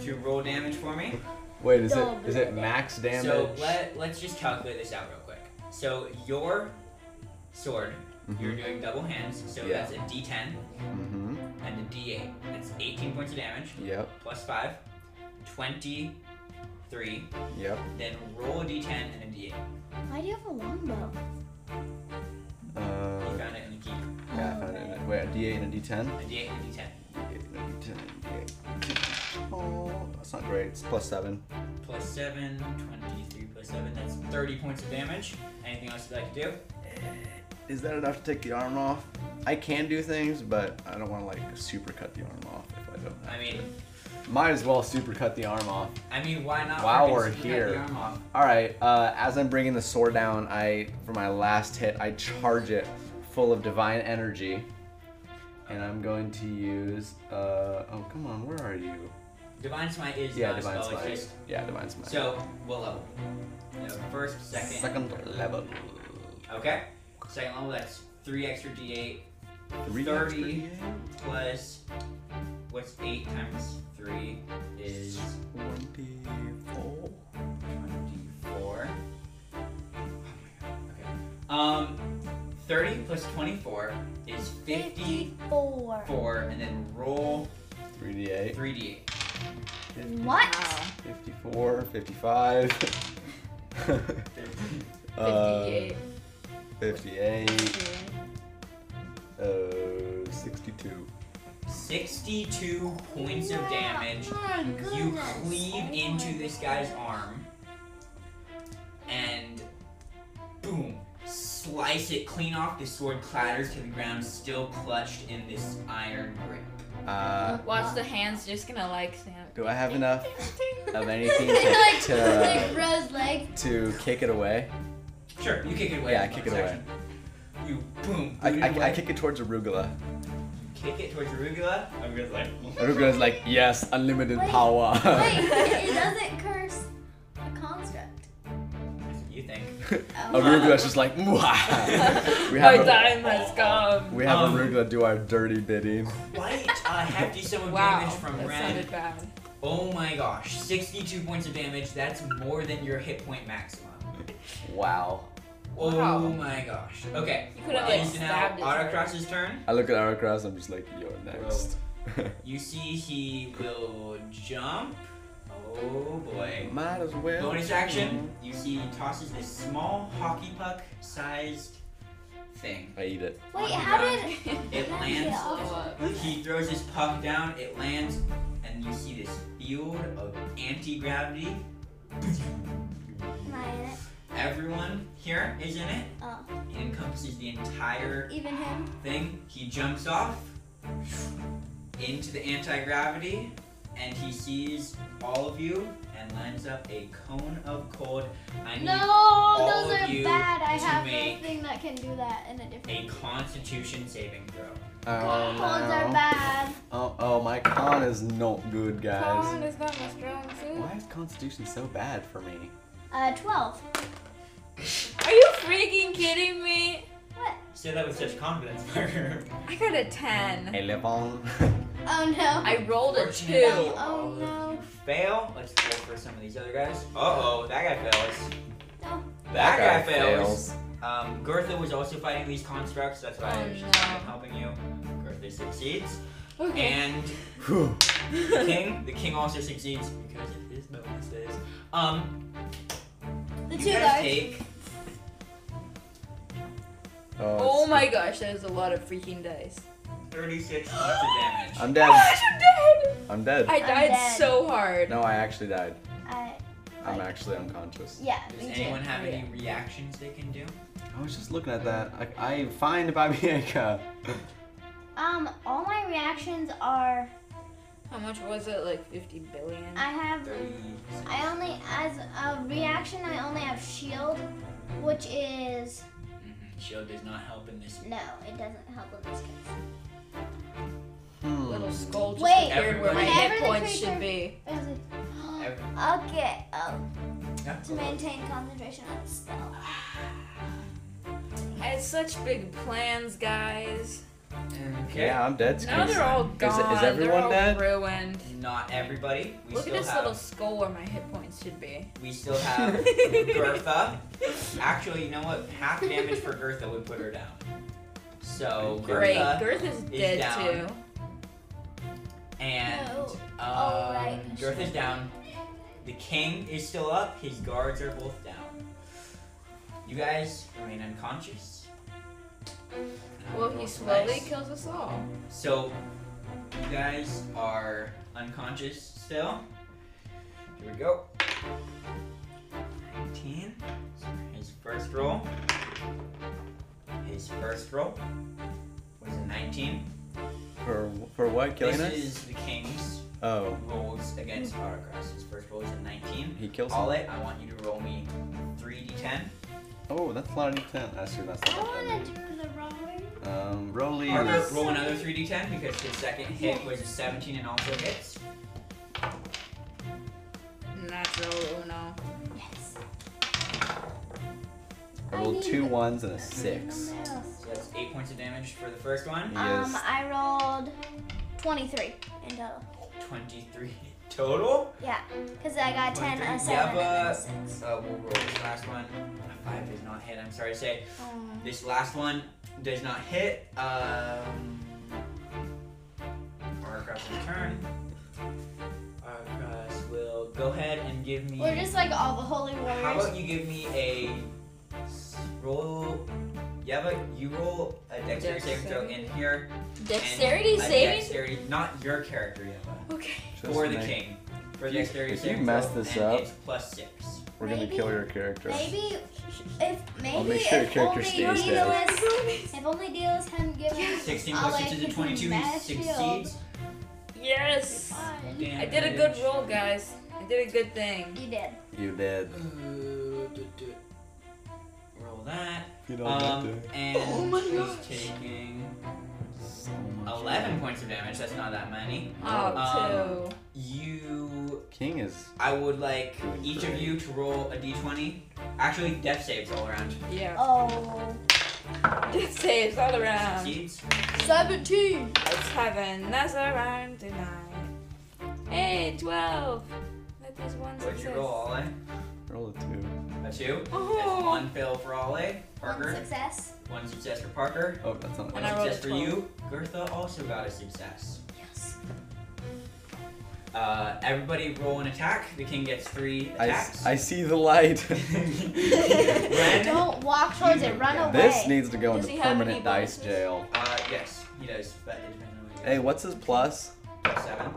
to roll damage for me.
Wait, is it
Double
is it max damage?
So let, let's just calculate this out real quick. So your sword, you're doing double hands, so
Mm-hmm. Yeah.
that's a d10
mm-hmm.
and a d8. That's 18 points of damage,
Yep,
plus 5, 23.
yep.
Then roll a d10 and a d8.
Why do you have a longbow?
Uh,
You found it in the key.
yeah, I found it. Wait, a D8 and a D10?
A d8 and a d10.
D8 and a D10, D8. Oh, that's not great. It's plus 7.
plus 7, 23 plus 7, that's 30 points of damage. Anything else you'd like to do?
Is that enough to take the arm off? I can do things, but I don't want to like super cut the arm off if I don't.
I mean,
Might as well super cut the arm off.
I mean, why not?
While
freaking
we're
cut
here.
The arm off?
All right. Uh, as I'm bringing the sword down, I for my last hit, I charge it full of divine energy, and I'm going to use. Uh, oh, come on, where are you?
Divine Smite is
Yeah,
not a
divine
spell,
smite.
it's just.
Yeah, divine smite.
So, what level? No, first, second.
second level.
Okay. Second level, that's 3 extra d8
Three
30. plus. What's 8 times 3 is
Twenty-four.
24. Oh Okay. Um, 30 plus 24 is 50.
54.
four, and then roll
Three D eight.
three d8.
What?
Wow.
Fifty-four. Fifty-five. Uh,
58.
58.
yeah.
Uh, 62.
Sixty-two points of damage. You cleave into this guy's arm, and boom, slice it clean off. The sword clatters to the ground, still clutched in this iron grip.
Uh,
Watch the hands just gonna like Sam.
do I have enough of anything to,
like,
to,
like Rose leg.
to kick it away?
Sure, you kick it away.
Yeah, I
Bonus
kick it away.
action. You boom.
I,
boot it
I, I
away.
kick it towards arugula.
Kick it towards Arugula. Arugula's like.
Arugula's like, yes, unlimited power.
Wait, it doesn't curse a construct.
That's what you think.
Oh,
Arugula's just like, mwah. We have, a,
has come.
we have
Um,
arugula do our dirty bidding.
Quite a hefty sum of
Wow,
damage from
that
Ren.
sounded bad.
Oh my gosh, 62 points of damage. That's more than your hit point maximum.
Wow.
Oh
Wow.
my gosh. Okay.
You could have
it
like
is now
stabbed his heart.
Autocross's turn.
I look at Autocross, I'm just like, you're next.
You see he will jump. Oh boy.
Might as well.
Bonus action. You see he tosses this small hockey puck sized thing.
I eat it.
Wait, how did
It
How did
lands.
it-
He throws his puck down, it lands, and you see this field of anti gravity
Am I in it?
Everyone here is in it.
Oh.
It encompasses the entire
Even him?
thing. He jumps off into the anti gravity and he sees all of you and lines up a cone of cold. I need
No,
all
those
of
are
you
bad. I
to
have
make-
nothing that can do that in a
a
different.
constitution saving throw.
Oh,
Cones are
no.
bad.
oh, oh, my con is not good, guys.
is not my strong suit.
Why is Constitution so bad for me?
Uh, 12.
Are you freaking kidding me?
Say that with such confidence, Parker.
I got a 10.
Eleven.
Oh no.
I rolled a 2.
Fortunately, all
Oh
of
no.
fail. Let's go for some of these other guys. Uh oh, that guy fails.
No.
That, guy, fails. Um, Gertha was also fighting these constructs, that's why
Oh,
she's
no.
not helping you. Gertha succeeds. And
Whew.
the king, the king also succeeds because of his bonuses. Um,
The
you
two
guys
guards.
take
Oh
Oh.
it's-
my gosh, that is a lot of freaking dice.
36 points of damage.
I'm
Oh my
dead.
gosh, I'm dead!
I'm dead.
I died
dead.
so hard.
No, I actually died.
I,
I'm actually unconscious.
Uh, yeah,
Does
me
anyone
too.
have any reactions they can do?
I was just looking at that. I, I find Babianka.
Um, all my reactions are,
How much was it? Like 50 billion?
I have,
30.
I only, as a reaction, I only have shield, which is,
Mhm, Shield does not help in this.
no, it doesn't help in this case.
Little skull just
Wait.
appeared where my
Whenever
hit
the
points
creature-
should be.
There's a- Oh.
Every-
Okay, oh,
yeah.
to maintain concentration on the spell.
I had such big plans, guys.
Okay.
Yeah, I'm dead.
Now
Scoot.
they're all
Is- is
gone.
everyone
they're
dead?
all ruined.
Not everybody. We
Look at
still
this
have,
little skull where my hit points should be.
We still have Gertha. Actually, you know what? Half damage for Gertha would put her down. So
Great.
Gertha
Girth is dead
down.
too.
and
No.
um,
Oh, right.
Gertha's down. The king is still up. His guards are both down. You guys remain unconscious. And I will
Well,
roll
he
some
slowly
dice.
kills us all.
So, you guys are unconscious still. Here we go. 19. His first roll. His first roll was a 19.
For for what? Killing
this
us?
is the king's
Oh,
rolls against Autocross. His first roll is a 19.
he kills. him.
Ole, I want you to roll me 3d10.
Oh, that's a lot of intent. I see that's
I
not
want to do the rolling.
that. Um, Rolly.
Arthur,
is-
roll another 3d10 because his second hit was a 17 and also hits.
Natural Uno.
Yes.
I rolled two ones and a six.
So that's 8 points of damage for the first one.
He
Um,
is
I rolled 23 in total.
23 total.
Because I got 10, a 7, and a 6.
Uh, we'll roll this last one. A 5 does not hit, I'm sorry to say.
Um,
This last one does not hit. Um, Aracross will turn. Aracross will go ahead and give me.
We're just like all the holy
how
warriors.
about you give me a s- roll? Yeah, but you roll a dexterity saving throw in here. and
Dexterity
a
saving?
Dexterity, not your character, Yeva.
Okay.
just
For the
make-
king. For
If you-
dexterity
if you
saving
mess
throw,
this
and
up-
it's plus six.
We're gonna
Maybe-
kill your character.
Maybe if maybe
make sure your
if
character
only
stays
Daedalus,
dead.
if only Daedalus hadn't given us
Sixteen
I'll
plus six
like
is a
his
twenty-two. He
mass shield.
succeeds.
Yes!
Fine.
I did a good roll, guys. I did a good thing.
You did.
You did.
Roll that.
You don't
Um, and
Oh my
he's
gosh.
taking eleven points of damage. That's not that many.
Oh,
um,
two.
You,
King is.
I would like
Doing
each of
great.
you to roll a d20. Actually, death saves all around.
Yeah.
Oh,
It saves all around.
Succeeds.
Seventeen.
Let's have another round tonight. Hey, 12. That is one
What'd
success.
you roll, Ole?
Roll a two.
A two. That's
Oh.
one fail for Ole.
one
Parker.
success.
One success for Parker.
Oh, that's not.
One
And I rolled a
success for you. Gertha also got a success.
Yes.
Uh, everybody roll an attack. The king gets three
I,
attacks.
s- I see the light.
Ren, uh,
Don't walk towards it. Run away.
this needs to go
Does he
into
have any
permanent dice
bonuses?
jail.
Uh, yes, he does. But it depends on what he
Hey,
gets.
what's his plus?
Plus seven.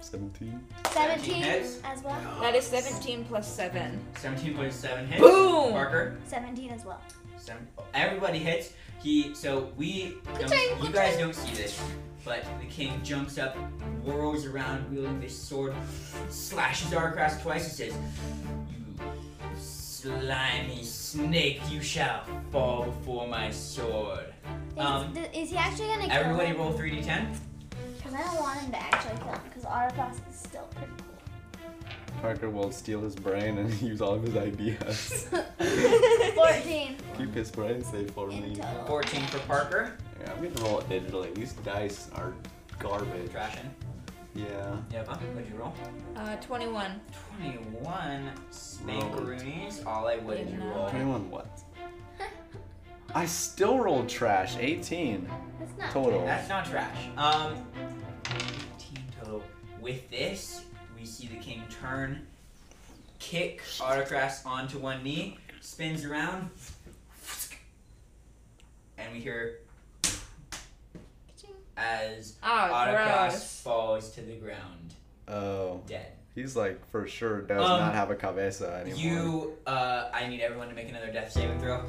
Seventeen.
17
17
hits.
as well.
That is 17 plus 7.
17.7 hits.
Boom!
Parker.
17 as well.
Seven. Everybody hits. He. So we.
Ka-ching,
you guys don't see this, but the king jumps up, whirls around, wielding this sword, slashes Arcross twice, and says, "You slimy snake, you shall fall before my sword." Um,
Is- is he actually gonna kill
Everybody
him?
roll 3d10.
Because I don't want him to actually kill him, because Autocross is still pretty cool.
Parker will steal his brain and use all of his ideas.
Uh,
14
Keep his brain safe for
in
me.
total.
14 for Parker.
Yeah, I'm gonna roll it digitally. These dice are garbage.
Trashing.
Yeah.
Yeva, what'd you roll?
Uh, 21.
21 spankaroonies. Ollie, what did you
Yeah.
roll?
21 what? I still rolled trash. 18
That's not
total.
That's not trash. Um, 18 total. With this, we see the king turn, kick Autocrass onto one knee, spins around, and we hear as
Oh,
Autocrass
gross.
falls to the ground,
Oh.
dead.
He's like, for sure, does
Um,
not have a cabeza anymore.
You, uh, I need everyone to make another death saving throw.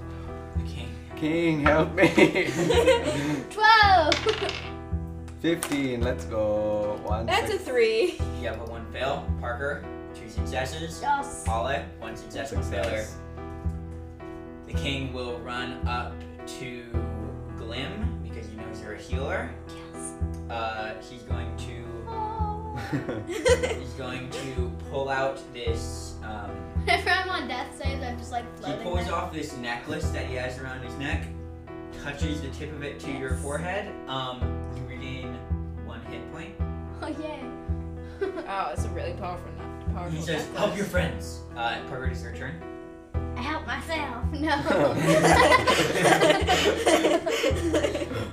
The king.
King, help me!
12!
15, let's go. One,
That's a
six-
3.
You have a one fail. Parker, two successes.
Uh,
Yes.
Ole, one success, one failure. The king will run up to Glim because he knows you're a healer.
Yes.
Uh, he's going to
Oh.
he's going to pull out this. Um,
Whenever I'm on death saves, I'm just like
he
floating.
pulls
there.
off this necklace that he has around his neck, touches the tip of it to your forehead. Um, you regain one hit point.
Oh yay!
Oh, it's a really powerful nut. Powerful
He says,
necklace.
"Help your friends." Uh, Parker, it's your turn.
I helped myself.
No.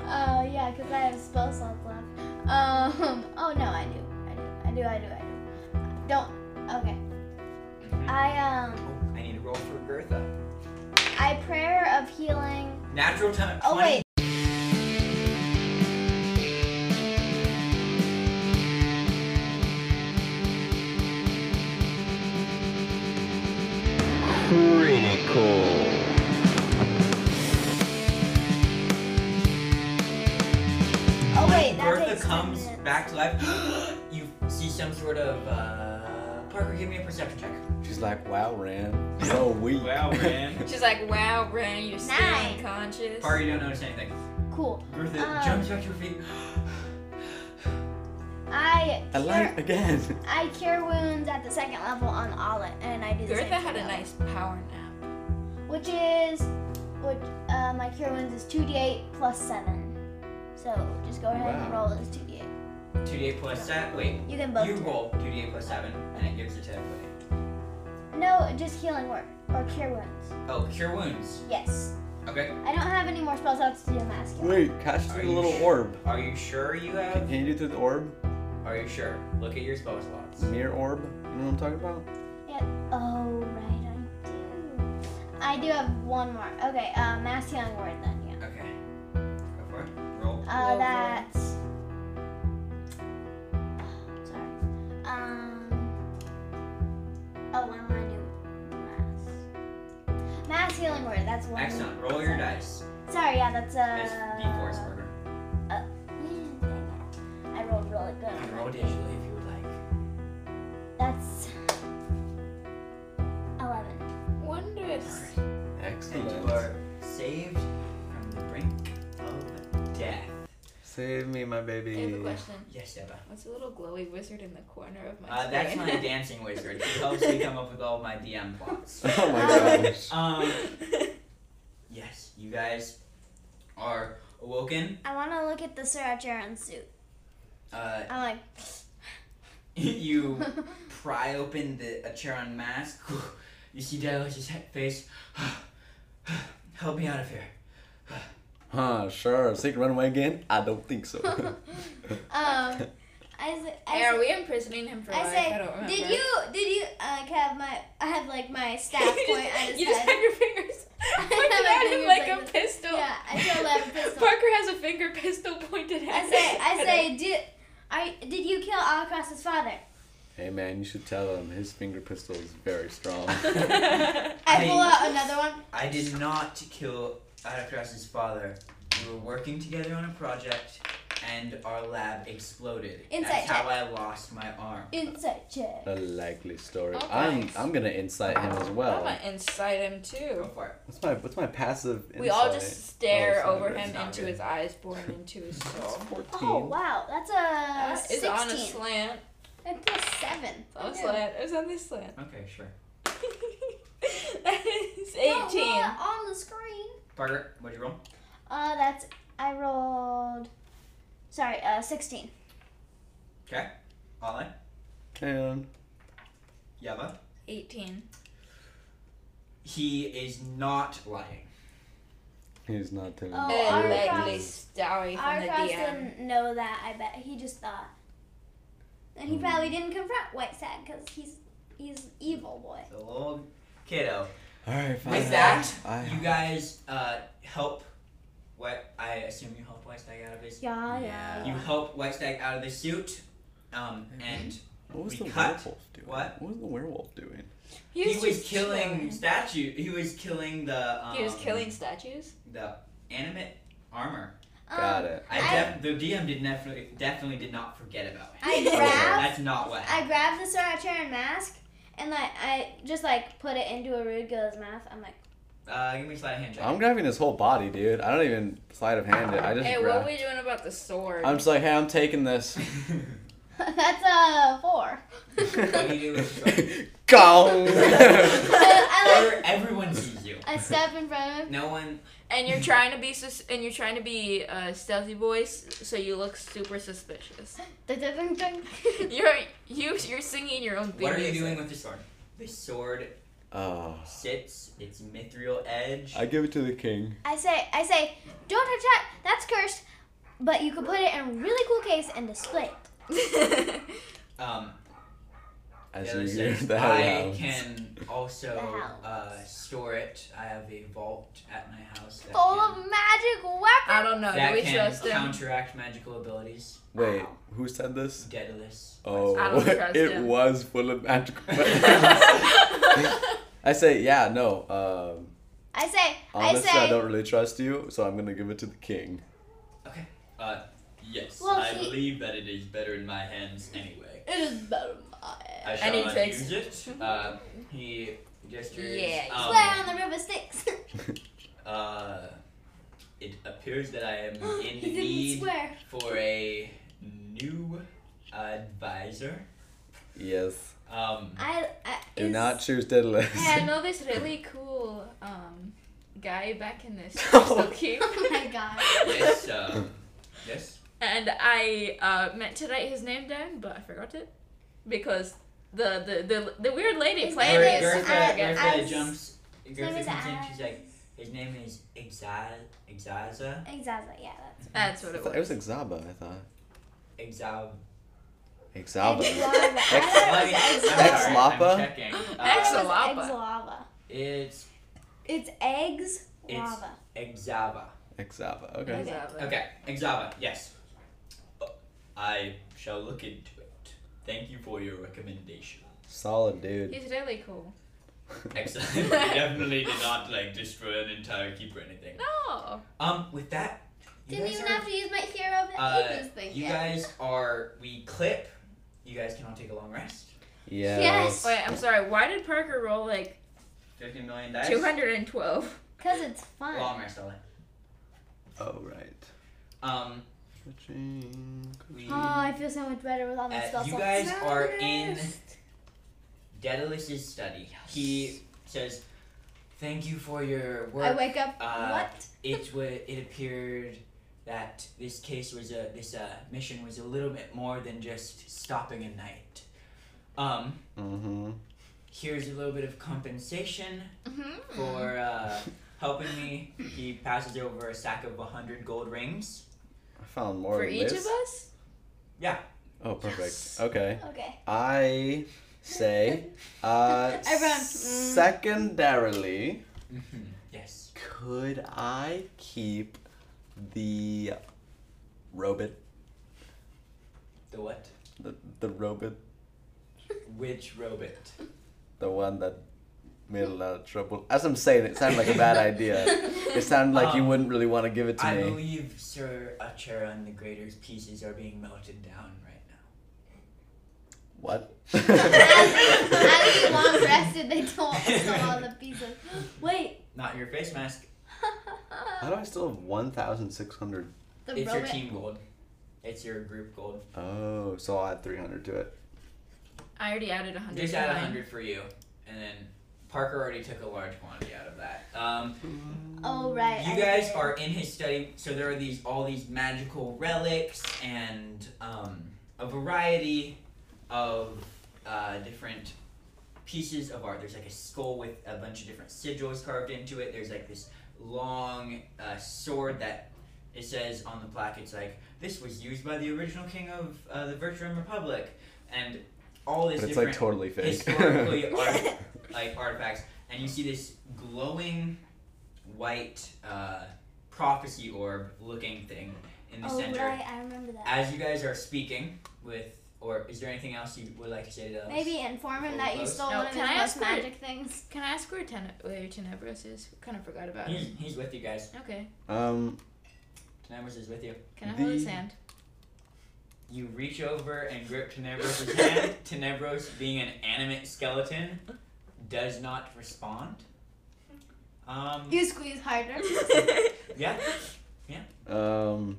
Oh yeah, 'cause I have spell slots left. Um. Oh no, I do. I do. I do. I do. I do. Don't. Okay.
I, um,
Oh, I need to roll for Gertha.
I prayer of healing.
Natural time.
Oh,
20.
wait. Oh, wait, that
Bertha
takes ten
comes
minutes.
back to life. you see some sort of. Uh, Parker, give me a perception check.
She's like, wow, Ran. So weak.
She's like, wow, Bren, you're still
Nine.
unconscious.
Parker, you don't notice anything.
Cool.
Bertha
Um,
jumps back to her feet.
I
I
cure,
like again.
I cure wounds at the second level on Olive, and I do the same
Gertha
thing
had a
on-
nice power nap.
Which is, which uh, my cure wounds is 2d8 plus 7. So just go ahead and
Wow.
roll this 2d8.
2d8 plus 7. Wait.
You can both.
You
do it.
roll 2d8 plus 7, and it gives it to everybody.
No, just healing word or cure wounds.
Oh, cure wounds.
Yes.
Okay.
I don't have any more spell slots to do masculine.
Wait,
Are
catch through the
you
little
sure?
orb.
Are you sure you have.
Can you do through the orb?
Are you sure? Look at your spell slots.
Mirror orb? You know what I'm talking about?
Oh, right, I do. I do have one more. Okay, uh, mass healing word then, yeah.
Okay. Go for it. Roll.
Uh,
Roll
that's. Sorry. Um. Oh, why don't I do mass? Mass healing word. That's one.
Excellent. Roll your dice.
Sorry, yeah, that's
That's
uh.
d4s, Parker.
Mm, dang it. I rolled really good.
You
on
can
that.
roll digitally if you would like.
That's. Eleven.
Wondrous.
And you
Excellent.
are saved from the brink of death.
Save me, my
I
baby.
have a question.
Yes, Eva.
What's a little glowy wizard in the corner of my
Uh, that's my
screen?
dancing wizard. He helps me come up with all my DM plots.
Oh my gosh.
Um, yes, you guys are awoken.
I want to look at the Sarah Charon suit.
Uh,
I'm like,
you pry open the Acheron mask. You see Daedalus' face. Help me out of here.
Huh, sure. So you can run away again? I don't think so.
um. I, s- I,
Hey,
s-
are we imprisoning him for
I
life?
say,
I don't remember.
Did you? Did you? I like, have my. I have like my staff
you
point. I
just,
just
you just
had-
have your fingers pointed
my
at him
fingers
like,
like
a
this.
pistol.
Yeah, I still have a pistol.
Parker has a finger pistol pointed at
I
him.
say. I say. Do. Are, did you kill Alacross's father?
Hey man, you should tell him his finger pistol is very strong.
I
Hey.
pull out another one.
I did not kill Adacross's father. We were working together on a project, and our lab exploded.
Insight
That's how I lost my arm.
Insight check.
A likely story.
Oh,
I'm
thanks.
I'm gonna incite him as
I'm
well.
gonna incite him
Go
too.
for it.
What's my what's my passive? Insight?
We all just stare
Oh, it's not
over
good.
him
It's not
into
good.
his eyes, boring into his soul.
Fourteen.
Oh wow, that's a
That is on a
Uh, sixteen.
slant.
That's a seven.
It's on a slant. It's on this slant.
Okay, sure.
that is
Don't roll
18.
it on the screen.
Parker, what'd you roll?
Uh, that's I rolled. Sorry, uh, sixteen.
Okay. Ollie?
And
Yava?
18.
He is not lying.
he's not telling.
Oh,
the
a
Aracross-
truth.
lovely story from
Arcross
the DM.
didn't know that. I bet he just thought.
And he probably didn't confront White Sad because he's he's evil boy.
The little kiddo.
All right, fine.
With that,
I,
you guys uh, help. What? I assume you help Whitestag out of his.
Yeah,
yeah.
You help Whitestag out of the suit. Um, and
what was
we
the
cut.
werewolf doing?
What?
What was the werewolf doing?
Um,
he was
just
killing
chilling.
statue. He was killing the. Um,
He was killing statues?
the animate armor.
Um,
Got it.
I,
I-
def- the DM did definitely definitely did not forget about it.
I
Okay.
grabbed.
That's not what.
I grabbed the Saracharan mask and like I just like put it into a rude girl's mouth. I'm like,
Uh, give me a sleight of hand check.
I'm grabbing his whole body, dude. I don't even sleight of hand it. I just.
Hey, what
grab-
are we doing about the sword?
I'm just like, hey, I'm taking this.
that's a four.
do you do with
Gong.
I like.
Or everyone sees you.
I step in front of him.
No one.
and you're trying to be sus- and you're trying to be uh, stealthy voice, so you look super suspicious.
Dun, dun, dun, dun.
You're you you're singing your own.
What are you
theme
doing
music.
with the sword? The sword
oh,
sits. Its mithril edge.
I give it to the king.
I say, I say, don't touch that. That's cursed. But you could put it in a really cool case and display it.
Um,
As
the other
you hear
says,
that
I
loud.
can also
The hounds.
uh, store it. I have a vault at my house that
Full
can,
of magic weapons.
Um,
I don't know.
that
do Oh, we
can
trust him?
counteract magical abilities. Um,
Wait, who said this?
Daedalus.
Oh,
I don't trust
it
him.
was full of magical weapons. I say, yeah, no. Um,
I say, I
honestly, I,
say,
don't really trust you, so I'm gonna give it to the king.
Uh, yes.
Well,
I
he-
believe that it is better in my hands anyway.
it is better than mine.
I
And
shall
he
not
takes-
use it. Uh, he gestures.
Yeah, you
um,
Swear on the river Styx.
Uh, it appears that I am in
he didn't
need
swear.
for a new advisor.
Yes.
Um,
I, I
Do
is-
not choose Daedalus.
Hey, I know this really cool um, guy back in this
Oh.
so cute.
Oh my god.
yes, uh, yes.
And I uh, meant to write his name down, but I forgot it because the the the, the weird lady
His
playing
name
Ger-
it.
is-
Gertha,
uh,
Gertha
Az-
jumps.
name
Gertha
is
comes in. She's
Az-
like, his name is Exile, Exiza,
Exactly. Yeah. That's
That's what
I
it
thought it
was.
was Exaba, I thought.
Exile.
Exaba.
Exlava. I thought it was
Ex-
Exlava.
Lapa?
I'm checking.
I
Uh,
thought it was Exlava.
Exalava.
it's
It's eggs
It's-
lava.
Exava.
Exaba, okay.
Okay, Exava, yes. I shall look into it. Thank you for your recommendation.
Solid dude.
He's really cool.
Excellent. we definitely did not like destroy an entire keep or anything.
No.
Um, with that, you
Didn't
guys
even
are,
have to use my hero of the
uh,
ages thing.
You
yet.
guys are. We clip. You guys cannot take a long rest.
Yeah.
Yes.
Oh,
Wait, I'm sorry. Why did Parker roll like
Fifteen million dice.
212?
Cause it's fun.
Long rest, Ellen.
Oh, right.
Um,
Cha-ching.
we.
Oh, I feel so much better with all my
Uh,
spells.
you guys are in Daedalus's study. He says, "Thank you for your work."
I wake up.
Uh,
what?
it wa it appeared that this case was a this uh, mission was a little bit more than just stopping a night. Um,
Mm-hmm.
here's a little bit of compensation
Mm-hmm.
for uh, helping me. He passes over a sack of 100 gold rings.
I found more
For
than
each
this.
of us?
Oh, perfect.
Yes.
Okay.
Okay.
I say, uh,
Everyone, mm.
secondarily,
Mm-hmm. Yes.
Could I keep the robot?
The The what?
The, the robot,
Which robot?
the one that made a lot of trouble. As I'm saying, it sounded like a bad idea. It sounded like you
Um,
wouldn't really want to give it to
I
me.
believe Sir Acheron the Greater's pieces are being melted down right now.
What?
As we long rested, they told us all the pieces. Wait,
Not your face mask.
How do I still have 1,600?
the
it's your
robot.
team gold. It's your group gold.
Oh, so I'll add 300 to it.
I already added 100.
Just add
to
a
mine.
hundred for you, and then Parker already took a large quantity out of that. Um,
Oh right.
you
I
guys
did.
are in his study, so there are these all these magical relics and um, a variety of uh, different pieces of art. There's like a skull with a bunch of different sigils carved into it. There's like this long uh, sword that it says on the plaque. It's like this was used by the original king of uh, the Virtuum Republic, and all this
But it's
different
like totally fake.
historically art, like artifacts, and you see this glowing white uh, prophecy orb looking thing in the
Oh,
center.
right, I remember that.
As you guys are speaking with, or is there anything else you would like to say to us?
Maybe inform him that you
Close.
stole
No,
one of
can I
the most
ask where-
magic things.
Can I ask where, Ten- where Tenebros is? Kind of forgot about
He's,
it.
he's with you guys.
Okay.
Um,
Tenebris is with you.
Can I hold his
The-
hand?
You reach over and grip Tenebros' hand. Tenebros, being an animate skeleton, does not respond. Um,
You squeeze harder.
yeah,
um,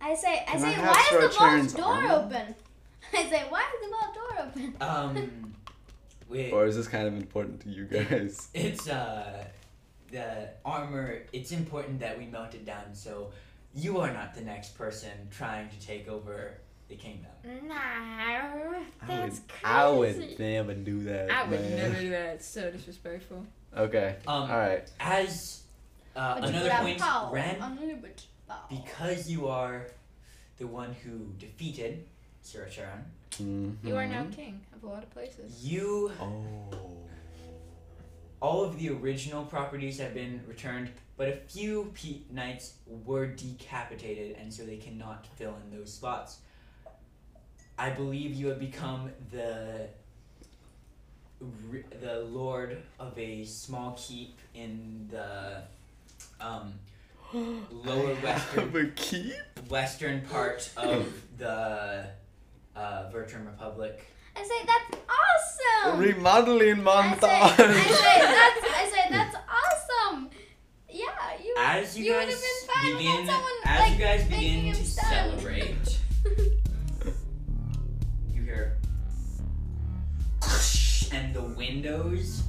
I say, I
Can I
say,
have
why is the
Sorocharin's
vault door
armor?
open?
I say, why is the vault door open?
um, wait.
or is this kind of important to you guys?
It's uh the armor it's important that we melt it down so you are not the next person trying to take over the kingdom.
Nah.
I would,
That's
I would
crazy.
never do that.
I would
man.
never do that. It's so disrespectful.
Okay.
Um
All right.
as uh,
But you
another
grab
point
power, Uh-huh.
Ren
Unlimited power.
because you are the one who defeated Sarah Charon,
You are now
Mhm.
king of a lot of places.
you
Oh.
all of the original properties have been returned, but a few Pete Knights were decapitated, and so they cannot fill in those spots. I believe you have become the re- the lord of a small keep in the um, lower western
a keep?
western part of the uh, Vertrum Republic.
I say, that's
Oh.
awesome!
Remodeling
I say, I
montage.
say, that's, I say, that's awesome! Yeah, you.
As you,
You would've
guys
been fine without
begin,
someone,
as
like,
you guys
making
begin
him
to
sad.
celebrate, you hear, and the windows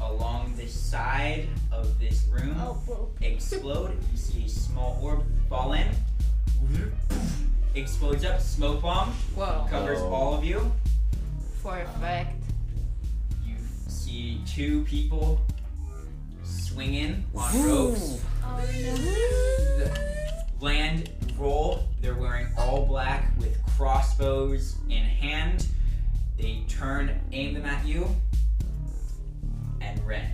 along the side of this room
Oh, whoa.
explode. You see a small orb fall in, explodes up, smoke bomb
Whoa.
covers
Oh.
all of you.
For a fact.
You see two people swing in on ropes.
Oh,
The land roll. They're wearing all black with crossbows in hand. They turn, aim them at you, and Ren.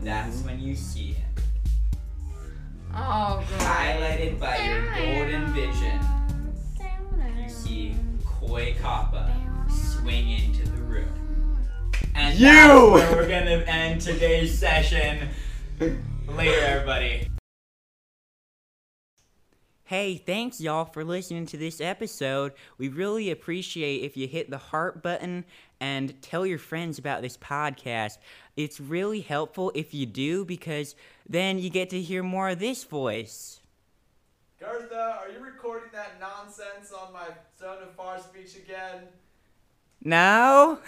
That's when you see him.
Oh, God.
Highlighted by your golden vision, you see Koi Kappa swing into the room. And
You!
that's where we're gonna end today's session. Later, everybody. Hey, thanks y'all for listening to this episode. We really appreciate if you hit the heart button and tell your friends about this podcast. It's really helpful if you do because then you get to hear more of this voice.
Garza, are you recording that nonsense on my son of far speech again?
No?